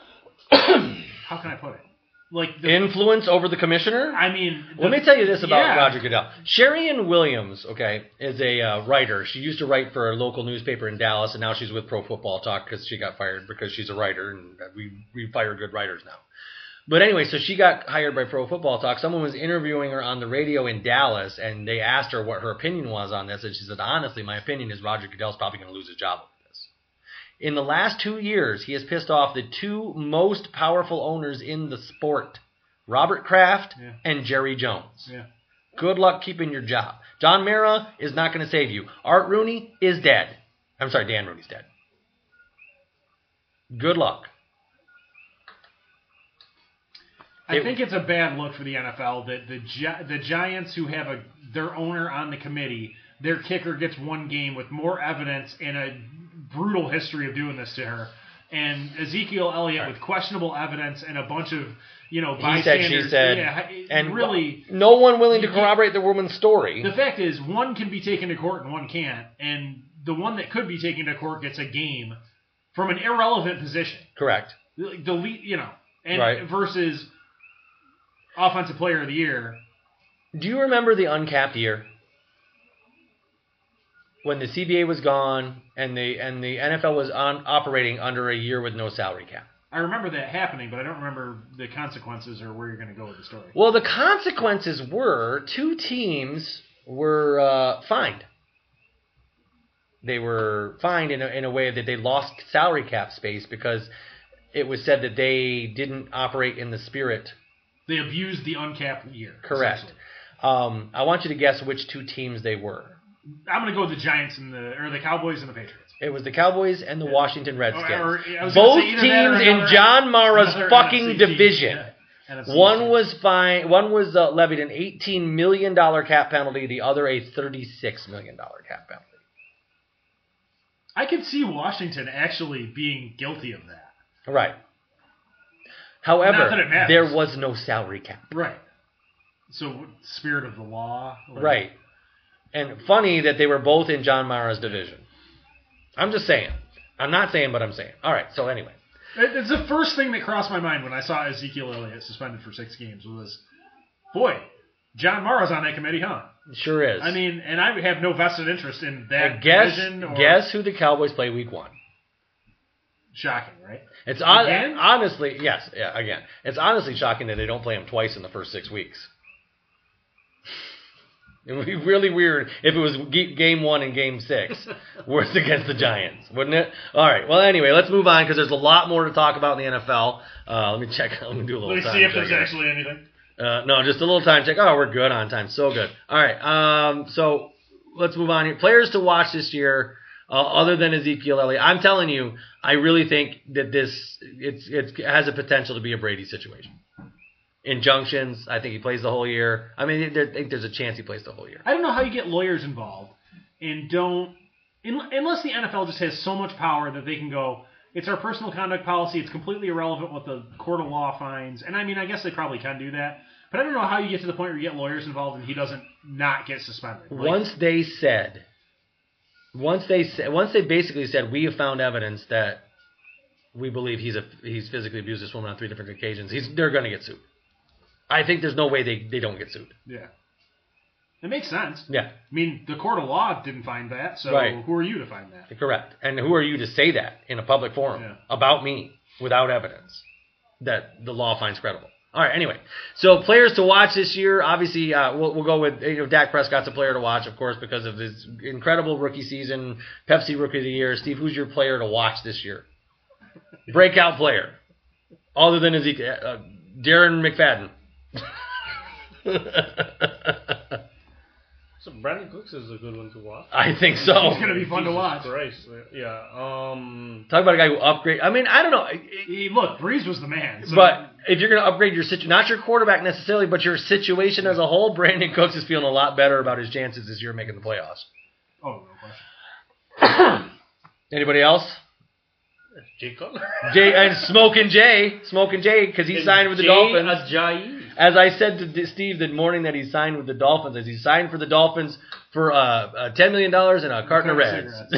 [SPEAKER 3] how can I put it? Like the,
[SPEAKER 2] Influence over the commissioner?
[SPEAKER 3] I mean,
[SPEAKER 2] Let
[SPEAKER 3] the-
[SPEAKER 2] me tell you this about
[SPEAKER 3] yeah.
[SPEAKER 2] Roger Goodell. Sherrian Williams, okay, is a uh, writer. She used to write for a local newspaper in Dallas, and now she's with Pro Football Talk because she got fired because she's a writer, and we we fire good writers now. But anyway, so she got hired by Pro Football Talk. Someone was interviewing her on the radio in Dallas, and they asked her what her opinion was on this, and she said, "Honestly, my opinion is Roger Goodell's probably going to lose his job." with this. In the last two years, he has pissed off the two most powerful owners in the sport, Robert Kraft
[SPEAKER 3] Yeah.
[SPEAKER 2] and Jerry Jones.
[SPEAKER 3] Yeah.
[SPEAKER 2] Good luck keeping your job. John Mara is not going to save you. Art Rooney is dead. I'm sorry, Dan Rooney's dead. Good luck.
[SPEAKER 3] I
[SPEAKER 2] It-
[SPEAKER 3] think it's a bad look for the NFL that the Gi- the Giants who have a their owner on the committee, their kicker gets one game with more evidence and a brutal history of doing this to her, and Ezekiel Elliott with questionable evidence and a bunch of you know
[SPEAKER 2] He said,
[SPEAKER 3] bystanders.
[SPEAKER 2] she said,
[SPEAKER 3] yeah, it-
[SPEAKER 2] and
[SPEAKER 3] really.
[SPEAKER 2] no one willing to
[SPEAKER 3] You-
[SPEAKER 2] corroborate the woman's story.
[SPEAKER 3] The fact is, one can be taken to court and one can't, and the one that could be taken to court gets a game from an irrelevant position.
[SPEAKER 2] Correct.
[SPEAKER 3] Like, Delete, you know, and
[SPEAKER 2] Right.
[SPEAKER 3] versus offensive player of the year.
[SPEAKER 2] Do you remember the uncapped year? When the CBA was gone and the and the NFL was on operating under a year with no salary cap.
[SPEAKER 3] I remember that happening, but I don't remember the consequences or where you're going to go with the story.
[SPEAKER 2] Well, the consequences were two teams were uh, fined. They were fined in a, in a way that they lost salary cap space because it was said that they didn't operate in the spirit.
[SPEAKER 3] They abused the uncapped year.
[SPEAKER 2] Correct.
[SPEAKER 3] essentially.
[SPEAKER 2] Um, I want you to guess which two teams they were.
[SPEAKER 3] I'm going to go with the Giants and the or the Cowboys and the Patriots.
[SPEAKER 2] It was the Cowboys and the Washington Redskins.
[SPEAKER 3] Or- or- Oh, I was gonna
[SPEAKER 2] Both
[SPEAKER 3] say
[SPEAKER 2] teams
[SPEAKER 3] either that or
[SPEAKER 2] in
[SPEAKER 3] another-
[SPEAKER 2] John Mara's
[SPEAKER 3] another
[SPEAKER 2] fucking
[SPEAKER 3] NFC team.
[SPEAKER 2] division.
[SPEAKER 3] Yeah. NFC
[SPEAKER 2] One
[SPEAKER 3] team.
[SPEAKER 2] was fine. One was uh, levied an eighteen million dollar cap penalty. The other a thirty-six million dollar cap penalty.
[SPEAKER 3] I could see Washington actually being guilty of that.
[SPEAKER 2] Right. However,
[SPEAKER 3] Not that it matters.
[SPEAKER 2] there was no salary cap.
[SPEAKER 3] Right. So spirit of the law. like-
[SPEAKER 2] Right. And funny that they were both in John Mara's division. I'm just saying. I'm not saying, but I'm saying. All right. So anyway,
[SPEAKER 3] It- It's the first thing that crossed my mind when I saw Ezekiel Elliott suspended for six games was, boy, John Mara's on that committee, huh?
[SPEAKER 2] it sure is.
[SPEAKER 3] I mean, and I have no vested interest in that
[SPEAKER 2] And guess
[SPEAKER 3] division. Or,
[SPEAKER 2] guess who the Cowboys play week one.
[SPEAKER 3] Shocking, right?
[SPEAKER 2] It's on,
[SPEAKER 3] Again?
[SPEAKER 2] honestly, yes, yeah, again. It's honestly shocking that they don't play him twice in the first six weeks. It would be really weird if it was ge- game one and game six where it's against the Giants, wouldn't it? All right. Well, anyway, let's move on because there's a lot more to talk about in the NFL. Uh, let me check. Let me do a little.
[SPEAKER 3] Let me
[SPEAKER 2] time
[SPEAKER 3] see if there's
[SPEAKER 2] check here.
[SPEAKER 3] actually anything.
[SPEAKER 2] Uh, no, just a little time check. Oh, we're good on time. So good. All right. Um, so let's move on here. Players to watch this year, uh, other than Ezekiel Elliott. I'm telling you, I really think that this it's it has a potential to be a Brady situation. Injunctions. I think he plays the whole year. I mean, there- I think there's a chance he plays the whole year.
[SPEAKER 3] I don't know how you get lawyers involved and don't in, unless the NFL just has so much power that they can go, it's our personal conduct policy. It's completely irrelevant what the court of law finds. And I mean, I guess they probably can do that. But I don't know how you get to the point where you get lawyers involved and he doesn't not get suspended. Like,
[SPEAKER 2] once they said, once they said, once they basically said, we have found evidence that we believe he's a he's physically abused this woman on three different occasions. He's they're going to get sued. I think there's no way they, they don't get sued.
[SPEAKER 3] yeah, it makes sense.
[SPEAKER 2] Yeah,
[SPEAKER 3] I mean, the court of law didn't find that, so
[SPEAKER 2] Right.
[SPEAKER 3] who are you to find that?
[SPEAKER 2] correct. And who are you to say that in a public forum
[SPEAKER 3] Yeah.
[SPEAKER 2] about me without evidence that the law finds credible? All right. Anyway, so players to watch this year. Obviously, uh, we'll, we'll go with you know, Dak Prescott's a player to watch, of course, because of his incredible rookie season, Pepsi Rookie of the Year. Steve, who's your player to watch this year? Breakout player, other than Ezekiel, uh, Darren McFadden.
[SPEAKER 4] So Brandon Cooks is a good one to watch.
[SPEAKER 2] I think so.
[SPEAKER 3] It's gonna be fun to
[SPEAKER 4] Jesus
[SPEAKER 3] watch.
[SPEAKER 4] Christ, man. yeah. Um,
[SPEAKER 2] Talk about a guy who upgrade. I mean, I don't know,
[SPEAKER 3] He- Look, Breeze was the man. So
[SPEAKER 2] but if you're going to upgrade your situation, not your quarterback necessarily, but your situation as a whole, Brandon Cooks is feeling a lot better about his chances this year of making the playoffs.
[SPEAKER 3] oh, no question.
[SPEAKER 2] Anybody else?
[SPEAKER 4] Jay Cutler.
[SPEAKER 2] Jay and Smoking Jay, Smoking Jay, because he signed with the
[SPEAKER 3] uh,
[SPEAKER 2] Dolphins.
[SPEAKER 4] Jay Ajayi.
[SPEAKER 2] As I said to D- Steve the morning that he signed with the Dolphins, as he signed for the Dolphins for uh, uh, ten million dollars and a carton of reds.
[SPEAKER 3] Cigarettes.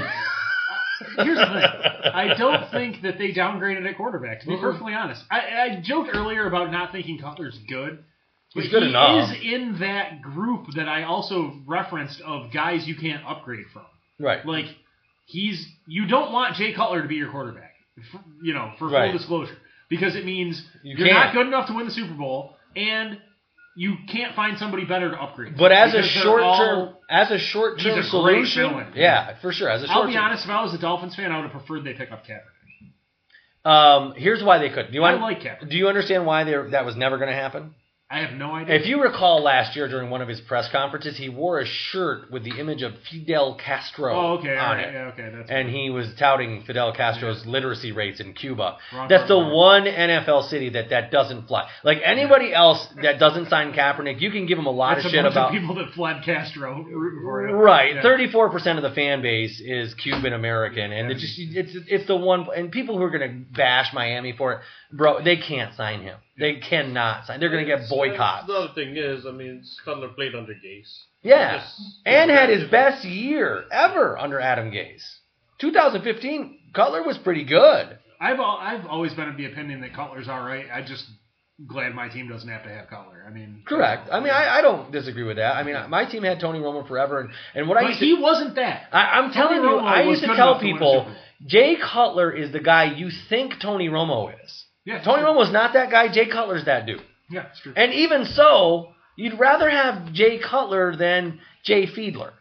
[SPEAKER 3] Uh, Here's the thing. I don't think that they downgraded at quarterback. To be perfectly honest, I, I joked earlier about not thinking Cutler's good. but
[SPEAKER 2] He's good
[SPEAKER 3] he
[SPEAKER 2] enough.
[SPEAKER 3] Is in that group that I also referenced of guys you can't upgrade from.
[SPEAKER 2] right.
[SPEAKER 3] Like he's you don't want Jay Cutler to be your quarterback. f- You know, for
[SPEAKER 2] Right.
[SPEAKER 3] full disclosure, because it means
[SPEAKER 2] You
[SPEAKER 3] you are not
[SPEAKER 2] can't.
[SPEAKER 3] good enough to win the Super Bowl, and you can't find somebody better to upgrade.
[SPEAKER 2] But as a
[SPEAKER 3] Because they're
[SPEAKER 2] short term,
[SPEAKER 3] all-
[SPEAKER 2] as a short
[SPEAKER 3] He's a
[SPEAKER 2] term
[SPEAKER 3] great
[SPEAKER 2] solution,
[SPEAKER 3] villain.
[SPEAKER 2] yeah, for sure. As a short
[SPEAKER 3] I'll be honest. If I was a Dolphins fan, I would have preferred they pick up Kaepernick.
[SPEAKER 2] Um, here's why they couldn't. Do you
[SPEAKER 3] I
[SPEAKER 2] un-
[SPEAKER 3] like Kaepernick.
[SPEAKER 2] Do you understand why they that was never going to happen?
[SPEAKER 3] I have no idea.
[SPEAKER 2] If you recall last year during one of his press conferences, he wore a shirt with the image of Fidel Castro
[SPEAKER 3] oh, okay, all
[SPEAKER 2] on
[SPEAKER 3] right,
[SPEAKER 2] it.
[SPEAKER 3] yeah, okay, that's
[SPEAKER 2] And he was touting Fidel Castro's literacy rates in Cuba.
[SPEAKER 3] Wrong
[SPEAKER 2] That's the
[SPEAKER 3] part of the
[SPEAKER 2] one NFL city that that doesn't fly. Like anybody else that doesn't sign Kaepernick, you can give him a lot
[SPEAKER 3] that's
[SPEAKER 2] of
[SPEAKER 3] a
[SPEAKER 2] shit
[SPEAKER 3] bunch
[SPEAKER 2] about
[SPEAKER 3] of people that fled Castro rooting for him.
[SPEAKER 2] Right,
[SPEAKER 3] Yeah.
[SPEAKER 2] thirty-four percent of the fan base is Cuban American, and it's just it's it's the one and people who are gonna bash Miami for it, bro. They can't sign him. They cannot sign. They're gonna get boycotts.
[SPEAKER 4] The other thing is, I mean, Cutler played under Gase.
[SPEAKER 2] Yeah,
[SPEAKER 4] Just-
[SPEAKER 2] and had his best year ever under Adam Gase. 2015, Cutler was pretty good.
[SPEAKER 3] I've al- I've always been of the opinion that Cutler's all right. I just glad my team doesn't have to have Cutler. I mean,
[SPEAKER 2] Correct. I mean, I, I don't disagree with that. I mean, my team had Tony Romo forever, and and what I
[SPEAKER 3] but
[SPEAKER 2] used to
[SPEAKER 3] he wasn't that.
[SPEAKER 2] I, I'm telling you,
[SPEAKER 3] Romo
[SPEAKER 2] I
[SPEAKER 3] was
[SPEAKER 2] used to
[SPEAKER 3] good
[SPEAKER 2] tell
[SPEAKER 3] enough to win a Super
[SPEAKER 2] people
[SPEAKER 3] Bowl.
[SPEAKER 2] Jay Cutler is the guy you think Tony Romo is.
[SPEAKER 3] Yeah,
[SPEAKER 2] Tony
[SPEAKER 3] sure.
[SPEAKER 2] Romo's not that guy. Jay Cutler's that dude.
[SPEAKER 3] Yeah, it's true.
[SPEAKER 2] And even so, you'd rather have Jay Cutler than Jay Fiedler.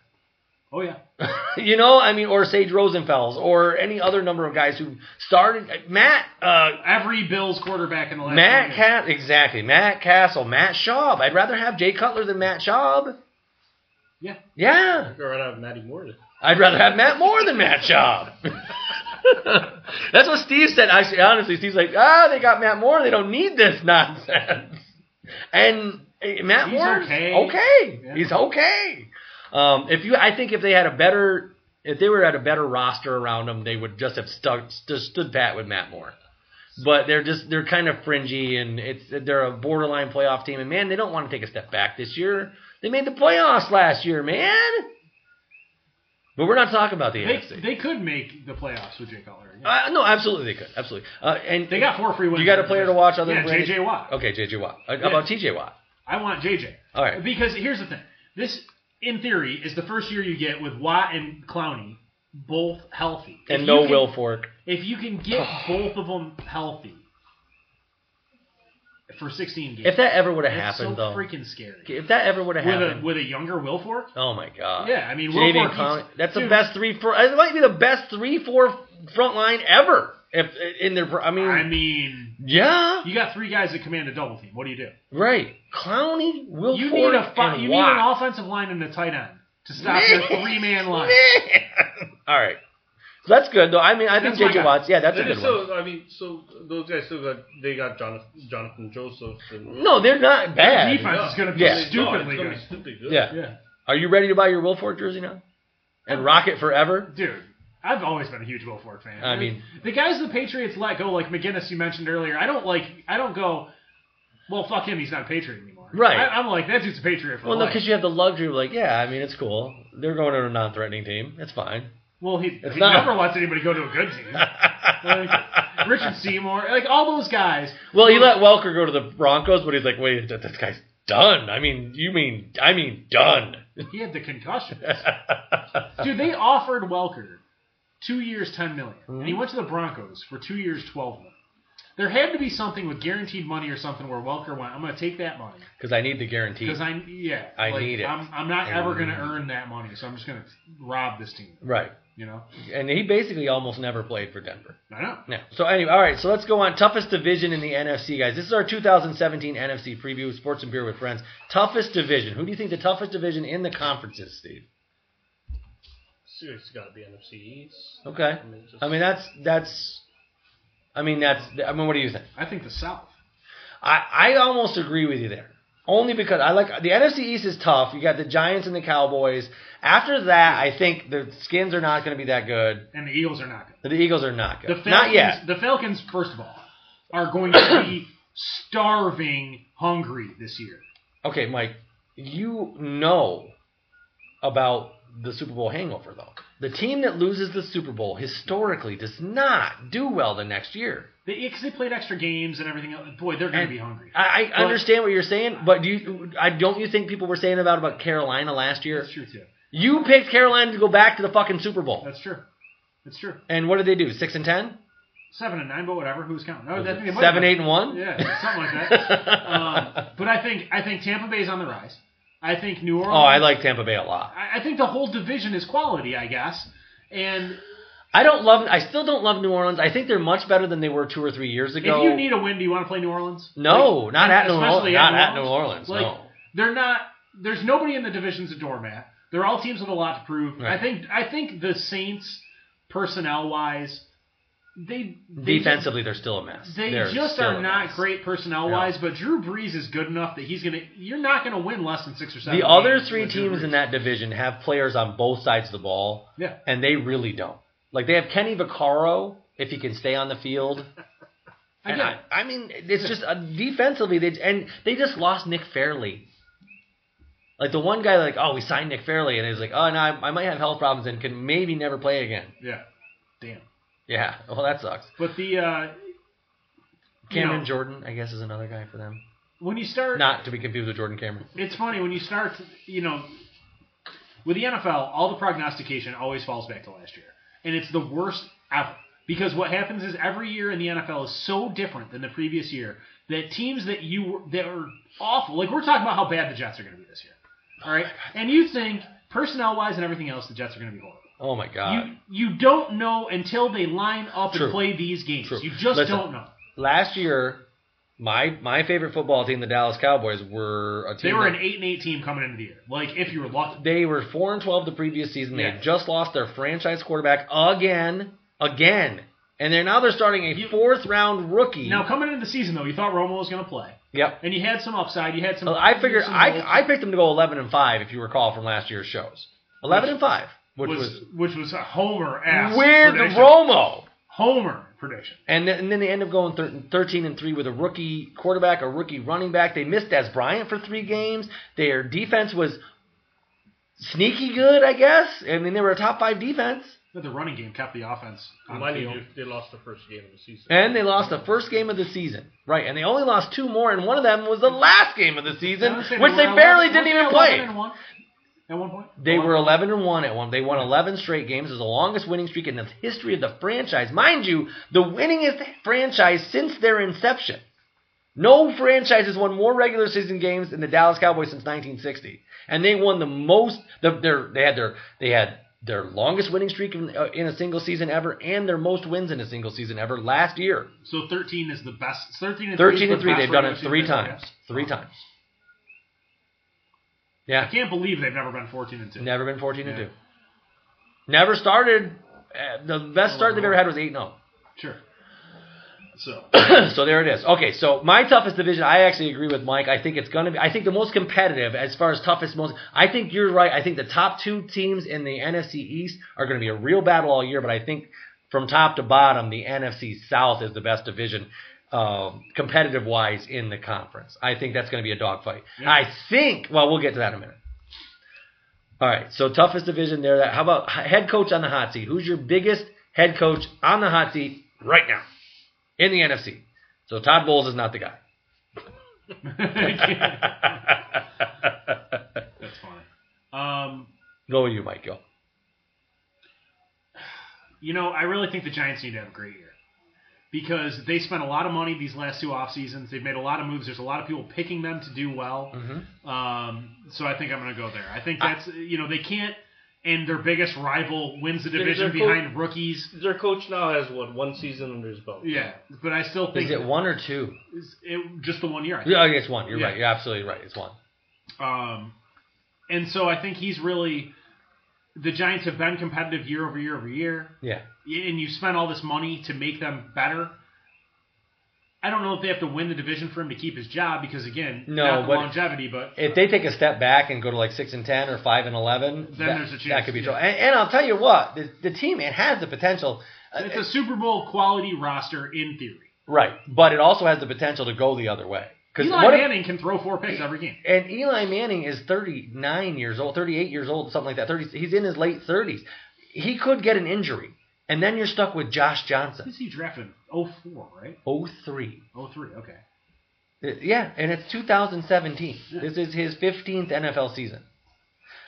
[SPEAKER 3] oh yeah,
[SPEAKER 2] You know, I mean, or Sage Rosenfels, or any other number of guys who started. Matt, uh,
[SPEAKER 3] every Bills quarterback in the last
[SPEAKER 2] Matt
[SPEAKER 3] ten years.
[SPEAKER 2] Cat, exactly. Matt Castle, Matt Schaub. I'd rather have Jay Cutler than Matt Schaub.
[SPEAKER 3] Yeah.
[SPEAKER 2] Yeah.
[SPEAKER 4] You're right out of Matty Moore.
[SPEAKER 2] I'd rather have Matt Moore than Matt Schaub. That's what Steve said. Actually, honestly, Steve's like, ah, they got Matt Moore. They don't need this nonsense. And eh, Matt
[SPEAKER 3] He's
[SPEAKER 2] Moore,
[SPEAKER 3] okay.
[SPEAKER 2] okay,
[SPEAKER 3] Yeah.
[SPEAKER 2] he's okay. Um, if you, I think if they had a better, if they were at a better roster around him, they would just have stuck, just stood pat with Matt Moore. But they're just they're kind of fringy, and it's they're a borderline playoff team. And man, they don't want to take a step back this year. They made the playoffs last year, man. But we're not talking about the
[SPEAKER 3] They,
[SPEAKER 2] AFC.
[SPEAKER 3] they could make the playoffs with Jay Cutler. Yeah.
[SPEAKER 2] uh, no, absolutely they could, absolutely. Uh, and
[SPEAKER 3] They got four free wins.
[SPEAKER 2] You got a player to watch other
[SPEAKER 3] yeah,
[SPEAKER 2] than Brandon-
[SPEAKER 3] JJ Watt.
[SPEAKER 2] Okay, JJ Watt. Uh, How about TJ Watt?
[SPEAKER 3] I want JJ.
[SPEAKER 2] All right.
[SPEAKER 3] Because here's the thing. This, in theory, is the first year you get with Watt and Clowney both healthy. If
[SPEAKER 2] And
[SPEAKER 3] you
[SPEAKER 2] no
[SPEAKER 3] can-
[SPEAKER 2] Will Fork.
[SPEAKER 3] If you can get both of them healthy for 16 games,
[SPEAKER 2] If that ever would have
[SPEAKER 3] that's
[SPEAKER 2] happened,
[SPEAKER 3] so
[SPEAKER 2] though.
[SPEAKER 3] freaking scary.
[SPEAKER 2] If that ever would have
[SPEAKER 3] With a
[SPEAKER 2] happened.
[SPEAKER 3] with a younger Wilfork,
[SPEAKER 2] oh my god.
[SPEAKER 3] Yeah, I mean, Will
[SPEAKER 2] Jaden
[SPEAKER 3] Fork,
[SPEAKER 2] Clowney-
[SPEAKER 3] he's-
[SPEAKER 2] That's the
[SPEAKER 3] dude.
[SPEAKER 2] best three four. It might be the best three four front line ever. If in their, I mean,
[SPEAKER 3] I mean,
[SPEAKER 2] yeah,
[SPEAKER 3] you got three guys that command a double team. What do you do?
[SPEAKER 2] right. Clowney, Will
[SPEAKER 3] You
[SPEAKER 2] Fork,
[SPEAKER 3] need a fi-
[SPEAKER 2] and
[SPEAKER 3] you
[SPEAKER 2] Watt.
[SPEAKER 3] need an offensive line and a tight end to stop your three man line.
[SPEAKER 2] Man. All right, So that's good though. I mean, I
[SPEAKER 3] That's my
[SPEAKER 2] think
[SPEAKER 3] guy.
[SPEAKER 2] JJ Watts. Yeah, that's a
[SPEAKER 4] And
[SPEAKER 2] good one.
[SPEAKER 4] so I mean, so those guys still got they got Jonathan, Jonathan Joseph. And,
[SPEAKER 2] No, they're not bad.
[SPEAKER 3] Defense is going to be
[SPEAKER 2] Yeah.
[SPEAKER 4] No, it's
[SPEAKER 3] stupidly
[SPEAKER 4] gonna be
[SPEAKER 3] good.
[SPEAKER 4] stupid good.
[SPEAKER 2] Yeah.
[SPEAKER 3] Yeah.
[SPEAKER 2] Are you ready to buy your Will Fork jersey now?
[SPEAKER 3] Oh.
[SPEAKER 2] and rock it forever.
[SPEAKER 3] Dude, I've always been a huge Will Ford fan.
[SPEAKER 2] I mean-
[SPEAKER 3] the guys the Patriots let go, like McGinnis you mentioned earlier. I don't like. I don't go. Well, fuck him. He's not a Patriot anymore.
[SPEAKER 2] Right.
[SPEAKER 3] I, I'm like that dude's a Patriot for
[SPEAKER 2] Well, no,
[SPEAKER 3] life.
[SPEAKER 2] because you have the luxury of like, yeah, I mean, it's cool. They're going to a non-threatening team. It's fine.
[SPEAKER 3] well, he, he
[SPEAKER 2] not-
[SPEAKER 3] never lets anybody go to a good team. like, Richard Seymour, like all those guys.
[SPEAKER 2] Well, he let Welker go to the Broncos, but he's like, wait, that, that guy's done. I mean, you mean, I mean, done.
[SPEAKER 3] He had the concussions. Dude, they offered Welker two years, ten million, and he
[SPEAKER 2] Hmm?
[SPEAKER 3] went to the Broncos for two years, twelve million. There had to be something with guaranteed money or something where Welker went. I'm going to take that money.
[SPEAKER 2] Because I need the guarantee.
[SPEAKER 3] Because I yeah,
[SPEAKER 2] I need it.
[SPEAKER 3] I'm, I'm not ever
[SPEAKER 2] Mm.
[SPEAKER 3] going to earn that money, so I'm just going to rob this team.
[SPEAKER 2] Right.
[SPEAKER 3] You know,
[SPEAKER 2] And he basically almost never played for Denver.
[SPEAKER 3] I know.
[SPEAKER 2] Yeah. So anyway, all right. So let's go on toughest division in the NFC, guys. This is our 2017 NFC preview, Sports and Beer with Friends. Toughest division. Who do you think the toughest division in the conference is, Steve?
[SPEAKER 4] Seriously, gotta be NFC East.
[SPEAKER 2] Okay.
[SPEAKER 4] I mean, just-
[SPEAKER 2] I mean, that's that's. I mean, that's. I mean, what do you think?
[SPEAKER 3] I think the South.
[SPEAKER 2] I, I almost agree with you there. Only because I like the NFC East is tough. You got the Giants and the Cowboys. After that, I think the Skins are not going to be that good.
[SPEAKER 3] and the Eagles are not good.
[SPEAKER 2] The Eagles are not
[SPEAKER 3] The
[SPEAKER 2] good.
[SPEAKER 3] Falcons,
[SPEAKER 2] Not yet.
[SPEAKER 3] The Falcons, first of all, are going to be starving, hungry this year.
[SPEAKER 2] Okay, Mike, you know about the Super Bowl hangover, though. The team that loses the Super Bowl historically does not do well the next year.
[SPEAKER 3] They, because they played extra games and everything. else. Boy, they're going to be hungry.
[SPEAKER 2] I, I
[SPEAKER 3] But-
[SPEAKER 2] understand what you're saying, but do you, I don't you think people were saying about about Carolina last year?
[SPEAKER 3] That's true too.
[SPEAKER 2] You picked Carolina to go back to the fucking Super Bowl,
[SPEAKER 3] That's true. That's true.
[SPEAKER 2] and what did they do? Six and ten,
[SPEAKER 3] Seven and nine, but whatever. Who's counting? No, that, they might
[SPEAKER 2] seven,
[SPEAKER 3] have-
[SPEAKER 2] eight, and one.
[SPEAKER 3] Yeah, something like that. um, but I think I think Tampa Bay's on the rise. I think New Orleans.
[SPEAKER 2] Oh, I like Tampa Bay a lot.
[SPEAKER 3] I, I think the whole division is quality, I guess. And
[SPEAKER 2] I don't love. I still don't love New Orleans. I think they're much better than they were two or three years ago.
[SPEAKER 3] if you need a win, do you want to play New Orleans?
[SPEAKER 2] No,
[SPEAKER 3] Like,
[SPEAKER 2] not at New Orleans.
[SPEAKER 3] especially
[SPEAKER 2] Not at New Orleans.
[SPEAKER 3] Like,
[SPEAKER 2] no.
[SPEAKER 3] They're not. There's nobody in the division's a doormat. They're all teams with a lot to prove.
[SPEAKER 2] Right.
[SPEAKER 3] I think. I think the Saints, personnel wise, they, they
[SPEAKER 2] Defensively, they're still a mess.
[SPEAKER 3] They
[SPEAKER 2] They're
[SPEAKER 3] just
[SPEAKER 2] still
[SPEAKER 3] are
[SPEAKER 2] a
[SPEAKER 3] not
[SPEAKER 2] mess.
[SPEAKER 3] great personnel wise, but Drew Brees is good enough that he's gonna. You're not gonna win less than six or seven.
[SPEAKER 2] The other
[SPEAKER 3] games
[SPEAKER 2] three
[SPEAKER 3] with Drew
[SPEAKER 2] teams in
[SPEAKER 3] Brees.
[SPEAKER 2] that division have players on both sides of the ball,
[SPEAKER 3] Yeah,
[SPEAKER 2] and they really don't. Like they have Kenny Vaccaro if he can stay on the field.
[SPEAKER 3] I
[SPEAKER 2] And
[SPEAKER 3] get
[SPEAKER 2] I,
[SPEAKER 3] it.
[SPEAKER 2] I mean, it's just uh, defensively, they and they just lost Nick Fairley. Like the one guy, like oh, we signed Nick Fairley, and he's like, oh no, I, I might have health problems and can maybe never play again.
[SPEAKER 3] Yeah, damn.
[SPEAKER 2] Yeah, well that sucks.
[SPEAKER 3] But the uh, you
[SPEAKER 2] Cameron
[SPEAKER 3] know,
[SPEAKER 2] Jordan, I guess, is another guy for them.
[SPEAKER 3] when you start,
[SPEAKER 2] Not to be confused with Jordan Cameron.
[SPEAKER 3] it's funny when you start. You know, with the NFL, all the prognostication always falls back to last year, and it's the worst ever. Because what happens is every year in the NFL is so different than the previous year that teams that you were, that are awful, like we're talking about how bad the Jets are going to be this year, all
[SPEAKER 2] Oh
[SPEAKER 3] right? And you think personnel wise and everything else, the Jets are going to be horrible.
[SPEAKER 2] Oh my god.
[SPEAKER 3] You you don't know until they line up
[SPEAKER 2] True.
[SPEAKER 3] and play these games.
[SPEAKER 2] True.
[SPEAKER 3] You just
[SPEAKER 2] Listen.
[SPEAKER 3] don't know.
[SPEAKER 2] last year, my my favorite football team, the Dallas Cowboys, were a team.
[SPEAKER 3] They were an
[SPEAKER 2] that-
[SPEAKER 3] eight and eight team coming into the year. Like if you were lucky,
[SPEAKER 2] They were four and twelve the previous season. They
[SPEAKER 3] Yeah.
[SPEAKER 2] had just lost their franchise quarterback again, again, and they're now they're starting a
[SPEAKER 3] You-
[SPEAKER 2] fourth round rookie.
[SPEAKER 3] Now coming into the season though, you thought Romo was going to play,
[SPEAKER 2] Yep.
[SPEAKER 3] and you had some upside. You had some.
[SPEAKER 2] I figured
[SPEAKER 3] some hope,
[SPEAKER 2] I I picked them to go eleven and five if you recall from last year's shows. Eleven and five, which
[SPEAKER 3] was,
[SPEAKER 2] was,
[SPEAKER 3] which was a Homer ass
[SPEAKER 2] with
[SPEAKER 3] prediction.
[SPEAKER 2] Romo.
[SPEAKER 3] Homer prediction.
[SPEAKER 2] And then, and then they end up going thir- 13 and 3 with a rookie quarterback, a rookie running back. They missed Des Bryant for three games. Their defense was sneaky good, I guess. I mean, they were a top five defense.
[SPEAKER 3] But the running game kept the offense on the
[SPEAKER 4] Mind you,
[SPEAKER 3] field.
[SPEAKER 4] they lost the first game of the season.
[SPEAKER 2] And they lost the first game of the season. Right. And they only lost two more, and one of them was the last game of the season,
[SPEAKER 3] I'm saying
[SPEAKER 2] which they
[SPEAKER 3] were
[SPEAKER 2] barely
[SPEAKER 3] 11
[SPEAKER 2] didn't even
[SPEAKER 3] weren't they 11
[SPEAKER 2] play.
[SPEAKER 3] and one At one point,
[SPEAKER 2] They were 11 and 1 at one. They won 11 straight games. It was the longest winning streak in the history of the franchise. Mind you, the winningest franchise since their inception. No franchise has won more regular season games than the Dallas Cowboys since 1960, and they won the most. The, their, they had their they had their longest winning streak in, uh, in a single season ever, and their most wins in a single season ever last year.
[SPEAKER 3] so thirteen is the best. Thirteen and
[SPEAKER 2] 13 and
[SPEAKER 3] three.
[SPEAKER 2] three.
[SPEAKER 3] is the
[SPEAKER 2] They've done
[SPEAKER 3] best regular
[SPEAKER 2] it
[SPEAKER 3] season
[SPEAKER 2] three
[SPEAKER 3] they've ever
[SPEAKER 2] times.
[SPEAKER 3] had.
[SPEAKER 2] Three times.
[SPEAKER 3] I
[SPEAKER 2] Yeah,
[SPEAKER 3] can't believe they've never been fourteen and two.
[SPEAKER 2] never been 14 and
[SPEAKER 3] Yeah.
[SPEAKER 2] two. oh. Never started. uh, The best start they've ever had was 8 0.
[SPEAKER 3] Sure. So
[SPEAKER 2] so there it is. Okay, so my toughest division, I actually agree with Mike. I think it's gonna be. I think the most competitive as far as toughest, most. I think you're right. I think the top two teams in the NFC East are gonna be a real battle all year. But I think from top to bottom, the NFC South is the best division, uh, competitive wise in the conference. I think that's gonna be a dogfight.
[SPEAKER 3] Yeah.
[SPEAKER 2] I think. Well, we'll get to that in a minute. All right, so toughest division there. That how about h- head coach on the hot seat? Who's your biggest head coach on the hot seat right now in the NFC? So Todd Bowles is not the guy.
[SPEAKER 3] that's fine. Um,
[SPEAKER 2] Go with you, Mike. Go.
[SPEAKER 3] you know, I really think the Giants need to have a great year because they spent a lot of money these last two off seasons. They've made a lot of moves. There's a lot of people picking them to do well.
[SPEAKER 2] Mm-hmm.
[SPEAKER 3] Um, so I think I'm going to go there. I think that's you know they can't. And their biggest rival wins the
[SPEAKER 4] They're-
[SPEAKER 3] division
[SPEAKER 4] they're cool.
[SPEAKER 3] behind rookies.
[SPEAKER 4] Their coach now has what one season under his belt.
[SPEAKER 3] Yeah, but I still think
[SPEAKER 2] Is it one or two?
[SPEAKER 3] it's- it- just the one year. I think.
[SPEAKER 2] Yeah, okay, it's one. You're
[SPEAKER 3] Yeah.
[SPEAKER 2] right. You're absolutely right. It's one.
[SPEAKER 3] Um, and so I think he's really the Giants have been competitive year over year over year,
[SPEAKER 2] Yeah.
[SPEAKER 3] and you spent all this money to make them better. I don't know if they have to win the division for him to keep his job because again,
[SPEAKER 2] No,
[SPEAKER 3] not the
[SPEAKER 2] but-
[SPEAKER 3] longevity, but
[SPEAKER 2] If they take a step back and go to like six and ten or five and eleven,
[SPEAKER 3] Then
[SPEAKER 2] that,
[SPEAKER 3] there's a chance,
[SPEAKER 2] that could be
[SPEAKER 3] yeah.
[SPEAKER 2] trouble. And, and I'll tell you what, the, the team it has the potential. uh,
[SPEAKER 3] it's a Super Bowl quality roster in theory.
[SPEAKER 2] Right, but it also has the potential to go the other way. Because
[SPEAKER 3] Eli
[SPEAKER 2] what if,
[SPEAKER 3] Manning can throw four picks every game.
[SPEAKER 2] and Eli Manning is 39 years old, 38 years old, something like that. 30, he's in his late 30s. He could get an injury, and then you're stuck with Josh Johnson,
[SPEAKER 3] Who's he drafted? Oh four, right?
[SPEAKER 2] 03.
[SPEAKER 3] Oh three, okay.
[SPEAKER 2] Uh, Yeah, and it's 2017. This is his 15th NFL season.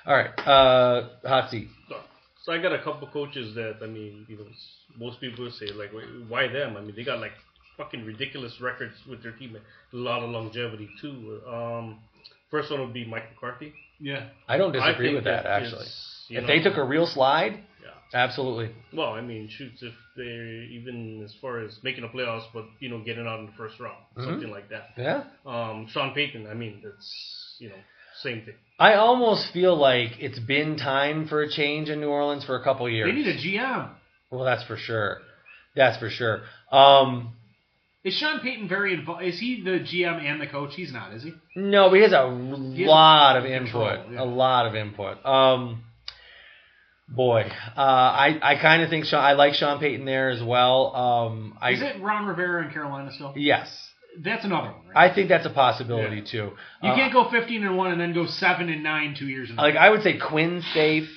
[SPEAKER 2] All right, uh, hot seat.
[SPEAKER 4] So, so I got a couple coaches that I mean, you know, s- most people would say like, "Why- why them? I mean, they got like fucking ridiculous records with their team, a lot of longevity too. Um, first one would be Mike McCarthy.
[SPEAKER 3] Yeah.
[SPEAKER 2] I don't
[SPEAKER 4] I
[SPEAKER 2] disagree
[SPEAKER 4] think
[SPEAKER 2] with that,
[SPEAKER 4] that is,
[SPEAKER 2] actually.
[SPEAKER 4] you
[SPEAKER 2] If
[SPEAKER 4] know-
[SPEAKER 2] they took a real slide,
[SPEAKER 4] Yeah.
[SPEAKER 2] absolutely.
[SPEAKER 4] Well, I mean, shoots if they're even as far as making the playoffs, but you know, getting out in the first round,
[SPEAKER 2] Mm-hmm.
[SPEAKER 4] something like that.
[SPEAKER 2] Yeah.
[SPEAKER 4] Um, Sean Payton. I mean, that's you know, same thing.
[SPEAKER 2] I almost feel like it's been time for a change in New Orleans for a couple years.
[SPEAKER 3] They need a GM.
[SPEAKER 2] Well, that's for sure. That's for sure. Um,
[SPEAKER 3] Is Sean Payton very involved? Is he the GM and the coach? He's not, is he?
[SPEAKER 2] no, but he has a
[SPEAKER 3] has
[SPEAKER 2] lot of
[SPEAKER 3] control,
[SPEAKER 2] input.
[SPEAKER 3] yeah.
[SPEAKER 2] A lot of input. Um, boy, uh, I I kind of think Sean, I like Sean Payton there as well. Um, I
[SPEAKER 3] Is it Ron Rivera in Carolina still?
[SPEAKER 2] yes,
[SPEAKER 3] That's another one. Right?
[SPEAKER 2] I think that's a possibility
[SPEAKER 3] Yeah.
[SPEAKER 2] too.
[SPEAKER 3] You
[SPEAKER 2] Uh,
[SPEAKER 3] can't go 15 and one and then go seven and nine two years in. a
[SPEAKER 2] like
[SPEAKER 3] row.
[SPEAKER 2] I would say Quinn safe.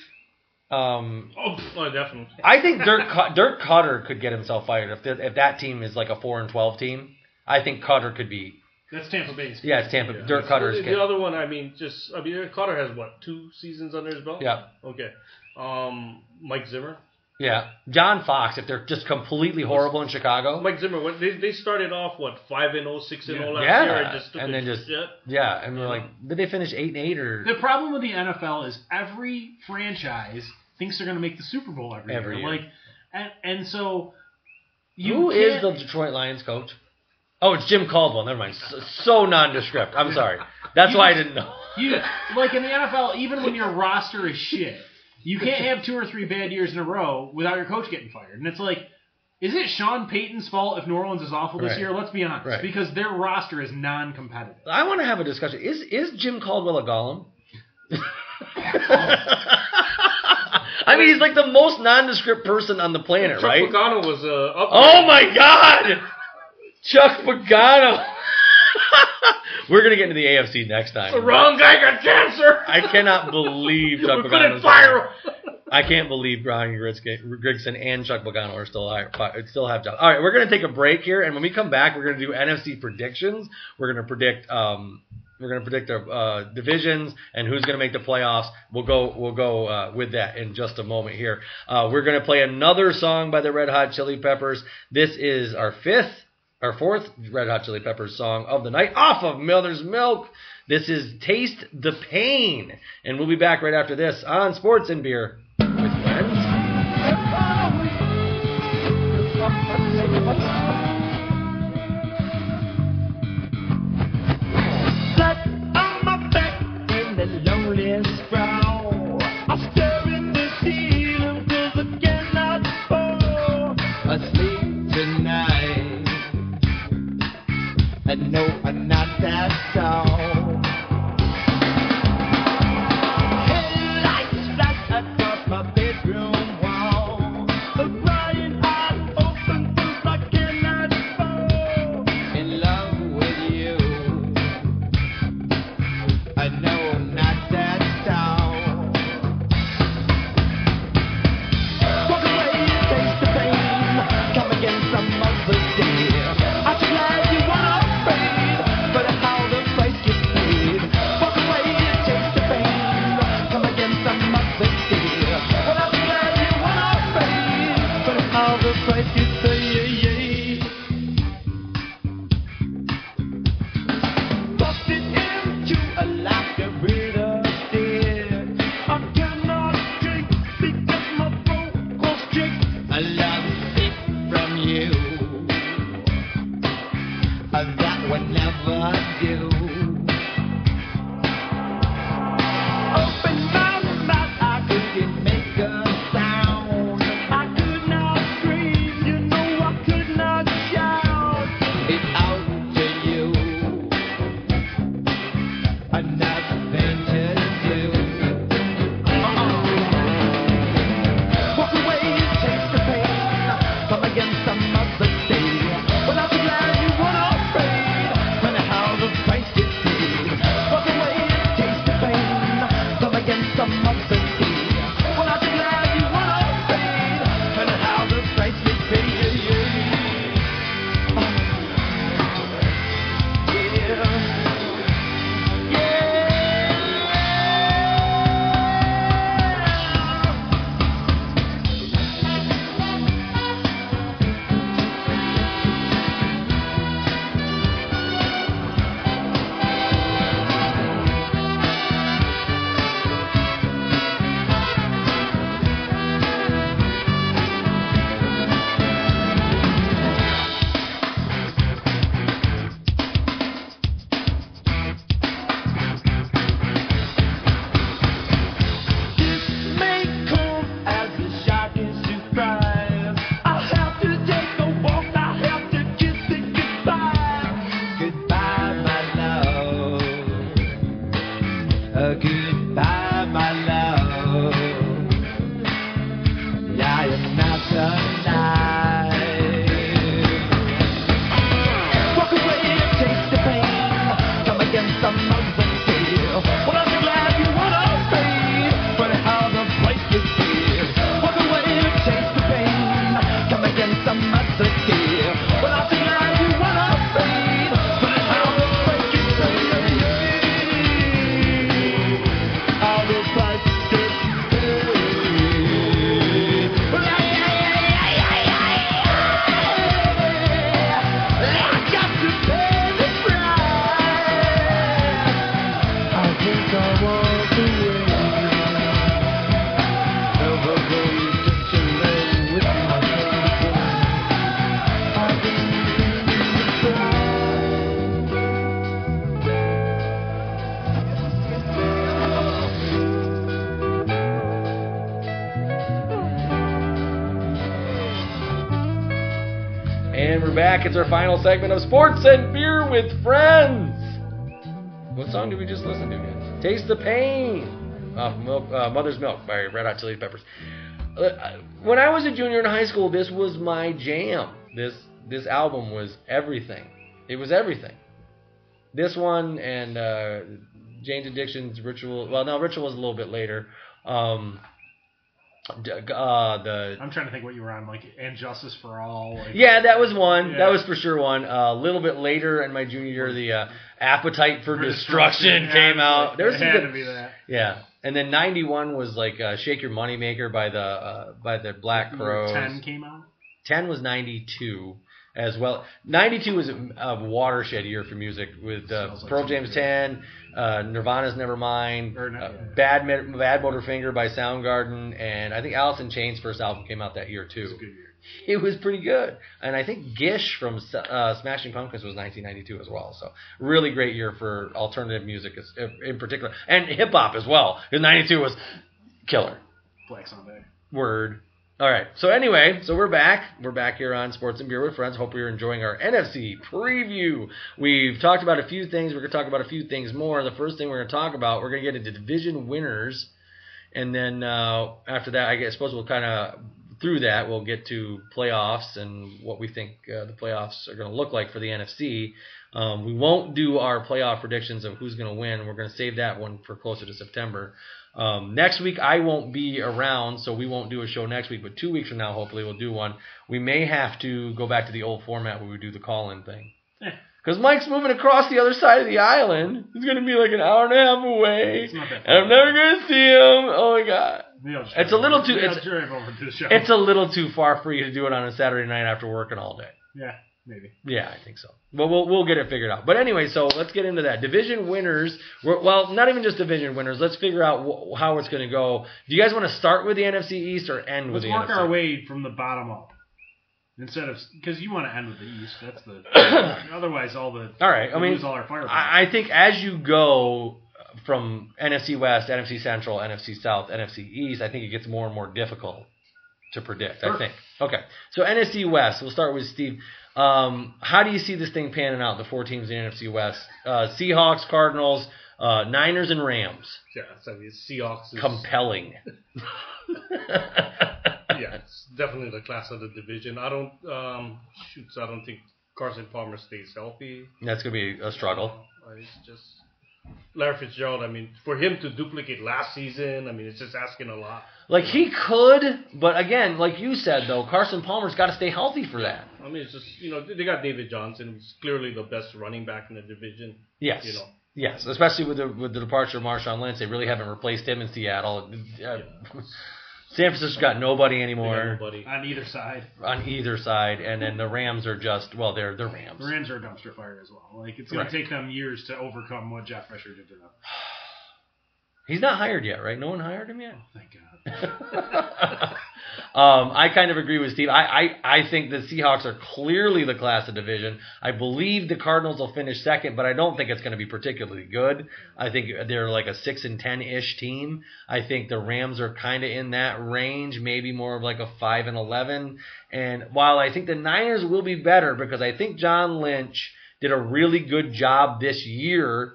[SPEAKER 2] Um,
[SPEAKER 4] Oh, pff, oh definitely.
[SPEAKER 2] I think Dirk Cu- Dirk Cutter could get himself fired if th- if that team is like a four and twelve team. I think Cutter could be.
[SPEAKER 3] That's Tampa Bay's.
[SPEAKER 2] Yeah, it's Tampa. Dirk Cutter's
[SPEAKER 4] The,
[SPEAKER 2] kid.
[SPEAKER 4] the other one, I mean, just I mean, Cutter has what two seasons under his belt?
[SPEAKER 2] Yeah.
[SPEAKER 4] Okay. Um, Mike Zimmer.
[SPEAKER 2] Yeah, John Fox. If they're just completely horrible in Chicago,
[SPEAKER 4] Mike Zimmer. What they, they started off what five and oh, six and
[SPEAKER 3] Yeah.
[SPEAKER 4] oh last
[SPEAKER 2] Yeah,
[SPEAKER 4] year, and just took
[SPEAKER 2] and
[SPEAKER 4] a
[SPEAKER 2] then just-
[SPEAKER 4] shit.
[SPEAKER 2] yeah, and we're like, did they finish eight and eight or?
[SPEAKER 3] The problem with the NFL is every franchise thinks they're going to make the Super Bowl every,
[SPEAKER 2] Every year.
[SPEAKER 3] Like, and, and so you
[SPEAKER 2] Who is the
[SPEAKER 3] can't-
[SPEAKER 2] Detroit Lions coach? Oh, it's Jim Caldwell. Never mind. So, so nondescript. I'm sorry. That's why I didn't know.
[SPEAKER 3] you like in the NFL? Even when your roster is shit, you can't have two or three bad years in a row without your coach getting fired. And it's like. Is it Sean Payton's fault if New Orleans is awful this
[SPEAKER 2] Right.
[SPEAKER 3] year? Let's be honest,
[SPEAKER 2] Right.
[SPEAKER 3] because their roster is non-competitive.
[SPEAKER 2] I want to have a discussion. Is is Jim Caldwell a golem? I mean, he's like the most nondescript person on the planet,
[SPEAKER 4] Chuck
[SPEAKER 2] right?
[SPEAKER 4] Pagano was uh, up.
[SPEAKER 2] Oh my God, Chuck Pagano. We're gonna get into the AFC next time.
[SPEAKER 4] The wrong guy got cancer.
[SPEAKER 2] I cannot believe Chuck
[SPEAKER 4] we
[SPEAKER 2] Pagano.
[SPEAKER 4] couldn't fire him.
[SPEAKER 2] I can't believe Brian Grigsby- Grigson and Chuck Pagano are still hi- fi- still have jobs. All right, we're gonna take a break here, and when we come back, we're gonna do NFC predictions. We're gonna predict um, we're gonna predict our uh, divisions and who's gonna make the playoffs. We'll go we'll go uh, with that in just a moment here. Uh, we're gonna play another song by the Red Hot Chili Peppers. This is our fifth our fourth Red Hot Chili Peppers song of the night off of Miller's Milk. This is Taste the Pain. And we'll be back right after this on Sports and Beer with friends.
[SPEAKER 5] Flat on my back in the loneliest growl. I'm staring the ceiling 'cause I cannot fall asleep tonight. my bedroom wall. But Brian, I'm open things I cannot fall. In love with you. I know I'm not that tall. Walk away, taste the pain. Come again some other day. I'm so glad you weren't afraid, but how the price you paid. Walk away, taste the pain. Come again some other day. Well, I'm so glad you weren't afraid, but how the price you paid. Busted into a laughter with a stare. I cannot drink because my throat goes strict. I love sick from you. Uh, That would never do. Open my mouth, I couldn't make a sound. I could not scream, you know I could not shout. It's out to you. Another thing to do. Walk away and take the pain. Come again some other day. Well, I'm so glad you weren't afraid when how the price you paid. Walk away and taste the pain. Come again some other day. Well, I'm so glad you weren't afraid when how the price you paid. Yeah. Yeah. This may come as a shocking surprise. I have to take a walk. I have to kiss it goodbye. Goodbye, my love. Uh, Goodbye, my love. I am not alive. Walk away and taste the pain. Come again some other day. Well, I'm so glad you went away, but how the place is here. Walk away and taste the pain. Come again some other day. Well, I'm so glad you went away, but how the place is here. How the place is here. Well, I, I, I, I, I, I. I got to pay the price. I think I walked away. Never going to delay with my head. I didn't pay the price.
[SPEAKER 2] And we're back. It's our final segment of Sports and Beer with Friends. What song did we just listen to? guys? Taste the Pain. Uh, milk, uh, Mother's Milk by Red Hot Chili Peppers. Uh, I- when I was a junior in high school, this was my jam. This this album was everything. It was everything. This one and uh, Jane's Addiction's Ritual. Well, no, Ritual was a little bit later. Um, d- uh, the
[SPEAKER 3] I'm trying to think what you were on, like and Justice for All. Like,
[SPEAKER 2] yeah, that was one.
[SPEAKER 3] Yeah.
[SPEAKER 2] That was for sure one. Uh, a little bit later in my junior year, the uh, Appetite for
[SPEAKER 3] For
[SPEAKER 2] Destruction
[SPEAKER 3] Yeah,
[SPEAKER 2] came
[SPEAKER 3] it
[SPEAKER 2] out. There was
[SPEAKER 3] it
[SPEAKER 2] some
[SPEAKER 3] had
[SPEAKER 2] good,
[SPEAKER 3] to be that.
[SPEAKER 2] yeah. And then '91 was like uh, "Shake Your Moneymaker" by the uh, by the Black Crows.
[SPEAKER 3] Ten came out.
[SPEAKER 2] 10 was 92 as well. 92 was a, a watershed year for music with uh,
[SPEAKER 3] Smells like
[SPEAKER 2] Pearl
[SPEAKER 3] Teen
[SPEAKER 2] Jam's
[SPEAKER 3] Spirit.
[SPEAKER 2] 10, uh, Nirvana's Nevermind,
[SPEAKER 3] Or not-
[SPEAKER 2] uh, Bad Mi- Bad Motorfinger by Soundgarden, and I think Alice in Chains' first album came out that year too. It was,
[SPEAKER 3] good year.
[SPEAKER 2] pretty good. And I think Gish from S- uh, Smashing Pumpkins was 1992 as well. So really great year for alternative music as- in particular, and hip hop as well. 'cause 92 was killer.
[SPEAKER 3] Black Sunday.
[SPEAKER 2] Word. All right. So anyway, so we're back. We're back here on Sports and Beer with Friends. Hope you're enjoying our NFC preview. We've talked about a few things. We're gonna talk about a few things more. The first thing we're gonna talk about, we're gonna get into division winners And then uh, after that, I guess, suppose we'll kind of through that we'll get to playoffs and what we think uh, the playoffs are going to look like for the NFC. Um, we won't do our playoff predictions of who's going to win. We're going to save that one for closer to September. Um, next week I won't be around, so we won't do a show next week. But two weeks from now, hopefully, we'll do one. We may have to go back to the old format where we do the call-in thing. Because Mike's moving across the other side of the island. He's going to be like an hour and a half away.
[SPEAKER 3] It's not that
[SPEAKER 2] And I'm
[SPEAKER 3] far.
[SPEAKER 2] never going to see him. Oh, my God.
[SPEAKER 3] Maybe I'll just
[SPEAKER 2] It's a
[SPEAKER 3] drive
[SPEAKER 2] little
[SPEAKER 3] over-
[SPEAKER 2] too-
[SPEAKER 3] maybe I'll
[SPEAKER 2] it's-
[SPEAKER 3] drive over to the show.
[SPEAKER 2] It's a little too far for you to do it on a Saturday night after working all day.
[SPEAKER 3] yeah, maybe.
[SPEAKER 2] Yeah, I think so. But we'll we'll get it figured out. But anyway, so let's get into that division winners. We're, well, not even just division winners. Let's figure out wh- how it's going to go. Do you guys want to start with the NFC East or end with
[SPEAKER 3] Let's
[SPEAKER 2] the
[SPEAKER 3] work
[SPEAKER 2] NFC?
[SPEAKER 3] our way from the bottom up instead of because you want to end with the East. That's the otherwise all the
[SPEAKER 2] All right. I
[SPEAKER 3] we
[SPEAKER 2] mean,
[SPEAKER 3] lose all our firepower.
[SPEAKER 2] I, I think as you go from NFC West, NFC Central, NFC South, NFC East, I think it gets more and more difficult to predict. I
[SPEAKER 3] Sure.
[SPEAKER 2] think. Okay. So NFC West. We'll start with Steve. Um, how do you see this thing panning out? The four teams in NFC West: uh, Seahawks, Cardinals, uh, Niners, and Rams.
[SPEAKER 4] Yeah, so I mean, Seahawks is
[SPEAKER 2] Compelling.
[SPEAKER 4] yeah, it's definitely the class of the division. I don't um shoots. I don't think Carson Palmer stays healthy.
[SPEAKER 2] That's gonna be a struggle.
[SPEAKER 4] Uh, It's just Larry Fitzgerald. I mean, for him to duplicate last season, I mean, it's just asking a lot.
[SPEAKER 2] Like he could, but again, like you said though, Carson Palmer's got to stay healthy for that.
[SPEAKER 4] I mean, it's just you know they got David Johnson, who's clearly the best running back in the division.
[SPEAKER 2] Yes.
[SPEAKER 4] You know.
[SPEAKER 2] Yes, especially with the with the departure of Marshawn Lynch, they really haven't replaced him in Seattle. Uh, San Francisco's got nobody
[SPEAKER 4] They got
[SPEAKER 2] anymore
[SPEAKER 4] nobody.
[SPEAKER 3] on either side.
[SPEAKER 2] on either side, and then the Rams are just well, they're the Rams.
[SPEAKER 3] The Rams are a dumpster fire as well. Like it's going
[SPEAKER 2] Right.
[SPEAKER 3] to take them years to overcome what Jeff Fisher did to them.
[SPEAKER 2] He's not hired yet, right? No one hired him yet.
[SPEAKER 3] Thank God.
[SPEAKER 2] um, I kind of agree with Steve. I, I, I think the Seahawks are clearly the class of division. I believe the Cardinals will finish second, but I don't think it's going to be particularly good. I think they're like a six and ten ish team. I think the Rams are kind of in that range, maybe more of like a five and eleven. And while I think the Niners will be better because I think John Lynch did a really good job this year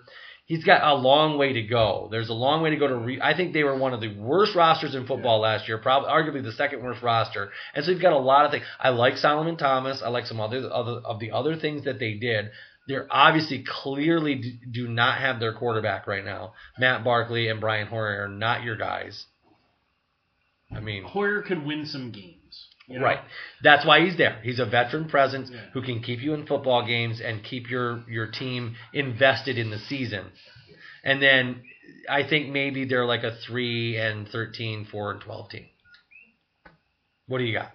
[SPEAKER 2] he's got a long way to go. There's a long way to go to. Re- I think they were one of the worst rosters in football last year, probably arguably the second worst roster. And so you've got a lot of things. I like Solomon Thomas. I like some other, other of the other things that they did. They're obviously clearly d- do not have their quarterback right now. Matt Barkley and Brian Hoyer are not your guys. I mean,
[SPEAKER 3] Hoyer could win some games. you know?
[SPEAKER 2] Right. That's why he's there. He's a veteran presence
[SPEAKER 3] Yeah.
[SPEAKER 2] who can keep you in football games and keep your your team invested in the season. And then I think maybe they're like a 3 and 13, 4 and 12 team. What do you got?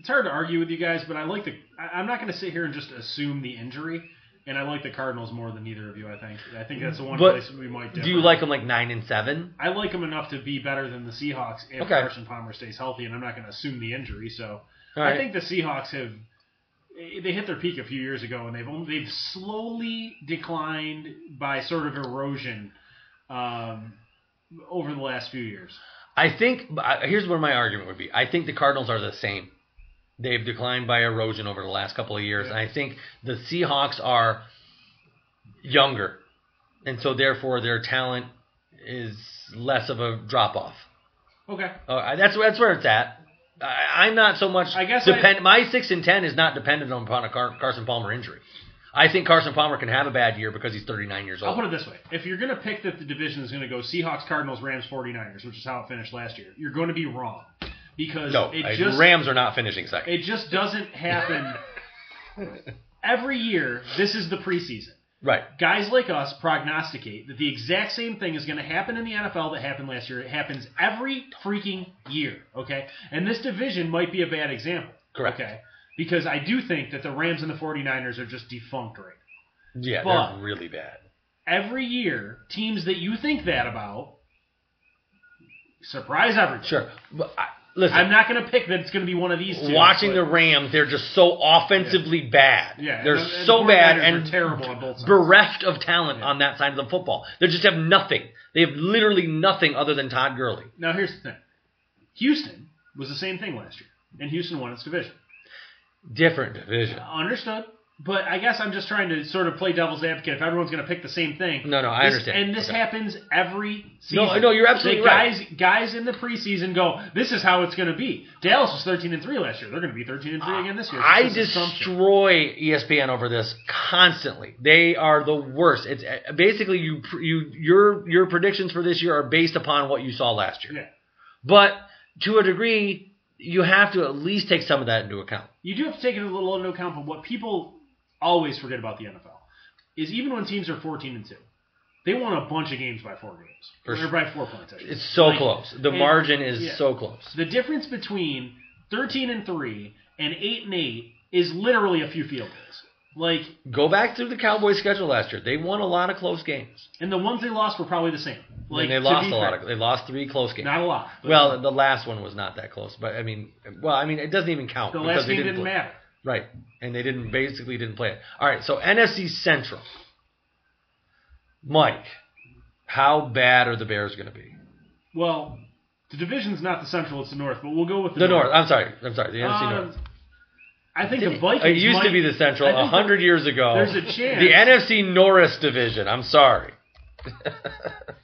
[SPEAKER 3] It's hard to argue with you guys, but I like the. I, I'm not going to sit here and just assume the injury. And I like the Cardinals more than either of you. I think. I think that's the one
[SPEAKER 2] But
[SPEAKER 3] place we might. Differ.
[SPEAKER 2] Do you like them like 9 and 7?
[SPEAKER 3] I like him enough to be better than the Seahawks if
[SPEAKER 2] Okay.
[SPEAKER 3] Carson Palmer stays healthy, and I'm not going to assume the injury. So
[SPEAKER 2] All
[SPEAKER 3] I
[SPEAKER 2] right.
[SPEAKER 3] think the Seahawks have they hit their peak a few years ago, and they've only, they've slowly declined by sort of erosion um, over the last few years.
[SPEAKER 2] I think but I- here's where my argument would be. I think the Cardinals are the same. They've declined by erosion over the last couple of years, and I think the Seahawks are younger, and so therefore their talent is less of a drop off.
[SPEAKER 3] Okay,
[SPEAKER 2] Uh, that's that's where it's at. I, I'm not so much.
[SPEAKER 3] I guess
[SPEAKER 2] depend. my six and ten is not dependent upon a Car- Carson Palmer injury. I think Carson Palmer can have a bad year because he's 39 years
[SPEAKER 3] I'll
[SPEAKER 2] old.
[SPEAKER 3] put it this way: if you're going to pick that the division is going to go Seahawks, Cardinals, Rams, 49ers, which is how it finished last year, you're going to be wrong because
[SPEAKER 2] no,
[SPEAKER 3] it
[SPEAKER 2] I-
[SPEAKER 3] just
[SPEAKER 2] Rams are not finishing second.
[SPEAKER 3] it just doesn't happen. Every year, this is the preseason.
[SPEAKER 2] right.
[SPEAKER 3] guys like us prognosticate that the exact same thing is going to happen in the NFL that happened last year. It happens every freaking year, okay? And this division might be a bad example.
[SPEAKER 2] Correct.
[SPEAKER 3] Okay. Because I do think that the Rams and the 49ers are just defunct right
[SPEAKER 2] Yeah,
[SPEAKER 3] But-
[SPEAKER 2] they're really bad.
[SPEAKER 3] now. Every year, teams that you think that about surprise everyone.
[SPEAKER 2] Sure. But I, listen,
[SPEAKER 3] I'm not going to pick that it's going to be one of these two.
[SPEAKER 2] watching
[SPEAKER 3] but-
[SPEAKER 2] the Rams, they're just so offensively bad.
[SPEAKER 3] Yeah,
[SPEAKER 2] they're
[SPEAKER 3] and the- and
[SPEAKER 2] so
[SPEAKER 3] the
[SPEAKER 2] bad
[SPEAKER 3] 49ers
[SPEAKER 2] and
[SPEAKER 3] are terrible on both sides.
[SPEAKER 2] bereft of talent on that side of the football. They just have nothing. They have literally nothing other than Todd Gurley.
[SPEAKER 3] now, here's the thing Houston was the same thing last year, and Houston won its division.
[SPEAKER 2] Different division.
[SPEAKER 3] Understood. But I guess I'm just trying to sort of play devil's advocate. If everyone's going to pick the same thing,
[SPEAKER 2] No, no, I
[SPEAKER 3] This-
[SPEAKER 2] understand.
[SPEAKER 3] And this
[SPEAKER 2] Okay.
[SPEAKER 3] happens every season.
[SPEAKER 2] No, no, you're absolutely
[SPEAKER 3] The
[SPEAKER 2] right.
[SPEAKER 3] guys, Guys in the preseason go, this is how it's going to be. Dallas was 13 and three last year. They're going to be 13 and three again this year. It's
[SPEAKER 2] I
[SPEAKER 3] just an assumption.
[SPEAKER 2] destroy E ESPN over this constantly. They are the worst. It's uh, basically you pr- you your your predictions for this year are based upon what you saw last year.
[SPEAKER 3] Yeah.
[SPEAKER 2] But to a degree, you have to at least take some of that into account.
[SPEAKER 3] you do have to take it a little into account, but what people always forget about the NFL is even when teams are 14 and two, they won a bunch of games by four games
[SPEAKER 2] For
[SPEAKER 3] or
[SPEAKER 2] sure.
[SPEAKER 3] by four points. I should
[SPEAKER 2] It's
[SPEAKER 3] say.
[SPEAKER 2] so
[SPEAKER 3] Like,
[SPEAKER 2] close. The
[SPEAKER 3] and-
[SPEAKER 2] margin is
[SPEAKER 3] yeah.
[SPEAKER 2] so close.
[SPEAKER 3] The difference between 13 and 3 and 8 and 8 is literally a few field goals. Like,
[SPEAKER 2] Go back through the Cowboys' schedule last year. They won a lot of close games.
[SPEAKER 3] and the ones they lost were probably the same. Like,
[SPEAKER 2] and they
[SPEAKER 3] to
[SPEAKER 2] lost
[SPEAKER 3] be
[SPEAKER 2] a lot
[SPEAKER 3] fair,
[SPEAKER 2] of. They lost three close games.
[SPEAKER 3] Not a lot. but
[SPEAKER 2] well, the last one was not that close, but I mean, well, I mean, it doesn't even count
[SPEAKER 3] the
[SPEAKER 2] because
[SPEAKER 3] last
[SPEAKER 2] they
[SPEAKER 3] game didn't,
[SPEAKER 2] play.
[SPEAKER 3] matter.
[SPEAKER 2] Right. And they didn't basically didn't play it. All right, so NFC Central. Mike, how bad are the Bears going to be?
[SPEAKER 3] Well, the division's not the Central, it's the North, but we'll go with the,
[SPEAKER 2] The North. I'm sorry. I'm sorry. The NFC
[SPEAKER 3] Um,
[SPEAKER 2] North.
[SPEAKER 3] I think the Vikings.
[SPEAKER 2] It used to
[SPEAKER 3] might-
[SPEAKER 2] be the Central
[SPEAKER 3] I think
[SPEAKER 2] a hundred years ago.
[SPEAKER 3] there's a chance.
[SPEAKER 2] The NFC Norris division. I'm sorry.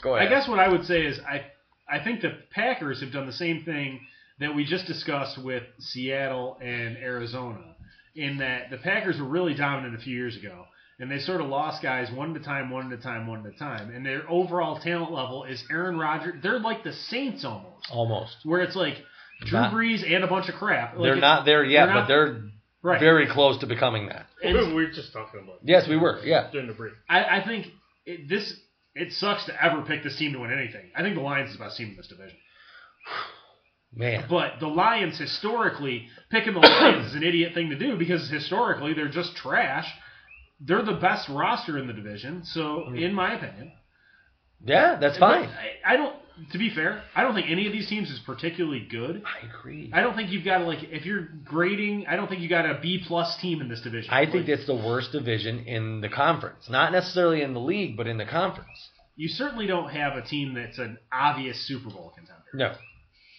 [SPEAKER 2] Go
[SPEAKER 3] I
[SPEAKER 2] ahead.
[SPEAKER 3] guess what I would say is I I think the Packers have done the same thing that we just discussed with Seattle and Arizona, in that the Packers were really dominant a few years ago, and they sort of lost guys one at a time, one at a time, one at a time, and their overall talent level is Aaron Rodgers. They're like the Saints almost,
[SPEAKER 2] almost.
[SPEAKER 3] where it's like Drew
[SPEAKER 2] Not-
[SPEAKER 3] Brees and a bunch of crap. Like
[SPEAKER 2] They're
[SPEAKER 3] it's-
[SPEAKER 2] not there yet,
[SPEAKER 3] they're
[SPEAKER 2] but
[SPEAKER 3] not-
[SPEAKER 2] they're
[SPEAKER 3] right.
[SPEAKER 2] very close to becoming that.
[SPEAKER 4] We were just talking about it
[SPEAKER 2] Yes, we were. Yeah.
[SPEAKER 4] during the break.
[SPEAKER 3] I, I think it, this it sucks to ever pick this team to win anything. I think the Lions is the best team in this division.
[SPEAKER 2] Man.
[SPEAKER 3] But the Lions historically picking the Lions is an idiot thing to do because historically they're just trash. They're the best roster in the division, so in my opinion,
[SPEAKER 2] Yeah, that's Mm. fine.
[SPEAKER 3] But I, I don't. To be fair, I don't think any of these teams is particularly good.
[SPEAKER 2] I agree.
[SPEAKER 3] I don't think you've got to like if you're grading. I don't think you got a B plus team in this division.
[SPEAKER 2] I think
[SPEAKER 3] Like,
[SPEAKER 2] that's the worst division in the conference. Not necessarily in the league, but in the conference.
[SPEAKER 3] you certainly don't have a team that's an obvious Super Bowl contender.
[SPEAKER 2] No.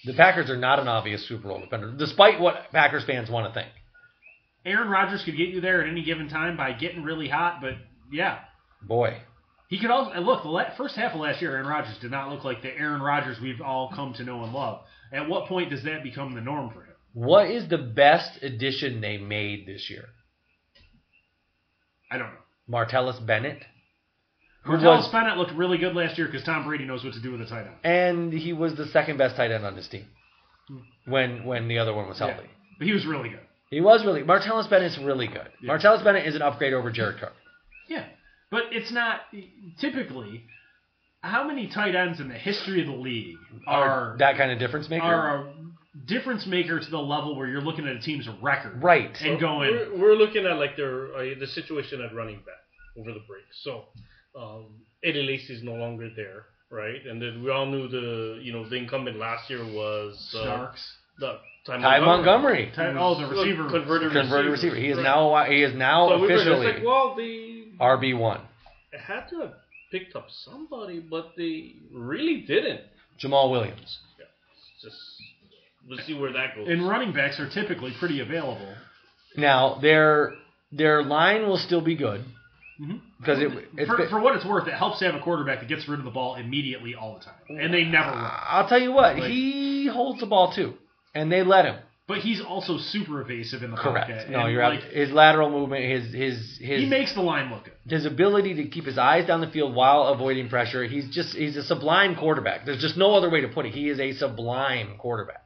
[SPEAKER 2] The Packers are not an obvious Super Bowl defender, despite what Packers fans want to think.
[SPEAKER 3] Aaron Rodgers could get you there at any given time by getting really hot, but yeah,
[SPEAKER 2] Boy.
[SPEAKER 3] He could also and look the la- first half of last year. Aaron Rodgers did not look like the Aaron Rodgers we've all come to know and love. At what point does that become the norm for him?
[SPEAKER 2] What is the best addition they made this year?
[SPEAKER 3] I don't know.
[SPEAKER 2] Martellus Bennett? Who
[SPEAKER 3] Martellus
[SPEAKER 2] was-
[SPEAKER 3] Bennett looked really good last year because Tom Brady knows what to do with a tight end.
[SPEAKER 2] And he was the second best tight end on this team when when the other one was healthy.
[SPEAKER 3] Hmm. Yeah. But he was really good.
[SPEAKER 2] He was really Martellus Bennett's really good. Martellus Bennett is an upgrade over Jared Cook.
[SPEAKER 3] Yeah, but it's not typically how many tight ends in the history of the league are
[SPEAKER 2] that kind of difference maker.
[SPEAKER 3] are a difference maker to the level where you're looking at a team's record
[SPEAKER 2] right.
[SPEAKER 3] and going.
[SPEAKER 4] We're, we're looking at like their uh, the situation at running back over the break. So um, Eddie Lacy's no longer there, right? And then we all knew the you know the incumbent last year was uh,
[SPEAKER 3] Starks.
[SPEAKER 4] the Ty
[SPEAKER 2] Ty Montgomery.
[SPEAKER 3] Ty- oh, the receiver.
[SPEAKER 4] converted,
[SPEAKER 2] converted receiver. He is
[SPEAKER 4] Right.
[SPEAKER 2] now now he is now
[SPEAKER 4] So we were just
[SPEAKER 2] officially
[SPEAKER 4] like, well, they
[SPEAKER 2] RB one.
[SPEAKER 4] had to have picked up somebody, but they really didn't.
[SPEAKER 2] Jamal Williams.
[SPEAKER 4] It's Just we'll see where that goes.
[SPEAKER 3] And running backs are typically pretty available.
[SPEAKER 2] Now their their line will still be good because it. It's
[SPEAKER 3] Mm-hmm. for,
[SPEAKER 2] been-
[SPEAKER 3] for what it's worth, it helps to have a quarterback that gets rid of the ball immediately all the time, and they never. Run.
[SPEAKER 2] I'll tell you what, he holds the ball too, and they let him.
[SPEAKER 3] But he's also super evasive in the
[SPEAKER 2] Correct.
[SPEAKER 3] pocket.
[SPEAKER 2] no,
[SPEAKER 3] and,
[SPEAKER 2] you're
[SPEAKER 3] like,
[SPEAKER 2] right. His lateral movement, his his his
[SPEAKER 3] He makes the line look good.
[SPEAKER 2] his ability to keep his eyes down the field while avoiding pressure. He's just he's a sublime quarterback. There's just no other way to put it. He is a sublime quarterback.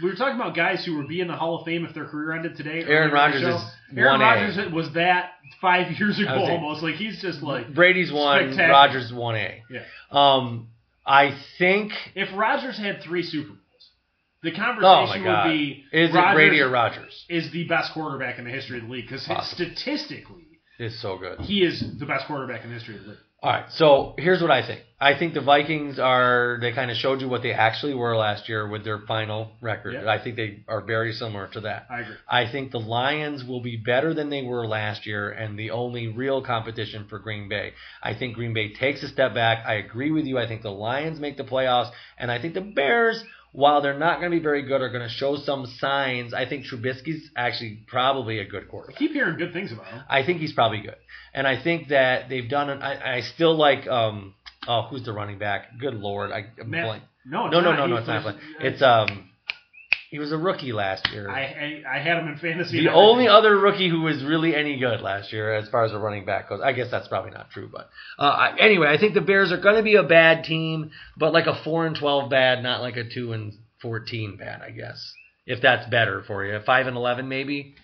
[SPEAKER 3] We were talking about guys who would be in the Hall of Fame if their career ended today. earlier
[SPEAKER 2] Aaron
[SPEAKER 3] in the
[SPEAKER 2] Rodgers
[SPEAKER 3] show.
[SPEAKER 2] is 1A.
[SPEAKER 3] Aaron Rodgers was that five years ago
[SPEAKER 2] I was-
[SPEAKER 3] almost. Like he's just like
[SPEAKER 2] Brady's one,
[SPEAKER 3] Spectacular.
[SPEAKER 2] Rogers one A.
[SPEAKER 3] Yeah.
[SPEAKER 2] Um, I think
[SPEAKER 3] If Rodgers had three Super Bowls, the
[SPEAKER 2] Oh my
[SPEAKER 3] conversation
[SPEAKER 2] God!
[SPEAKER 3] would be
[SPEAKER 2] is it
[SPEAKER 3] Rodgers
[SPEAKER 2] Brady or Rogers?
[SPEAKER 3] is the best quarterback in the history of the league because
[SPEAKER 2] Possibly.
[SPEAKER 3] statistically
[SPEAKER 2] It's so good.
[SPEAKER 3] he is the best quarterback in the history of the league.
[SPEAKER 2] All right, so here's what I think. I think the Vikings are they kind of showed you what they actually were last year with their final record.
[SPEAKER 3] Yep.
[SPEAKER 2] I think they are very similar to that.
[SPEAKER 3] I agree.
[SPEAKER 2] I think the Lions will be better than they were last year and the only real competition for Green Bay. I think Green Bay takes a step back. I agree with you. I think the Lions make the playoffs and I think the Bears while they're not going to be very good, are going to show some signs. I think Trubisky's actually probably a good quarterback.
[SPEAKER 3] Keep hearing good things about him.
[SPEAKER 2] I think he's probably good, and I think that they've done. An, I, I still like. um Oh, who's the running back? Good lord, I, I'm
[SPEAKER 3] Matt-
[SPEAKER 2] blank.
[SPEAKER 3] No, it's
[SPEAKER 2] No, no,
[SPEAKER 3] not.
[SPEAKER 2] no,
[SPEAKER 3] He
[SPEAKER 2] no,
[SPEAKER 3] was
[SPEAKER 2] it's not.
[SPEAKER 3] first-
[SPEAKER 2] Blank. It's um, he was a rookie last year.
[SPEAKER 3] I, I I had him in fantasy.
[SPEAKER 2] the
[SPEAKER 3] and everything.
[SPEAKER 2] only other rookie who was really any good last year, as far as a running back goes, I guess that's probably not true. But uh, I, anyway, I think the Bears are going to be a bad team, but like a four and twelve bad, not like a two and fourteen bad, I guess. If that's better for you, five and eleven maybe.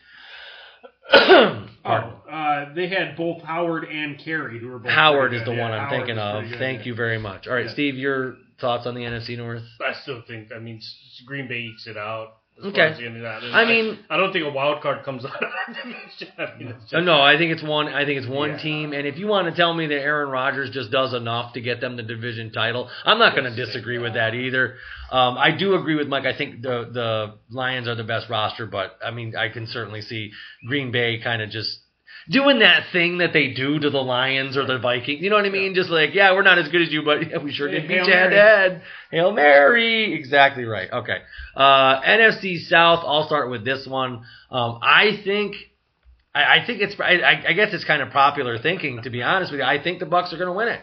[SPEAKER 3] Oh, uh, they had both Howard and Carey, who were both
[SPEAKER 2] Howard
[SPEAKER 3] pretty
[SPEAKER 2] is the
[SPEAKER 3] good.
[SPEAKER 2] one
[SPEAKER 3] Yeah,
[SPEAKER 2] I'm
[SPEAKER 3] Howard
[SPEAKER 2] thinking
[SPEAKER 3] was
[SPEAKER 2] of.
[SPEAKER 3] pretty good,
[SPEAKER 2] Thank
[SPEAKER 3] yeah.
[SPEAKER 2] you very much. All right,
[SPEAKER 3] Yeah.
[SPEAKER 2] Steve, your thoughts on the NFC North?
[SPEAKER 4] I still think. I mean, s- s- Green Bay ekes it out. as far
[SPEAKER 2] Okay.
[SPEAKER 4] as the end of that.
[SPEAKER 2] I mean-
[SPEAKER 4] I, don't think a wild card comes out. of that division. I mean, it's
[SPEAKER 2] Uh,
[SPEAKER 4] just-
[SPEAKER 2] No, I think it's one. I think it's one
[SPEAKER 4] Yeah.
[SPEAKER 2] team. And if you want to tell me that Aaron Rodgers just does enough to get them the division title, I'm not going to disagree with that either. Um, I do agree with Mike. I think the the Lions are the best roster, but I mean, I can certainly see Green Bay kind of just doing that thing that they do to the Lions or the Vikings. You know what I mean? Just like, yeah, we're not as good as you, but yeah, we sure
[SPEAKER 3] Yeah,
[SPEAKER 2] did beat
[SPEAKER 3] Hail
[SPEAKER 2] you head to
[SPEAKER 3] Mary.
[SPEAKER 2] head. Hail Mary. Exactly right. Okay. Uh, NFC South. I'll start with this one. Um, I think. I, I think it's. I, I- I guess it's kind of popular thinking, to be honest with you. I think the Bucks are going to win it.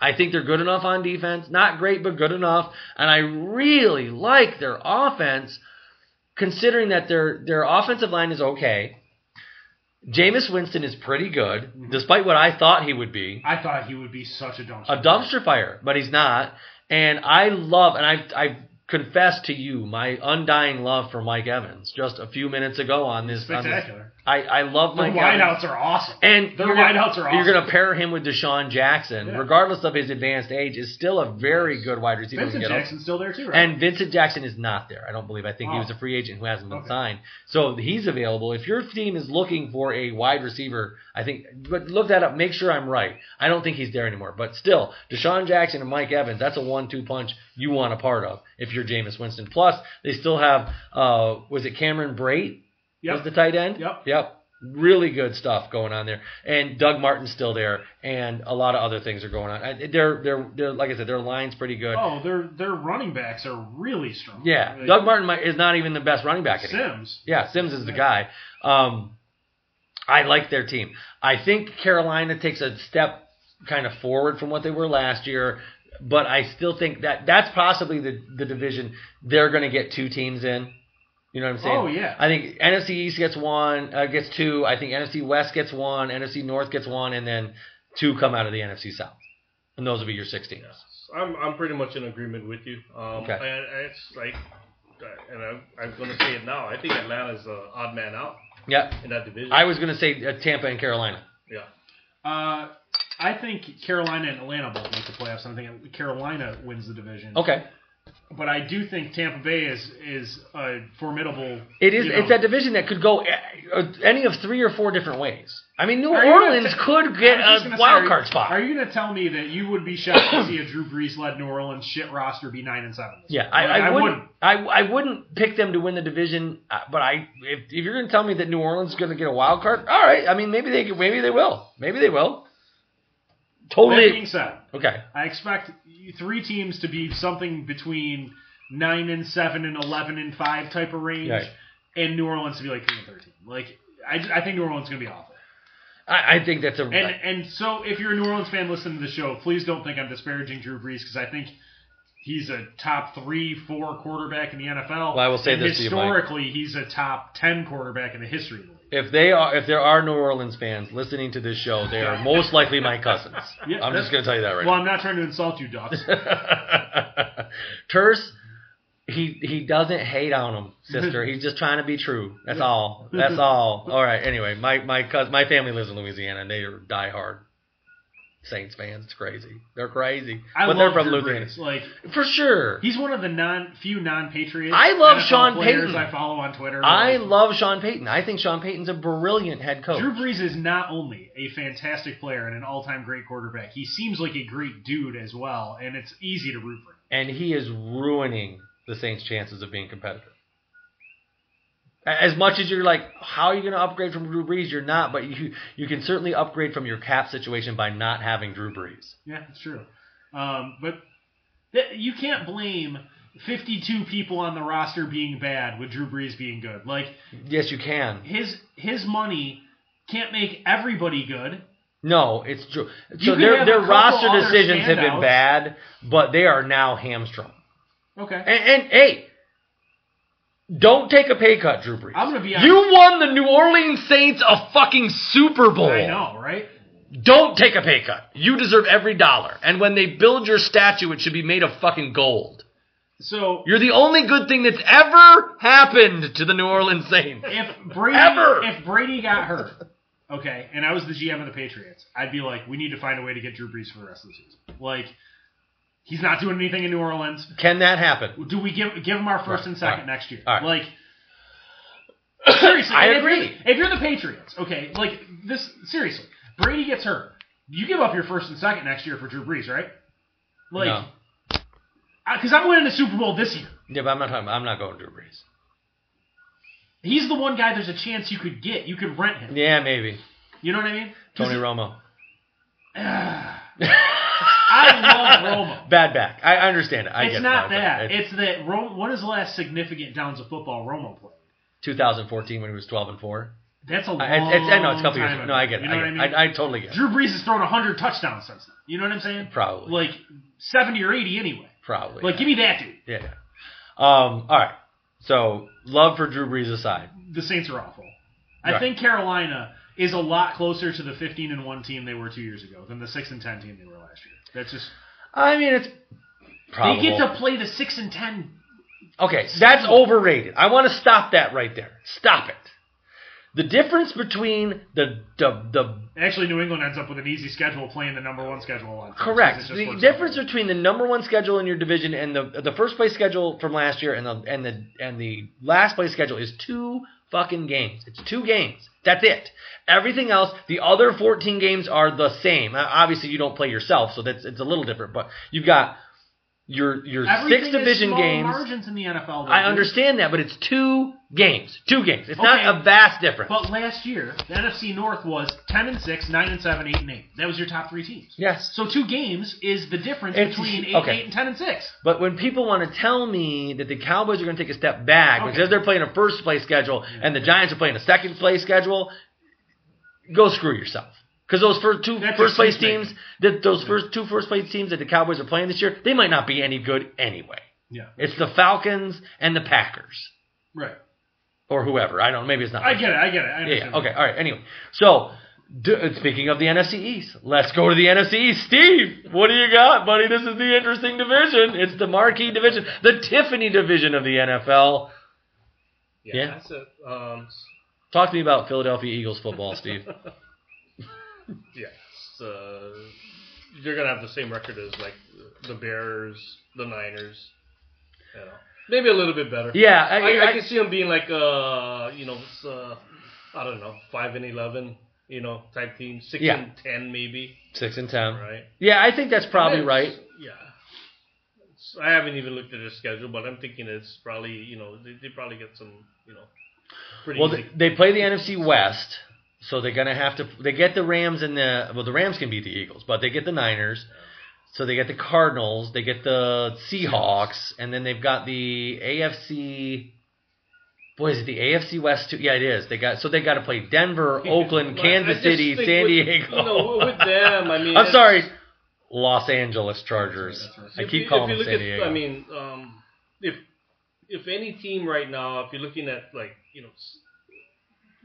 [SPEAKER 2] I think they're good enough on defense, not great, but good enough. And I really like their offense, considering that their their offensive line is okay. Jameis Winston is pretty good, despite what I thought he would be
[SPEAKER 3] I thought he would be such a dumpster.
[SPEAKER 2] a dumpster fire, but he's not. And I love, and I've, I've confessed to you my undying love for Mike Evans just a few minutes ago on this. on this-
[SPEAKER 3] Spectacular.
[SPEAKER 2] I, I love
[SPEAKER 3] The
[SPEAKER 2] Mike Evans.
[SPEAKER 3] wideouts are awesome.
[SPEAKER 2] Oh And
[SPEAKER 3] their
[SPEAKER 2] you're gonna-
[SPEAKER 3] wideouts are awesome.
[SPEAKER 2] You're going to pair him with Deshaun Jackson,
[SPEAKER 3] Yeah.
[SPEAKER 2] regardless of his advanced age, is still a very good wide receiver.
[SPEAKER 3] Vincent
[SPEAKER 2] to get up.
[SPEAKER 3] Jackson's still there too, right?
[SPEAKER 2] And Vincent Jackson is not there. I don't believe. I think he
[SPEAKER 3] Oh.
[SPEAKER 2] was a free agent who hasn't been
[SPEAKER 3] Okay.
[SPEAKER 2] signed. So he's available. If your team is looking for a wide receiver, I think. But look that up. Make sure I'm right. I don't think he's there anymore. But still, Deshaun Jackson and Mike Evans. That's a one-two punch you want a part of if you're Jameis Winston. Plus, they still have. Uh, was it Cameron Brait?
[SPEAKER 3] Yep.
[SPEAKER 2] Was the tight end?
[SPEAKER 3] Yep.
[SPEAKER 2] Yep. Really good stuff going on there, and Doug Martin's still there, and a lot of other things are going on. I- They're they're they're like I said, their line's pretty good.
[SPEAKER 3] oh, their their running backs are really strong.
[SPEAKER 2] Yeah,
[SPEAKER 3] Like,
[SPEAKER 2] Doug Martin might, is not even the best running back anymore.
[SPEAKER 3] Sims.
[SPEAKER 2] Yeah, Sims is the guy. Um, I like their team. I think Carolina takes a step kind of forward from what they were last year, but I still think that that's possibly the, the division they're going to get two teams in. You know what I'm saying?
[SPEAKER 3] Oh, yeah.
[SPEAKER 2] I think NFC East gets one, uh, gets two. I think NFC West gets one, NFC North gets one, and then two come out of the NFC South, and those will be your six teams.
[SPEAKER 4] I'm I'm pretty much in agreement with you. Um,
[SPEAKER 2] Okay.
[SPEAKER 4] okay. it's like, uh, and I'm, I'm going to say it now. I think Atlanta's an odd man out
[SPEAKER 2] Yeah,
[SPEAKER 4] in that division.
[SPEAKER 2] I was going to say uh, Tampa and Carolina.
[SPEAKER 4] yeah.
[SPEAKER 3] Uh, I think Carolina and Atlanta both make the playoffs. and I think Carolina wins the division.
[SPEAKER 2] Okay.
[SPEAKER 3] But I do think Tampa Bay is is a formidable.
[SPEAKER 2] It is.
[SPEAKER 3] you
[SPEAKER 2] It's
[SPEAKER 3] know-
[SPEAKER 2] that division that could go uh, any of three or four different ways. I mean, New
[SPEAKER 3] Are you gonna
[SPEAKER 2] Orleans
[SPEAKER 3] ta-
[SPEAKER 2] could get
[SPEAKER 3] I was just
[SPEAKER 2] a
[SPEAKER 3] gonna say, are
[SPEAKER 2] wild
[SPEAKER 3] you-
[SPEAKER 2] card spot.
[SPEAKER 3] Are you going to tell me that you would be shocked to see a Drew Brees led New Orleans shit roster be nine and seven?
[SPEAKER 2] yeah, I,
[SPEAKER 3] Like,
[SPEAKER 2] I, wouldn't. I, I wouldn't pick them to win the division. uh, But I, if, if you're going to tell me that New Orleans is going to get a wild card, all right. I mean, maybe they could. Maybe they will. Maybe they will.
[SPEAKER 3] That being
[SPEAKER 2] Totally.
[SPEAKER 3] said,
[SPEAKER 2] Okay.
[SPEAKER 3] I expect three teams to be something between nine and seven and eleven and five type of range,
[SPEAKER 2] Right.
[SPEAKER 3] and New Orleans to be like three and thirteen. Like I, I think New Orleans is going to be awful.
[SPEAKER 2] I, I think that's a.
[SPEAKER 3] And and so if you're a New Orleans fan listening to the show, please don't think I'm disparaging Drew Brees because I think he's a top three, four quarterback in the NFL.
[SPEAKER 2] Well, I will say
[SPEAKER 3] and
[SPEAKER 2] this to you, Mike.
[SPEAKER 3] historically, he's a top ten quarterback in the history of the league.
[SPEAKER 2] if they are, if there are New Orleans fans listening to this show, they are most likely my cousins.
[SPEAKER 3] Yeah,
[SPEAKER 2] I'm just going to tell you that right now.
[SPEAKER 3] Well, I'm not trying to insult you, Ducks.
[SPEAKER 2] Terse, he he doesn't hate on him, sister. He's just trying to be true. That's all. That's all. All right. Anyway, my my cousin, my family lives in Louisiana, and they are diehard Saints fans. It's crazy. They're crazy,
[SPEAKER 3] I
[SPEAKER 2] but
[SPEAKER 3] love
[SPEAKER 2] they're from
[SPEAKER 3] Drew
[SPEAKER 2] Louisiana
[SPEAKER 3] Brees. Like
[SPEAKER 2] for sure.
[SPEAKER 3] he's one of the non few non Patriots.
[SPEAKER 2] I love Sean
[SPEAKER 3] players
[SPEAKER 2] Payton.
[SPEAKER 3] I follow on Twitter.
[SPEAKER 2] I
[SPEAKER 3] Like,
[SPEAKER 2] love Sean Payton. I think Sean Payton's a brilliant head coach.
[SPEAKER 3] Drew Brees is not only a fantastic player and an all-time great quarterback. He seems like a great dude as well, and it's easy to root for. him.
[SPEAKER 2] and he is ruining the Saints' chances of being competitive. A- As much as you're like, how are you going to upgrade from Drew Brees? You're not, but you you can certainly upgrade from your cap situation by not having Drew Brees.
[SPEAKER 3] Yeah, it's true. Um, but That- You can't blame 52 people on the roster being bad with Drew Brees being good. Like
[SPEAKER 2] Yes, you can.
[SPEAKER 3] his his money can't make everybody good.
[SPEAKER 2] No, it's Drew. So
[SPEAKER 3] could
[SPEAKER 2] their
[SPEAKER 3] have
[SPEAKER 2] their
[SPEAKER 3] a couple
[SPEAKER 2] roster
[SPEAKER 3] other
[SPEAKER 2] decisions have been
[SPEAKER 3] standouts.
[SPEAKER 2] bad, but they are now hamstrung.
[SPEAKER 3] Okay.
[SPEAKER 2] And, and hey, don't take a pay cut, Drew Brees.
[SPEAKER 3] I'm gonna be
[SPEAKER 2] You won the New Orleans Saints a fucking Super Bowl.
[SPEAKER 3] I know, right?
[SPEAKER 2] Don't take a pay cut. You deserve every dollar. And when they build your statue, it should be made of fucking gold.
[SPEAKER 3] So
[SPEAKER 2] You're the only good thing that's ever happened to the New Orleans Saints.
[SPEAKER 3] if Brady
[SPEAKER 2] Ever.
[SPEAKER 3] if Brady got hurt, okay, and I was the GM of the Patriots, I'd be like, we need to find a way to get Drew Brees for the rest of the season. Like, he's not doing anything in New Orleans.
[SPEAKER 2] Can that happen?
[SPEAKER 3] Do we give give him our first
[SPEAKER 2] Right,
[SPEAKER 3] and second
[SPEAKER 2] right,
[SPEAKER 3] next year?
[SPEAKER 2] all right.
[SPEAKER 3] Like, seriously,
[SPEAKER 2] I
[SPEAKER 3] and if you're
[SPEAKER 2] agree.
[SPEAKER 3] the- If you're, the, Patriots, okay, like this seriously, Brady gets hurt, you give up your first and second next year for Drew Brees, right? Like,
[SPEAKER 2] no.
[SPEAKER 3] because I'm winning the Super Bowl this year.
[SPEAKER 2] Yeah, but I'm not talking. I'm not going Drew Brees.
[SPEAKER 3] He's the one guy. There's a chance you could get. You could rent him.
[SPEAKER 2] Yeah, maybe
[SPEAKER 3] You know what I mean?
[SPEAKER 2] Tony Romo.
[SPEAKER 3] I love Romo.
[SPEAKER 2] Bad back. I I understand it. I
[SPEAKER 3] It's
[SPEAKER 2] get
[SPEAKER 3] not
[SPEAKER 2] it. now, but
[SPEAKER 3] that.
[SPEAKER 2] It's
[SPEAKER 3] It's, that. Ro- what is the last significant downs of football Romo played?
[SPEAKER 2] 2014 when he was 12 and four.
[SPEAKER 3] That's a long
[SPEAKER 2] I, it's, it's, I know it's a couple
[SPEAKER 3] time
[SPEAKER 2] years.
[SPEAKER 3] ago.
[SPEAKER 2] No, I get it.
[SPEAKER 3] You know
[SPEAKER 2] I,
[SPEAKER 3] what
[SPEAKER 2] get
[SPEAKER 3] I
[SPEAKER 2] it.
[SPEAKER 3] mean?
[SPEAKER 2] I, I totally get it.
[SPEAKER 3] Drew Brees has thrown 100 touchdowns since then. You know what I'm saying?
[SPEAKER 2] Probably.
[SPEAKER 3] Like 70 or 80 anyway.
[SPEAKER 2] Probably.
[SPEAKER 3] Like, give me that dude.
[SPEAKER 2] yeah. yeah. Um. All right. So love for Drew Brees aside.
[SPEAKER 3] The Saints are awful. I
[SPEAKER 2] Right.
[SPEAKER 3] think Carolina is a lot closer to the 15 and 1 team they were two years ago than the 6 and 10 team they were last year. That's just
[SPEAKER 2] I mean, it's probable.
[SPEAKER 3] they get to play the 6 and 10.
[SPEAKER 2] Okay, that's overrated. I want to stop that right there. Stop it. The difference between the the, the
[SPEAKER 3] Actually, New England ends up with an easy schedule playing the number one schedule a lot. of times,
[SPEAKER 2] correct
[SPEAKER 3] because it just
[SPEAKER 2] the
[SPEAKER 3] works out.
[SPEAKER 2] difference between the number one schedule in your division and the the first place schedule from last year and the and the and the last place schedule is two fucking games. It's two games. That's it. Everything else, the other fourteen games are the same. Uh, Obviously, you don't play yourself, so that's it's a little different. But you've got your your
[SPEAKER 3] Everything
[SPEAKER 2] six
[SPEAKER 3] is
[SPEAKER 2] division
[SPEAKER 3] small
[SPEAKER 2] games.
[SPEAKER 3] Margins in the NFL. though,
[SPEAKER 2] I
[SPEAKER 3] dude.
[SPEAKER 2] understand that, but it's two games. Two games. It's
[SPEAKER 3] Okay.
[SPEAKER 2] not a vast difference.
[SPEAKER 3] But last year, the NFC North was 10 and 6, 9 and 7, 8 and 8. That was your top three teams.
[SPEAKER 2] yes.
[SPEAKER 3] So two games is the difference
[SPEAKER 2] It's-
[SPEAKER 3] between 8
[SPEAKER 2] okay.
[SPEAKER 3] and 8 and 10 and 6.
[SPEAKER 2] But when people want to tell me that the Cowboys are going to take a step back
[SPEAKER 3] Okay.
[SPEAKER 2] because they're playing a first place schedule and the Giants are playing a second place schedule, go screw yourself. Because those first two
[SPEAKER 3] That's
[SPEAKER 2] first place
[SPEAKER 3] excuse
[SPEAKER 2] teams, that those first two first place teams that the Cowboys are playing this year, they might not be any good anyway.
[SPEAKER 3] Yeah.
[SPEAKER 2] It's the Falcons and the Packers
[SPEAKER 3] Right.
[SPEAKER 2] or whoever. I don't. know. Maybe it's not.
[SPEAKER 3] I get it. I get it. I
[SPEAKER 2] Yeah,
[SPEAKER 3] understand.
[SPEAKER 2] yeah. Okay. All right. Anyway, so d- uh, speaking of the NFC East, let's go to the NFC East. Steve, what do you got, buddy? This is the interesting division. It's the marquee division, the Tiffany division of the NFL.
[SPEAKER 4] Yeah,
[SPEAKER 2] Yeah.
[SPEAKER 4] that's it. Um, s-
[SPEAKER 2] Talk to me about Philadelphia Eagles football, Steve.
[SPEAKER 4] yeah, it's, uh, you're gonna have the same record as like the Bears, the Niners. You know, maybe a little bit better.
[SPEAKER 2] yeah,
[SPEAKER 4] I, I,
[SPEAKER 2] I, I,
[SPEAKER 4] can see them being like uh, you know, it's, uh, I don't know, five and eleven, you know, type team, six
[SPEAKER 2] Yeah.
[SPEAKER 4] and ten maybe,
[SPEAKER 2] six and ten.
[SPEAKER 4] right?
[SPEAKER 2] Yeah, I think that's probably
[SPEAKER 4] It's-
[SPEAKER 2] right.
[SPEAKER 4] Yeah. It's- I haven't even looked at their schedule, but I'm thinking it's probably you know they, they probably get some you know pretty
[SPEAKER 2] Well,
[SPEAKER 4] easy.
[SPEAKER 2] they, they play the NFC West, so they're gonna have to. They get the Rams and the well, the Rams can beat the Eagles, but they get the Niners. So they get the Cardinals, they get the Seahawks, and then they've got the AFC. Boy, is it the AFC West too? Yeah, it is. They got so they got to play Denver, Oakland,
[SPEAKER 4] But I
[SPEAKER 2] Kansas
[SPEAKER 4] just
[SPEAKER 2] City,
[SPEAKER 4] think
[SPEAKER 2] San
[SPEAKER 4] with-
[SPEAKER 2] Diego.
[SPEAKER 4] You know, with them, I mean,
[SPEAKER 2] I'm
[SPEAKER 4] it's-
[SPEAKER 2] sorry, Los Angeles Chargers. I
[SPEAKER 4] if you-
[SPEAKER 2] keep
[SPEAKER 4] if
[SPEAKER 2] calling
[SPEAKER 4] you
[SPEAKER 2] them
[SPEAKER 4] look
[SPEAKER 2] San
[SPEAKER 4] at-
[SPEAKER 2] Diego.
[SPEAKER 4] I mean, um, if if any team right now, if you're looking at like you know s-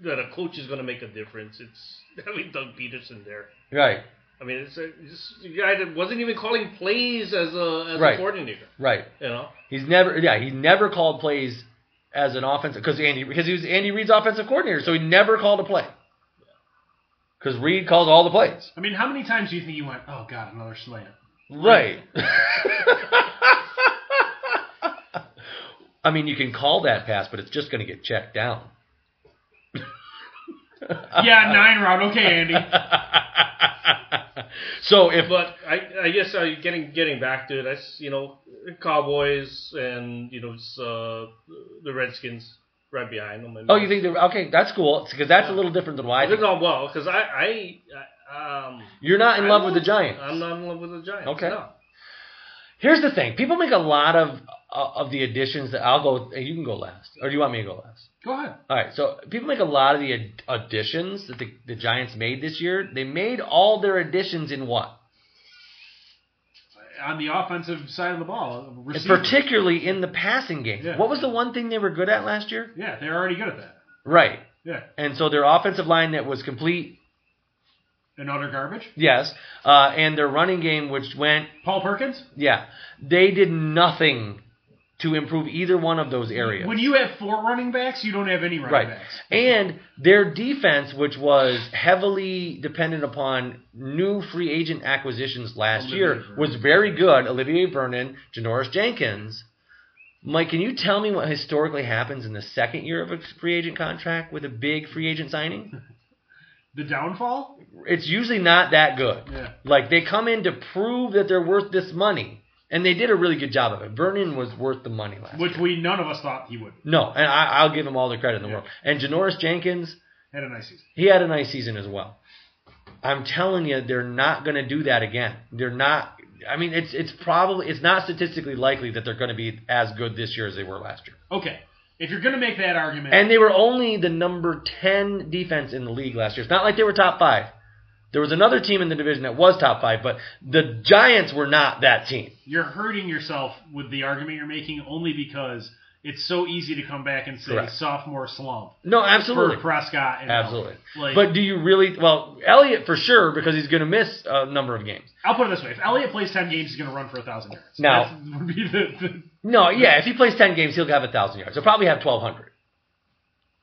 [SPEAKER 4] that a coach is going to make a difference, it's having Doug Peterson there.
[SPEAKER 2] right,
[SPEAKER 4] I mean, it's a, it's a guy that wasn't even calling plays as a as
[SPEAKER 2] Right.
[SPEAKER 4] a coordinator.
[SPEAKER 2] right.
[SPEAKER 4] You know,
[SPEAKER 2] He's never, yeah, he never called plays as an offensive because Andy because he was Andy Reid's offensive coordinator, so he never called a play. Because Reid calls all the plays,
[SPEAKER 3] I mean, how many times do you think you went, oh, God, another slant?
[SPEAKER 2] right? I mean, you can call that pass, but it's just going to get checked down.
[SPEAKER 3] yeah, nine round. Okay, Andy.
[SPEAKER 2] so if
[SPEAKER 4] but I, I guess uh, getting getting back to it, that's you know Cowboys and you know it's, uh, the Redskins right behind them. I mean,
[SPEAKER 2] oh, you think they're okay? That's cool because that's a little different than why
[SPEAKER 4] I think on well because I I, I um
[SPEAKER 2] you're not in
[SPEAKER 4] I um,
[SPEAKER 2] love with
[SPEAKER 4] don't-
[SPEAKER 2] the Giants.
[SPEAKER 4] I'm not in love with the Giants.
[SPEAKER 2] Okay.
[SPEAKER 4] no.
[SPEAKER 2] Here's the thing: people make a lot of uh, of the additions that I'll go. You can go last, or do you want me to go last?
[SPEAKER 3] Go ahead.
[SPEAKER 2] All right, so people make a lot of the ad- additions that the, the Giants made this year. They made all their additions in what?
[SPEAKER 3] On the offensive side of the ball, uh,
[SPEAKER 2] And
[SPEAKER 3] receiver.
[SPEAKER 2] particularly in the passing game.
[SPEAKER 3] Yeah.
[SPEAKER 2] What was the one thing they were good at last year?
[SPEAKER 3] yeah, they're already good at that.
[SPEAKER 2] Right.
[SPEAKER 3] Yeah,
[SPEAKER 2] And so their offensive line that was complete,
[SPEAKER 3] and utter garbage.
[SPEAKER 2] yes, uh, and their running game which went,
[SPEAKER 3] Paul Perkins.
[SPEAKER 2] yeah, they did nothing to improve either one of those areas.
[SPEAKER 3] When you have four running backs, you don't have any running
[SPEAKER 2] Right.
[SPEAKER 3] backs.
[SPEAKER 2] And their defense, which was heavily dependent upon new free agent acquisitions last
[SPEAKER 3] Olivier
[SPEAKER 2] year,
[SPEAKER 3] Vernon.
[SPEAKER 2] was very good. Olivier Vernon, Janoris Jenkins. Mike, can you tell me what historically happens in the second year of a free agent contract with a big free agent signing?
[SPEAKER 3] The downfall.
[SPEAKER 2] It's usually not that good.
[SPEAKER 3] Yeah.
[SPEAKER 2] Like they come in to prove that they're worth this money, and they did a really good job of it. Vernon was worth the money last
[SPEAKER 3] Which
[SPEAKER 2] year.
[SPEAKER 3] we none of us thought he would.
[SPEAKER 2] No, and I, I'll give him all the credit in the
[SPEAKER 3] Yeah.
[SPEAKER 2] world. And Janoris Jenkins,
[SPEAKER 3] Had a nice season.
[SPEAKER 2] he had a nice season as well. I'm telling you, they're not going to do that again. They're not. I mean, it's it's probably it's not statistically likely that they're going to be as good this year as they were last year.
[SPEAKER 3] Okay, if you're gonna make that argument,
[SPEAKER 2] And they were only the number ten defense in the league last year. It's not like they were top five. There was another team in the division that was top five, but the Giants were not that team.
[SPEAKER 3] you're hurting yourself with the argument you're making only because it's so easy to come back and say
[SPEAKER 2] Correct.
[SPEAKER 3] sophomore slump
[SPEAKER 2] No, absolutely,
[SPEAKER 3] for Prescott. And
[SPEAKER 2] absolutely.
[SPEAKER 3] Like,
[SPEAKER 2] but do you really? Well, Elliott for sure because he's going to miss a number of games.
[SPEAKER 3] I'll put it this way: if Elliott plays ten games, he's going to run for a thousand yards.
[SPEAKER 2] Now-
[SPEAKER 3] That would be the, the
[SPEAKER 2] No, yeah. If he plays ten games, he'll have thousand yards. He'll probably have twelve hundred.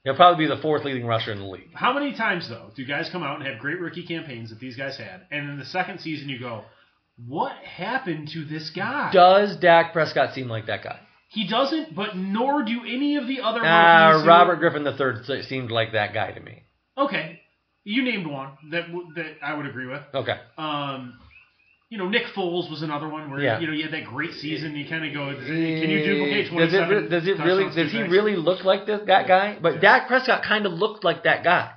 [SPEAKER 2] He'll probably be the fourth leading rusher in the league.
[SPEAKER 3] How many times though do guys come out and have great rookie campaigns that these guys had, and then the second season you go, what happened to this guy?
[SPEAKER 2] Does Dak Prescott seem like that guy?
[SPEAKER 3] He doesn't, but nor do any of the other. rookies
[SPEAKER 2] Ah,
[SPEAKER 3] who-
[SPEAKER 2] Robert Griffin III se- seemed like that guy to me.
[SPEAKER 3] Okay, you named one that w- that I would agree with.
[SPEAKER 2] Okay,
[SPEAKER 3] Um, you know, Nick Foles was another one where
[SPEAKER 2] Yeah. Eh,
[SPEAKER 3] you know you had that great season. You kind of go, can you duplicate
[SPEAKER 2] Does it,
[SPEAKER 3] twenty-seven?
[SPEAKER 2] re- does it
[SPEAKER 3] touchdowns,
[SPEAKER 2] really?
[SPEAKER 3] two
[SPEAKER 2] Does he
[SPEAKER 3] picks?
[SPEAKER 2] really look like this that guy? But Dak Prescott kind of looked like that guy.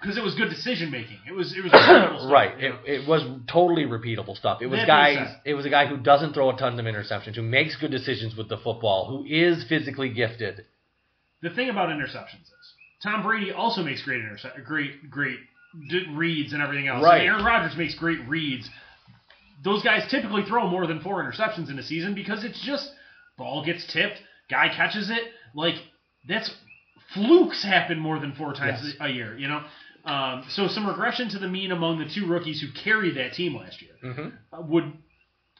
[SPEAKER 3] Because it was good decision making. It was it was incredible stuff,
[SPEAKER 2] Right.
[SPEAKER 3] you
[SPEAKER 2] It,
[SPEAKER 3] know?
[SPEAKER 2] it was totally repeatable stuff. It was
[SPEAKER 3] That being
[SPEAKER 2] guys.
[SPEAKER 3] said-
[SPEAKER 2] It was a guy who doesn't throw a ton of interceptions, who makes good decisions with the football, who is physically gifted.
[SPEAKER 3] the thing about interceptions is Tom Brady also makes great intercept, great great d- reads and everything else.
[SPEAKER 2] Right.
[SPEAKER 3] And Aaron Rodgers makes great reads. Those guys typically throw more than four interceptions in a season because it's just ball gets tipped, guy catches it. Like that's flukes happen more than four times
[SPEAKER 2] Yes.
[SPEAKER 3] a year. You know. Um, so some regression to the mean among the two rookies who carried that team last year
[SPEAKER 2] Mhm.
[SPEAKER 3] uh, would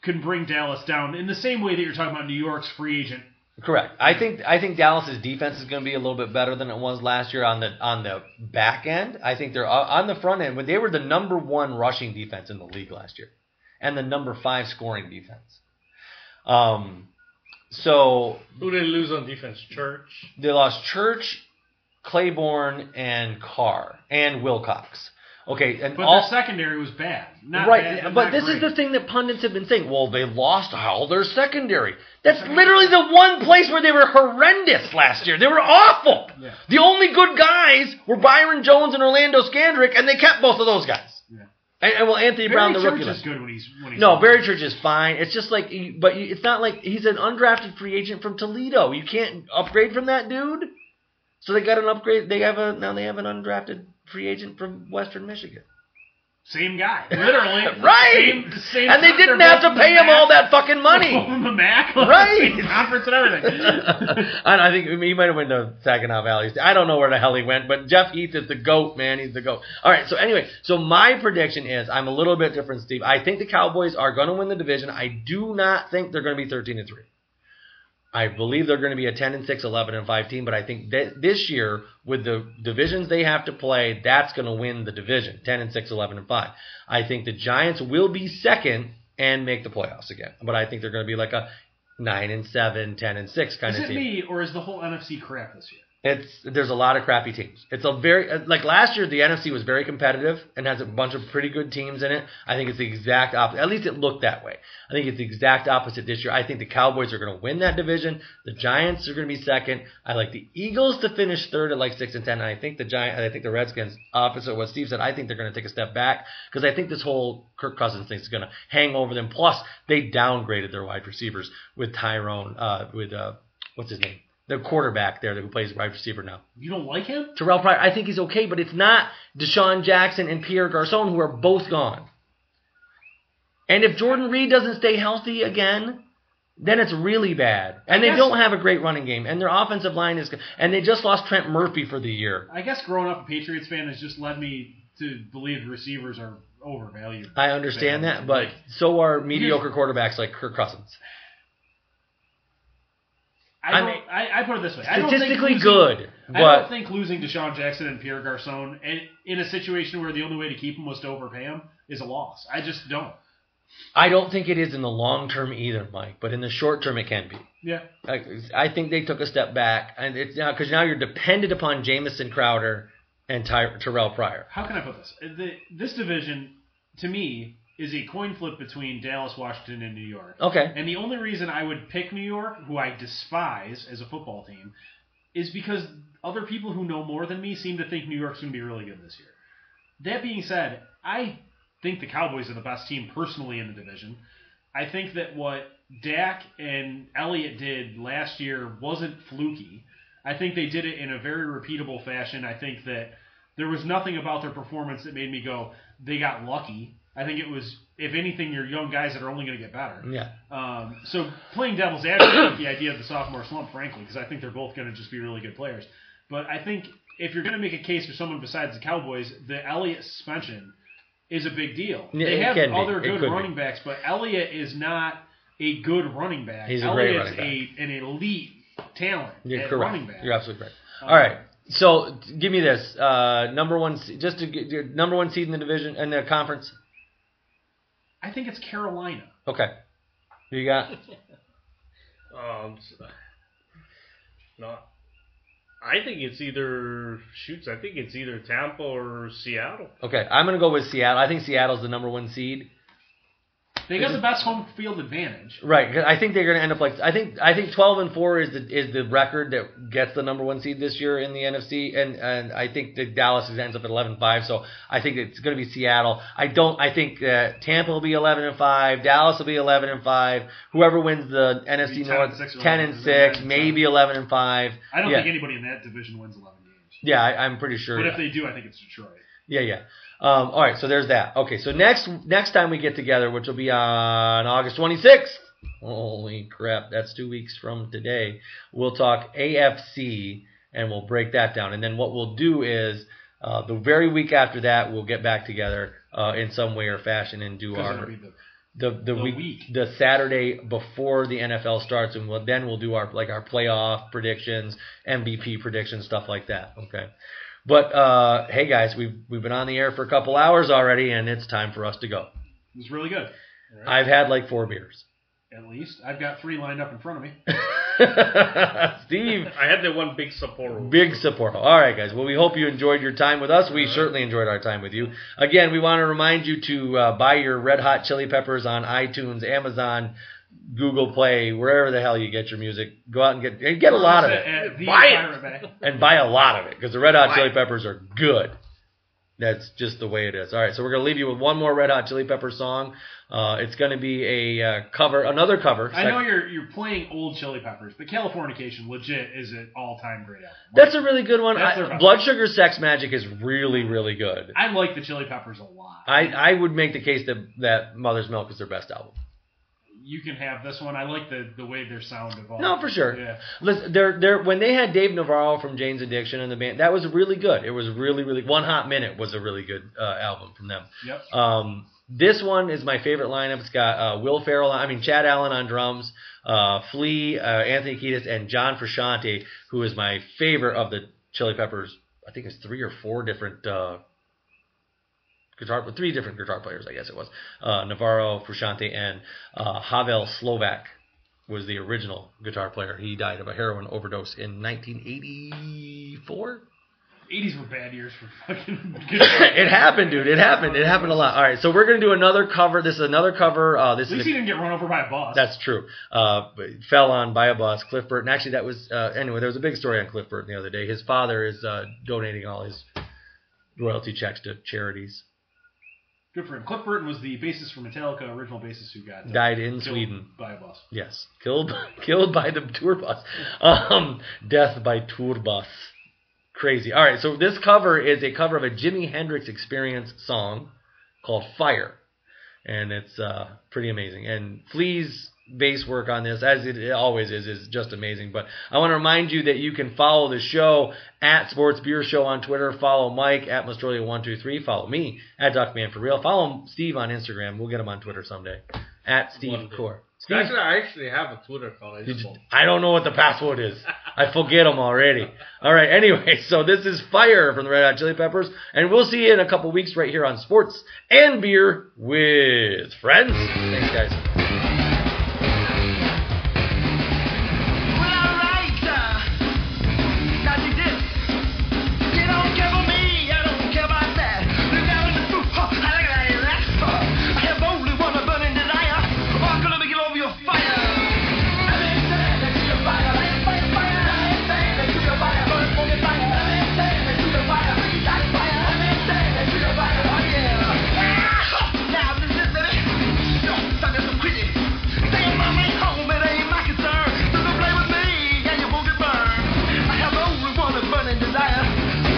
[SPEAKER 3] can bring Dallas down in the same way that you're talking about New York's free agent
[SPEAKER 2] Correct. I think I think Dallas's defense is going to be a little bit better than it was last year on the on the back end. I think they're uh, on the front end when they were the number one rushing defense in the league last year, and the number five scoring defense. Um, so
[SPEAKER 4] Who did they lose on defense? Church.
[SPEAKER 2] they lost Church, Claiborne, and Carr and Wilcox. Okay, and
[SPEAKER 3] But
[SPEAKER 2] all,
[SPEAKER 3] their secondary was bad. Not
[SPEAKER 2] right,
[SPEAKER 3] bad,
[SPEAKER 2] but,
[SPEAKER 3] Uh, not
[SPEAKER 2] this
[SPEAKER 3] great.
[SPEAKER 2] is the thing that pundits have been saying. Well, they lost all their secondary. That's literally the one place where they were horrendous last year. They were awful.
[SPEAKER 3] Yeah.
[SPEAKER 2] The only good guys were Byron Jones and Orlando Scandrick, and they kept both of those guys.
[SPEAKER 3] Yeah.
[SPEAKER 2] And, and well, Anthony Brown, the
[SPEAKER 3] Barry
[SPEAKER 2] rookie.
[SPEAKER 3] Church is
[SPEAKER 2] last-
[SPEAKER 3] good when he's when he's
[SPEAKER 2] No,
[SPEAKER 3] on.
[SPEAKER 2] Barry Church is fine. It's just like, you- but you- it's not like he's an undrafted free agent from Toledo. You can't upgrade from that dude. So they got an upgrade. They have a now they have an undrafted free agent from Western Michigan.
[SPEAKER 3] same guy, literally.
[SPEAKER 2] Right.
[SPEAKER 3] Same, same
[SPEAKER 2] and they
[SPEAKER 3] they're
[SPEAKER 2] didn't have
[SPEAKER 3] both
[SPEAKER 2] to
[SPEAKER 3] in
[SPEAKER 2] pay
[SPEAKER 3] the
[SPEAKER 2] him all that
[SPEAKER 3] MAC,
[SPEAKER 2] fucking
[SPEAKER 3] both
[SPEAKER 2] money.
[SPEAKER 3] in the MAC, like,
[SPEAKER 2] Right.
[SPEAKER 3] same conference and everything.
[SPEAKER 2] and I think I mean, he might have went to Saginaw Valley. I don't know where the hell he went, but Jeff Heath is the goat, man. He's the goat. All right. So anyway, so my prediction is I'm a little bit different, Steve. I think the Cowboys are going to win the division. I do not think they're going to be 13 and three. I believe they're going to be a 10 and 6, 11 and 5 team, but I think that this year with the divisions they have to play, that's going to win the division, 10 and 6, 11 and 5. I think the Giants will be second and make the playoffs again, but I think they're going to be like a 9 and 7, 10 and 6 kind
[SPEAKER 3] is
[SPEAKER 2] of
[SPEAKER 3] it
[SPEAKER 2] team.
[SPEAKER 3] me or is the whole NFC crap this year?
[SPEAKER 2] It's there's a lot of crappy teams. It's a very uh, like last year the NFC was very competitive and has a bunch of pretty good teams in it. I think it's the exact opposite. At least it looked that way. I think it's the exact opposite this year. I think the Cowboys are going to win that division. The Giants are going to be second. I like the Eagles to finish third at like six and ten. And I think the Giant. I think the Redskins. Opposite what Steve said. I think they're going to take a step back because I think this whole Kirk Cousins thing is going to hang over them. Plus they downgraded their wide receivers with Tyrone uh, with uh, what's his name the quarterback there who plays wide receiver now.
[SPEAKER 3] You don't like him?
[SPEAKER 2] Terrell Pryor, I think he's okay, but it's not Deshaun Jackson and Pierre Garcon who are both gone. And if Jordan Reed doesn't stay healthy again, then it's really bad. And they
[SPEAKER 3] Yes.
[SPEAKER 2] don't have a great running game, and their offensive line is. And they just lost Trent Murphy for the year.
[SPEAKER 3] I guess growing up a Patriots fan has just led me to believe receivers are overvalued.
[SPEAKER 2] I understand that, but so are mediocre quarterbacks like Kirk Cousins.
[SPEAKER 3] I,
[SPEAKER 2] I
[SPEAKER 3] don't,
[SPEAKER 2] mean-
[SPEAKER 3] I, I put it this way: I don't think
[SPEAKER 2] Statistically
[SPEAKER 3] losing-
[SPEAKER 2] good,
[SPEAKER 3] I don't
[SPEAKER 2] but
[SPEAKER 3] think losing Deshaun Jackson and Pierre Garcon in, in a situation where the only way to keep him was to overpay him is a loss. I just don't.
[SPEAKER 2] I don't think it is in the long term either, Mike. But in the short term, it can be.
[SPEAKER 3] Yeah.
[SPEAKER 2] I, I think they took a step back, and it's now because now you're dependent upon Jamison Crowder and Ty, Terrell Pryor.
[SPEAKER 3] How can I put this? The, this division, to me, is a coin flip between Dallas, Washington, and New York.
[SPEAKER 2] Okay,
[SPEAKER 3] And the only reason I would pick New York, who I despise as a football team, is because other people who know more than me seem to think New York's going to be really good this year. That being said, I think the Cowboys are the best team personally in the division. I think that what Dak and Elliott did last year wasn't fluky. I think they did it in a very repeatable fashion. I think that there was nothing about their performance that made me go, they got lucky. I think it was, if anything, you're young guys that are only going to get better.
[SPEAKER 2] yeah,
[SPEAKER 3] Um, so playing devil's advocate, with the idea of the sophomore slump, frankly, because I think they're both going to just be really good players. But I think if you're going to make a case for someone besides the Cowboys, the Elliott suspension is a big deal.
[SPEAKER 2] Yeah,
[SPEAKER 3] they
[SPEAKER 2] it
[SPEAKER 3] have
[SPEAKER 2] can be.
[SPEAKER 3] other
[SPEAKER 2] It
[SPEAKER 3] good
[SPEAKER 2] could be.
[SPEAKER 3] running backs, but Elliott is not a good running back.
[SPEAKER 2] He's a great
[SPEAKER 3] Elliott's
[SPEAKER 2] running
[SPEAKER 3] a an elite talent
[SPEAKER 2] you're
[SPEAKER 3] at
[SPEAKER 2] correct.
[SPEAKER 3] running back.
[SPEAKER 2] You're absolutely correct. All right, so t- give me this uh, number one, se- just to get your number one seed in the division and the conference.
[SPEAKER 3] I think it's Carolina.
[SPEAKER 2] Okay, you got
[SPEAKER 4] Um, s- no, I think it's either shoots. I think it's either Tampa or Seattle.
[SPEAKER 2] okay. I'm gonna go with Seattle. I think Seattle's the number one seed.
[SPEAKER 3] They got the best home field advantage.
[SPEAKER 2] Right. 'cause I think they're going to end up like I think I think 12 and 4 is the is the record that gets the number 1 seed this year in the NFC and and I think that Dallas ends up at 11 and 5 so I think it's going to be Seattle. I don't I think uh, Tampa will be 11 and 5, Dallas will be 11 and 5. Whoever wins the NFC
[SPEAKER 3] 10 and
[SPEAKER 2] North
[SPEAKER 3] six or
[SPEAKER 2] 10
[SPEAKER 3] 11
[SPEAKER 2] and
[SPEAKER 3] and
[SPEAKER 2] 6,
[SPEAKER 3] 10.
[SPEAKER 2] maybe 11 and 5.
[SPEAKER 3] I don't
[SPEAKER 2] yeah.
[SPEAKER 3] think anybody in that division wins 11 games.
[SPEAKER 2] Yeah, I, I'm pretty sure.
[SPEAKER 3] But if they do, I think it's Detroit.
[SPEAKER 2] Yeah, yeah. Um, all right, so there's that. Okay, so next next time we get together, which will be on August 26th. Holy crap, that's two weeks from today. We'll talk AFC and we'll break that down. And then what we'll do is uh, the very week after that, we'll get back together uh, in some way or fashion and do
[SPEAKER 3] Because
[SPEAKER 2] our
[SPEAKER 3] it'll be the
[SPEAKER 2] the, the, week,
[SPEAKER 3] week.
[SPEAKER 2] the Saturday before the NFL starts, and we'll, then we'll do our like our playoff predictions, MVP predictions, stuff like that. Okay, but uh, hey guys, we've we've been on the air for a couple hours already, and it's time for us to go.
[SPEAKER 3] It was really good.
[SPEAKER 2] I've had like four beers.
[SPEAKER 3] At least I've got three lined up in front of me.
[SPEAKER 2] Steve,
[SPEAKER 4] I had that one big Sapporo.
[SPEAKER 2] Big support. All right, guys. Well, we hope you enjoyed your time with us. We certainly enjoyed our time with you. Again, we want to remind you to uh, buy your Red Hot Chili Peppers on iTunes, Amazon, Google Play, wherever the hell you get your music. Go out and get and get a lot of it,
[SPEAKER 3] At Uh, the
[SPEAKER 4] Buy it.
[SPEAKER 3] Pirate Bay.
[SPEAKER 2] and buy a lot of it because the Red Hot Chili Peppers are good. That's just the way it is. All right, so we're gonna leave you with one more Red Hot Chili Pepper song. Uh, it's gonna be a uh, cover, another cover.
[SPEAKER 3] I know you're you're playing old Chili Peppers, but Californication legit is an all time great album.
[SPEAKER 2] That's a really good one.
[SPEAKER 3] That's their
[SPEAKER 2] I,
[SPEAKER 3] best.
[SPEAKER 2] Blood Sugar Sex Magic is really, really good.
[SPEAKER 3] I like the Chili Peppers a lot.
[SPEAKER 2] I, I would make the case that, that Mother's Milk is their best album.
[SPEAKER 3] you can have this one. I like the the way their sound evolved.
[SPEAKER 2] No, for sure.
[SPEAKER 3] Yeah.
[SPEAKER 2] Listen, they're, they're, when they had Dave Navarro from Jane's Addiction and the band, that was really good. It was really, really One Hot Minute was a really good uh, album from them.
[SPEAKER 3] Yep.
[SPEAKER 2] Um, this one is my favorite lineup. It's got uh, Will Ferrell, I mean Chad Allen on drums, uh, Flea, uh, Anthony Kiedis, and John Frusciante, who is my favorite of the Chili Peppers. I think it's three or four different uh, guitar, three different guitar players. I guess it was uh, Navarro, Frusciante, and uh, Havel Slovak. was the original guitar player. He died of a heroin overdose in 1984.
[SPEAKER 3] 80s were bad years for fucking.
[SPEAKER 2] it happened, dude. It happened. It happened a lot. All right, so we're gonna do another cover. This is another cover. Uh, this
[SPEAKER 3] At least
[SPEAKER 2] is
[SPEAKER 3] he
[SPEAKER 2] a-
[SPEAKER 3] didn't get run over by a bus.
[SPEAKER 2] that's true. Uh, but fell on by a bus, Cliff Burton. Actually, that was uh, anyway. There was a big story on Cliff Burton the other day. His father is uh, donating all his royalty checks to charities.
[SPEAKER 3] good for him. Cliff Burton was the bassist for Metallica, original bassist who got uh,
[SPEAKER 2] Died in
[SPEAKER 3] killed
[SPEAKER 2] Sweden.
[SPEAKER 3] by a bus.
[SPEAKER 2] Yes, killed killed by the tour bus. Um, death by tour bus. Crazy. All right, so this cover is a cover of a Jimi Hendrix Experience song called Fire, and it's uh, pretty amazing. And Flea's bass work on this, as it always is, is just amazing. But I want to remind you that you can follow the show at Sports Beer Show on Twitter. Follow Mike at Mastrolia One Two Three. Follow me at Duckman for Real. Follow Steve on Instagram. We'll get him on Twitter someday. At Steve
[SPEAKER 4] One day.
[SPEAKER 2] Core.
[SPEAKER 4] Actually, I actually have a Twitter account. I
[SPEAKER 2] Did
[SPEAKER 4] just
[SPEAKER 2] you-
[SPEAKER 4] won't.
[SPEAKER 2] I don't know what the password is. I forget them already. All right. Anyway, so this is Fire from the Red Hot Chili Peppers, and we'll see you in a couple weeks right here on Sports and Beer with Friends. Thanks, guys.
[SPEAKER 5] Well, alright, uh, now you did. You don't care for me, I don't care about that. Look out in the roof, huh, I like that, that, huh. I have only one burning desire. Oh, I'm gonna make it over your fire. I'm insane, I see a fire. I'm insane, fire. I'm insane, I see a fire. I'm gonna smoke it fire. I'm insane, I see a fire. Light fire. I'm insane, I see a fire. Oh, yeah. Ah, now this is it, baby. Don't stop it, so quit it. Stay in my main home, it ain't my concern. So don't play with me, and you won't get burned. I have only one burning desire.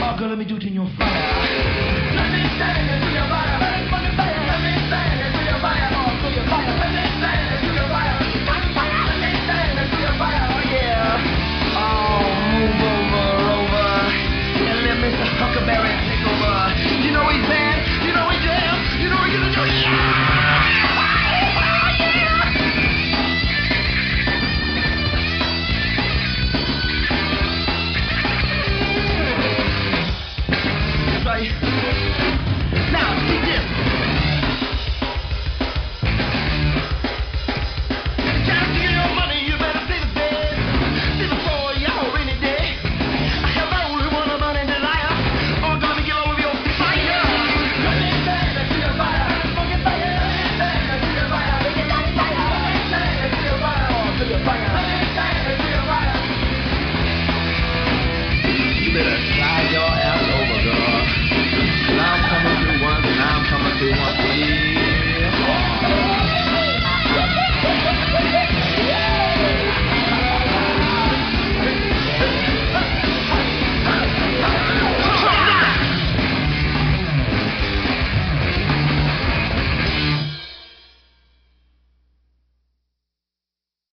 [SPEAKER 5] Oh, girl, let me do it in your fire. Let me stand in